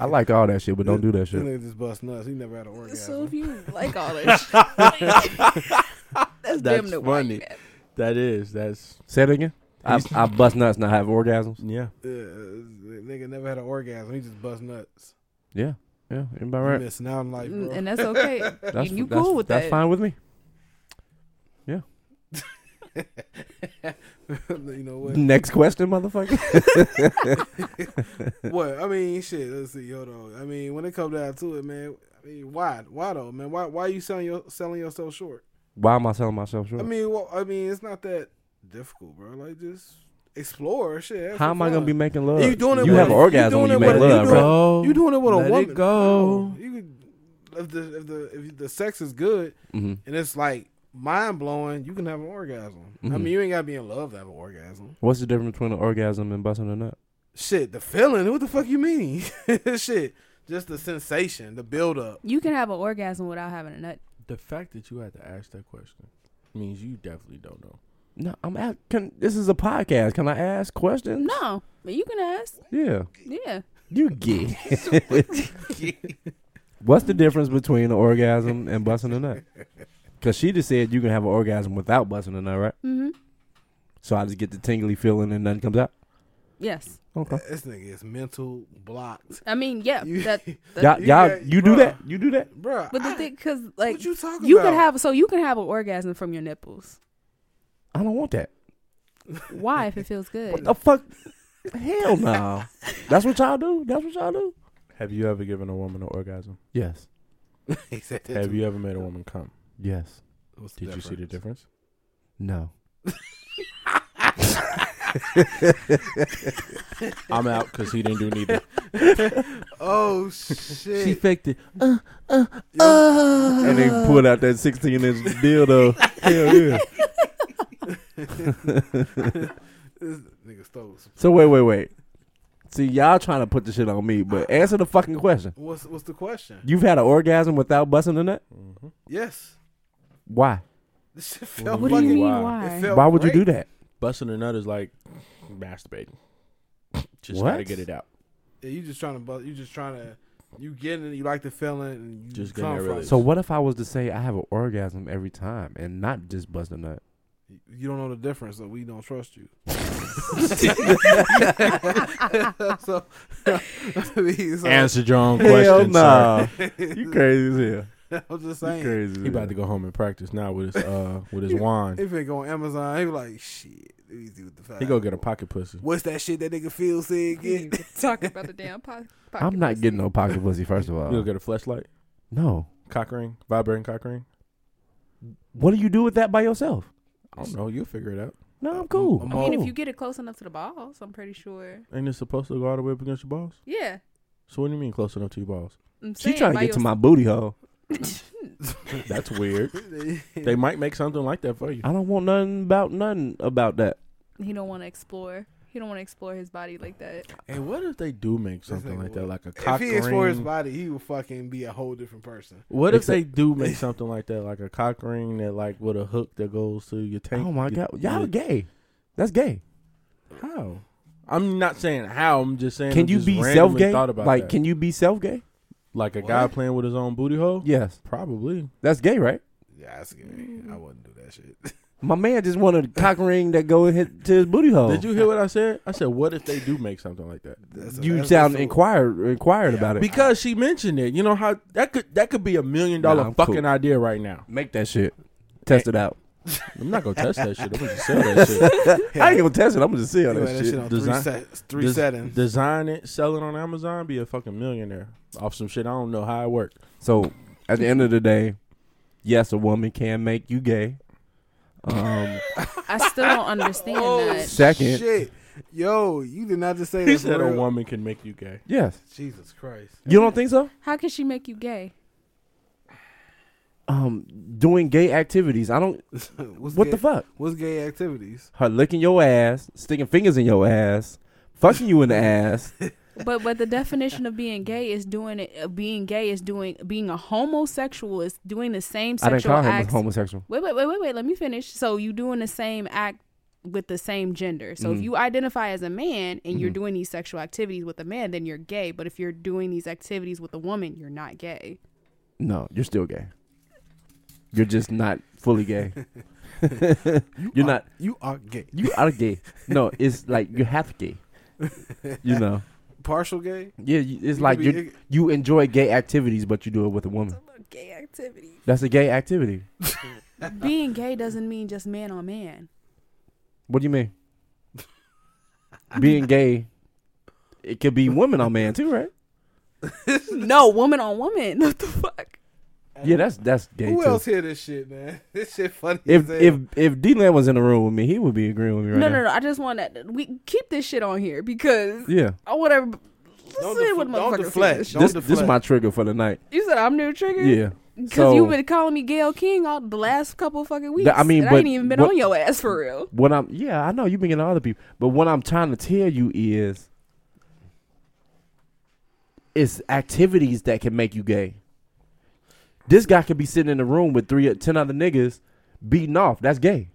I like all that shit, but don't do that
This
shit.
nigga just bust nuts. He never had an orgasm.
So if you like all that, shit, that's, damn
That's
near
funny.
white.
That is. That's
Say it again. I, I bust nuts and I have orgasms.
yeah.
yeah, uh, nigga never had an orgasm. He just bust nuts.
Yeah, yeah. Anybody
Right.
right?
Missing out on life, bro.
Mm, and that's okay.
That's,
and you
that's,
cool with
that's
that?
fine with me.
you know what?
Next question, motherfucker.
what I mean, shit. Let's see. Hold on. I mean, when it comes down to it, man. I mean, why? Why though, man? Why? Why you selling your selling yourself short?
Why am I selling myself short?
I mean, well, I mean, it's not that difficult, bro. Like, just explore shit. have
How
some
am I gonna
fun.
be making love?
You doing it
You
with-
have an
you
orgasm when
doing
you
it
make
with- you
love,
doing-
bro.
Go.
You doing it with
Let
a
it
woman?
go.
No. You could, if the if the if the sex is good
hmm
and it's like mind blowing, you can have an orgasm. I
Mhm.
mean, you ain't gotta be in love to have an orgasm.
What's the difference between an orgasm and busting a nut?
Shit, the feeling. What the fuck you mean? shit, just the sensation, the build up.
You can have an orgasm without having a nut.
The fact that you had to ask that question means you definitely don't know.
No, I'm at. Can, this is a podcast. Can I ask questions?
No, but you can ask.
Yeah,
Yeah.
you gay. What's the difference between an orgasm and busting a nut? Because she just said you can have an orgasm without busting a nut, right?
Mm-hmm.
So I just get the tingly feeling and nothing comes out.
Yes.
Okay.
This nigga is mental blocked,
I mean, yeah.
You-
that, that-
Y'all,
You
y'all,
got-
you do
bruh.
that? You do that?
Bruh.
but the
I-
thing, because like
what you talking
you
about?
could have, so you can have an orgasm from your nipples.
I don't want that.
Why, if it feels good?
What the fuck? Hell no. That's what y'all do. That's what y'all do.
Have you ever given a woman an orgasm?
Yes.
He said that
Have
too.
you ever made a woman come?
Yes.
What's the
Did you see the difference?
No.
I'm out because he didn't do neither.
Oh shit!
she faked it.
Uh.
And then pulled out that 16 inch dildo. Hell yeah.
This nigga stole. Some.
So wait, wait, wait. See, y'all trying to put the shit on me, but answer the fucking question.
What's what's the question?
You've had an orgasm without busting a nut?
Mm-hmm.
Yes,
Why?
this shit felt
What do
fucking.
you mean?
Why?
It
Why?
felt
Why would you
great.
do that?
Busting a nut is like masturbating. Just
What?
gotta get it out.
Yeah, you just trying to. bu- You just trying to. You getting it. You like the feeling, and you
Just
just
getting
come
that
from. it.
release.
So what if I was to say I have an orgasm every time and not just bust a nut?
you don't know the difference, so we don't trust you. so He's like,
Answer your own
Hell
question,
nah.
sir.
you crazy as hell.
I'm just
You
saying.
crazy. as
He about to
hell.
go home and practice now with his uh with his wine.
If it go on Amazon, he be like, shit. Let me see what the fuck.
He go get a pocket pussy.
What's that shit that nigga Phil said again?
Talk about the damn po- pocket.
I'm not
pussy.
getting no pocket pussy. First of
He go
all,
get a flashlight,
no.
cock ring, vibrating cock ring.
What do you do with that by yourself?
I don't know. You'll figure it out.
No, I'm cool.
I'm
I'm
I mean,
cool.
if you get it close enough to the balls, I'm pretty sure.
Ain't it supposed to go all the way up against your balls?
Yeah.
So what do you mean close enough to your balls?
I'm
she
saying,
trying to
by
get to
your-
my booty hole.
That's weird. they might make something like that for you.
I don't want nothing about nothing about that.
He don't want to explore. He don't want to explore his body like that.
And what if they do make something
nigga
like that,
would.
like a
if
cock
he explores his
ring?
body, he will fucking be a whole different person.
What if they do make something like that, like a cock ring that, like, with a hook that goes to your tank?
Oh my
your-
god, y'all
your-
gay. That's gay.
How? I'm not saying how. I'm just saying.
Can
i
you
just
be
randomly
self gay?
Thought about
Like,
that.
can you be self gay?
like a guy playing with his own booty hole?
Yes,
Probably.
that's gay, right?
Yeah, that's scary. I wouldn't do that shit.
My man just wanted a cock ring that go hit to his booty hole.
Did you hear what I said? I said, what if they do make something like that?
That's a-
You
that's-
sound
that's a-
inquired inquired about it.
Because she mentioned it. You know how that could that could be a million dollar
Nah, I'm
fucking
cool.
idea right now.
Make that shit. Test it out.
I'm not gonna touch that shit. I'm gonna just sell that shit.
I ain't gonna test it. I'm gonna just see all
You
that,
had that
shit.
shit on
Design-
three, set, three
Des-
settings.
Design it, sell it on Amazon, be a fucking millionaire off some shit. I don't know how it worked.
So at the end of the day, yes, a woman can make you gay. Um,
I still don't understand
Oh,
that.
second,
Shit. Yo, you did not just say
He
that.
said
for
a
real.
woman can make you gay.
yes.
Jesus Christ.
You don't think so?
How can she make you gay?
Um, doing gay activities. I don't.
What's
What
gay,
the fuck?
What's gay activities?
Her licking your ass, sticking fingers in your ass, fucking you in the ass.
But but the definition of being gay is doing it. uh, Being gay is doing being a homosexual is doing the same
I didn't
sexual
call him
act.
homosexual.
Wait wait wait wait wait. Let me finish. So you doing the same act with the same gender. So
Mm-hmm.
if you identify as a man and you're doing these sexual activities with a man, then you're gay. But if you're doing these activities with a woman, you're not gay.
No, you're still gay. You're just not fully gay. you're not.
You are gay.
You are gay. No, it's like you have gay. You know.
Partial gay?
Yeah, you- it's
You
like
could
you
be
are you enjoy gay activities, but you do it with a woman.
Gay activity.
That's a gay activity.
being gay doesn't mean just man on man.
What do you mean? Being gay, it could be woman on man too, right?
No, woman on woman. What the fuck?
Yeah, that's that's gay
Who
too.
else hear this shit, man? This shit funny.
If
as
if
hell.
if D Land was in the room with me, he would be agreeing with me right
no,
now.
no, no. I just want that. We keep this shit on here because
Yeah,
I want to. Let's
Don't
see
def-
what
don't
motherfuckers
deflect.
finish.
Don't
this this is
deflect.
my trigger for the night.
You said I'm new trigger.
Yeah,
Because
so-
you've been calling me Gail King all the last couple fucking weeks.
I mean,
and I
but
ain't even been
what-
on your ass for real.
what I'm yeah I know you've been getting other people, but what I'm trying to tell you is, it's activities that can make you gay. This guy could be sitting in the room with three ten other niggas beating off. That's gay.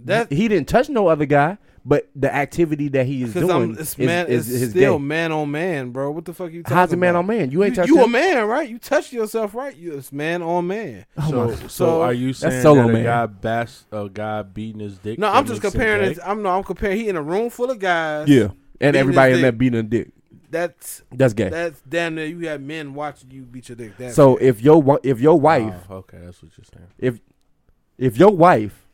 That-
he didn't touch no other guy, but the activity that he is
Because
doing
I'm
is,
it's man,
is,
it's
his
still
gay.
man on man, bro. What the fuck you talking
How's it man
about?
on man? You ain't
You,
touched
you a
him.
man, right? You touched yourself, right? You it's man on man.
So, so,
so
are you saying
solo,
that a
man.
guy bash a guy beating his dick?
No,
that
I'm just
makes him
comparing.
gay?
It, I'm no, I'm comparing. He in a room full of guys.
Yeah, and
Beating
everybody
his
in
dick.
that beating a dick.
that's
That's gay.
that's damn near. You have men watching you beat your dick. That's
so if your wi- if your wife
Oh, okay, that's what you're saying.
If if your wife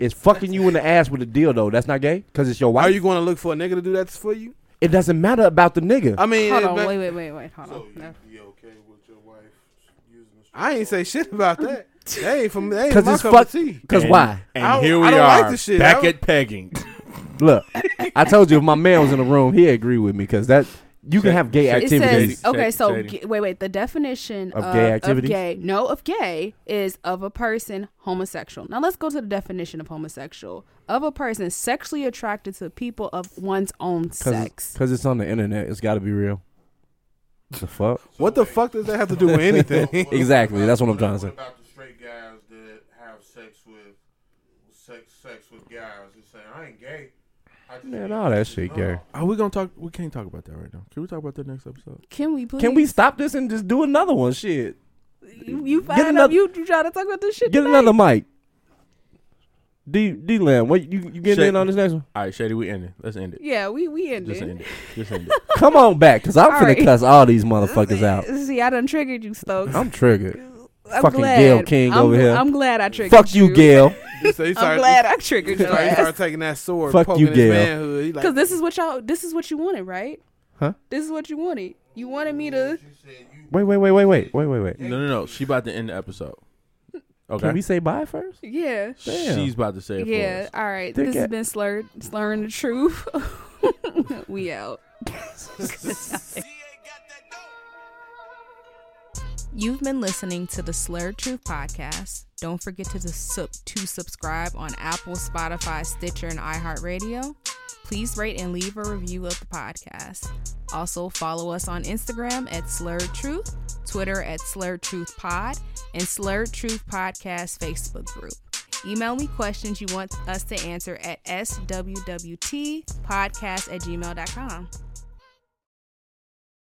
is fucking you in the ass with a dildo, that's not gay because it's your
are
wife.
you going to look for a nigga to do that for you?
it doesn't matter about the nigga.
I mean,
Hold
it-
on,
but-
wait, wait, wait, wait, hold
So
on.
you
No.
be okay with your wife using the
I ain't say shit about that. They ain't from. They ain't
Because
my
it's
cup of
fuck.
tea.
Because
And-
why?
And
I don't-
here
I
we
don't
are
like this shit. I
back
don't-
at pegging.
Look, I told you if my man was in the room, he agree with me because that you can have gay
It
activities.
says
Shady,
okay.
shady,
So
shady.
g- wait, wait. The definition
Of
of,
gay
of
activities?
gay- no, of gay is of a person homosexual. Now let's go to the definition of homosexual. Of a person sexually attracted to people of one's own sex.
Because it's on the internet, it's got to be real. The fuck?
What the fuck does that have to do with anything?
Exactly, that's what I'm trying to say.
What about the straight guys that have sex with sex sex with guys and say I ain't gay? I just
Man,
ain't
all that
just
shit
in
gay.
love."
Are we gonna talk? We can't talk about that right now. Can we talk about that next episode?
Can we please?
Can we stop this and just do another one? Shit,
You, you find
another-
out you, you trying to talk about this shit.
get
tonight?
another mic. D D Lamb, what you you getting
Shit.
in on this next one?
All right, Shady, we end it. Let's end it.
Yeah, we we
Just
ended.
end it. Just end it.
Come on back, cause I'm
All
finna
right.
cuss all these motherfuckers out.
See, I done triggered you, Stokes.
I'm triggered.
I'm
fucking Gayle King
I'm,
over here.
I'm glad I triggered
Fuck you,
you,
Gail.
He said he
I'm
started,
glad I triggered
he
your
started, he started
ass.
taking that sword,
Fuck
poking
you,
his
Gail.
manhood. He
Because
like,
this is what y'all. This is what you wanted, right?
Huh?
This is what you wanted. You wanted me to.
She said you
Wait, wait, wait, wait, wait, wait, wait, wait.
No, no, no. She about to end the episode.
Can we
Okay.
say bye first?
Yeah.
Damn.
She's about to say it for
Yeah.
us.
All right.
Dick
This
ass.
has been slurred, slurring the truth. we out. You've been listening to the Slurred Truth Podcast. Don't forget to, the sub- to subscribe on Apple, Spotify, Stitcher, and iHeartRadio. Please rate and leave a review of the podcast. Also, follow us on Instagram at Slurred Truth, Twitter at Slurred Truth Pod, and Slurred Truth Podcast Facebook group. Email me questions you want us to answer at swwtpodcast at gmail.com.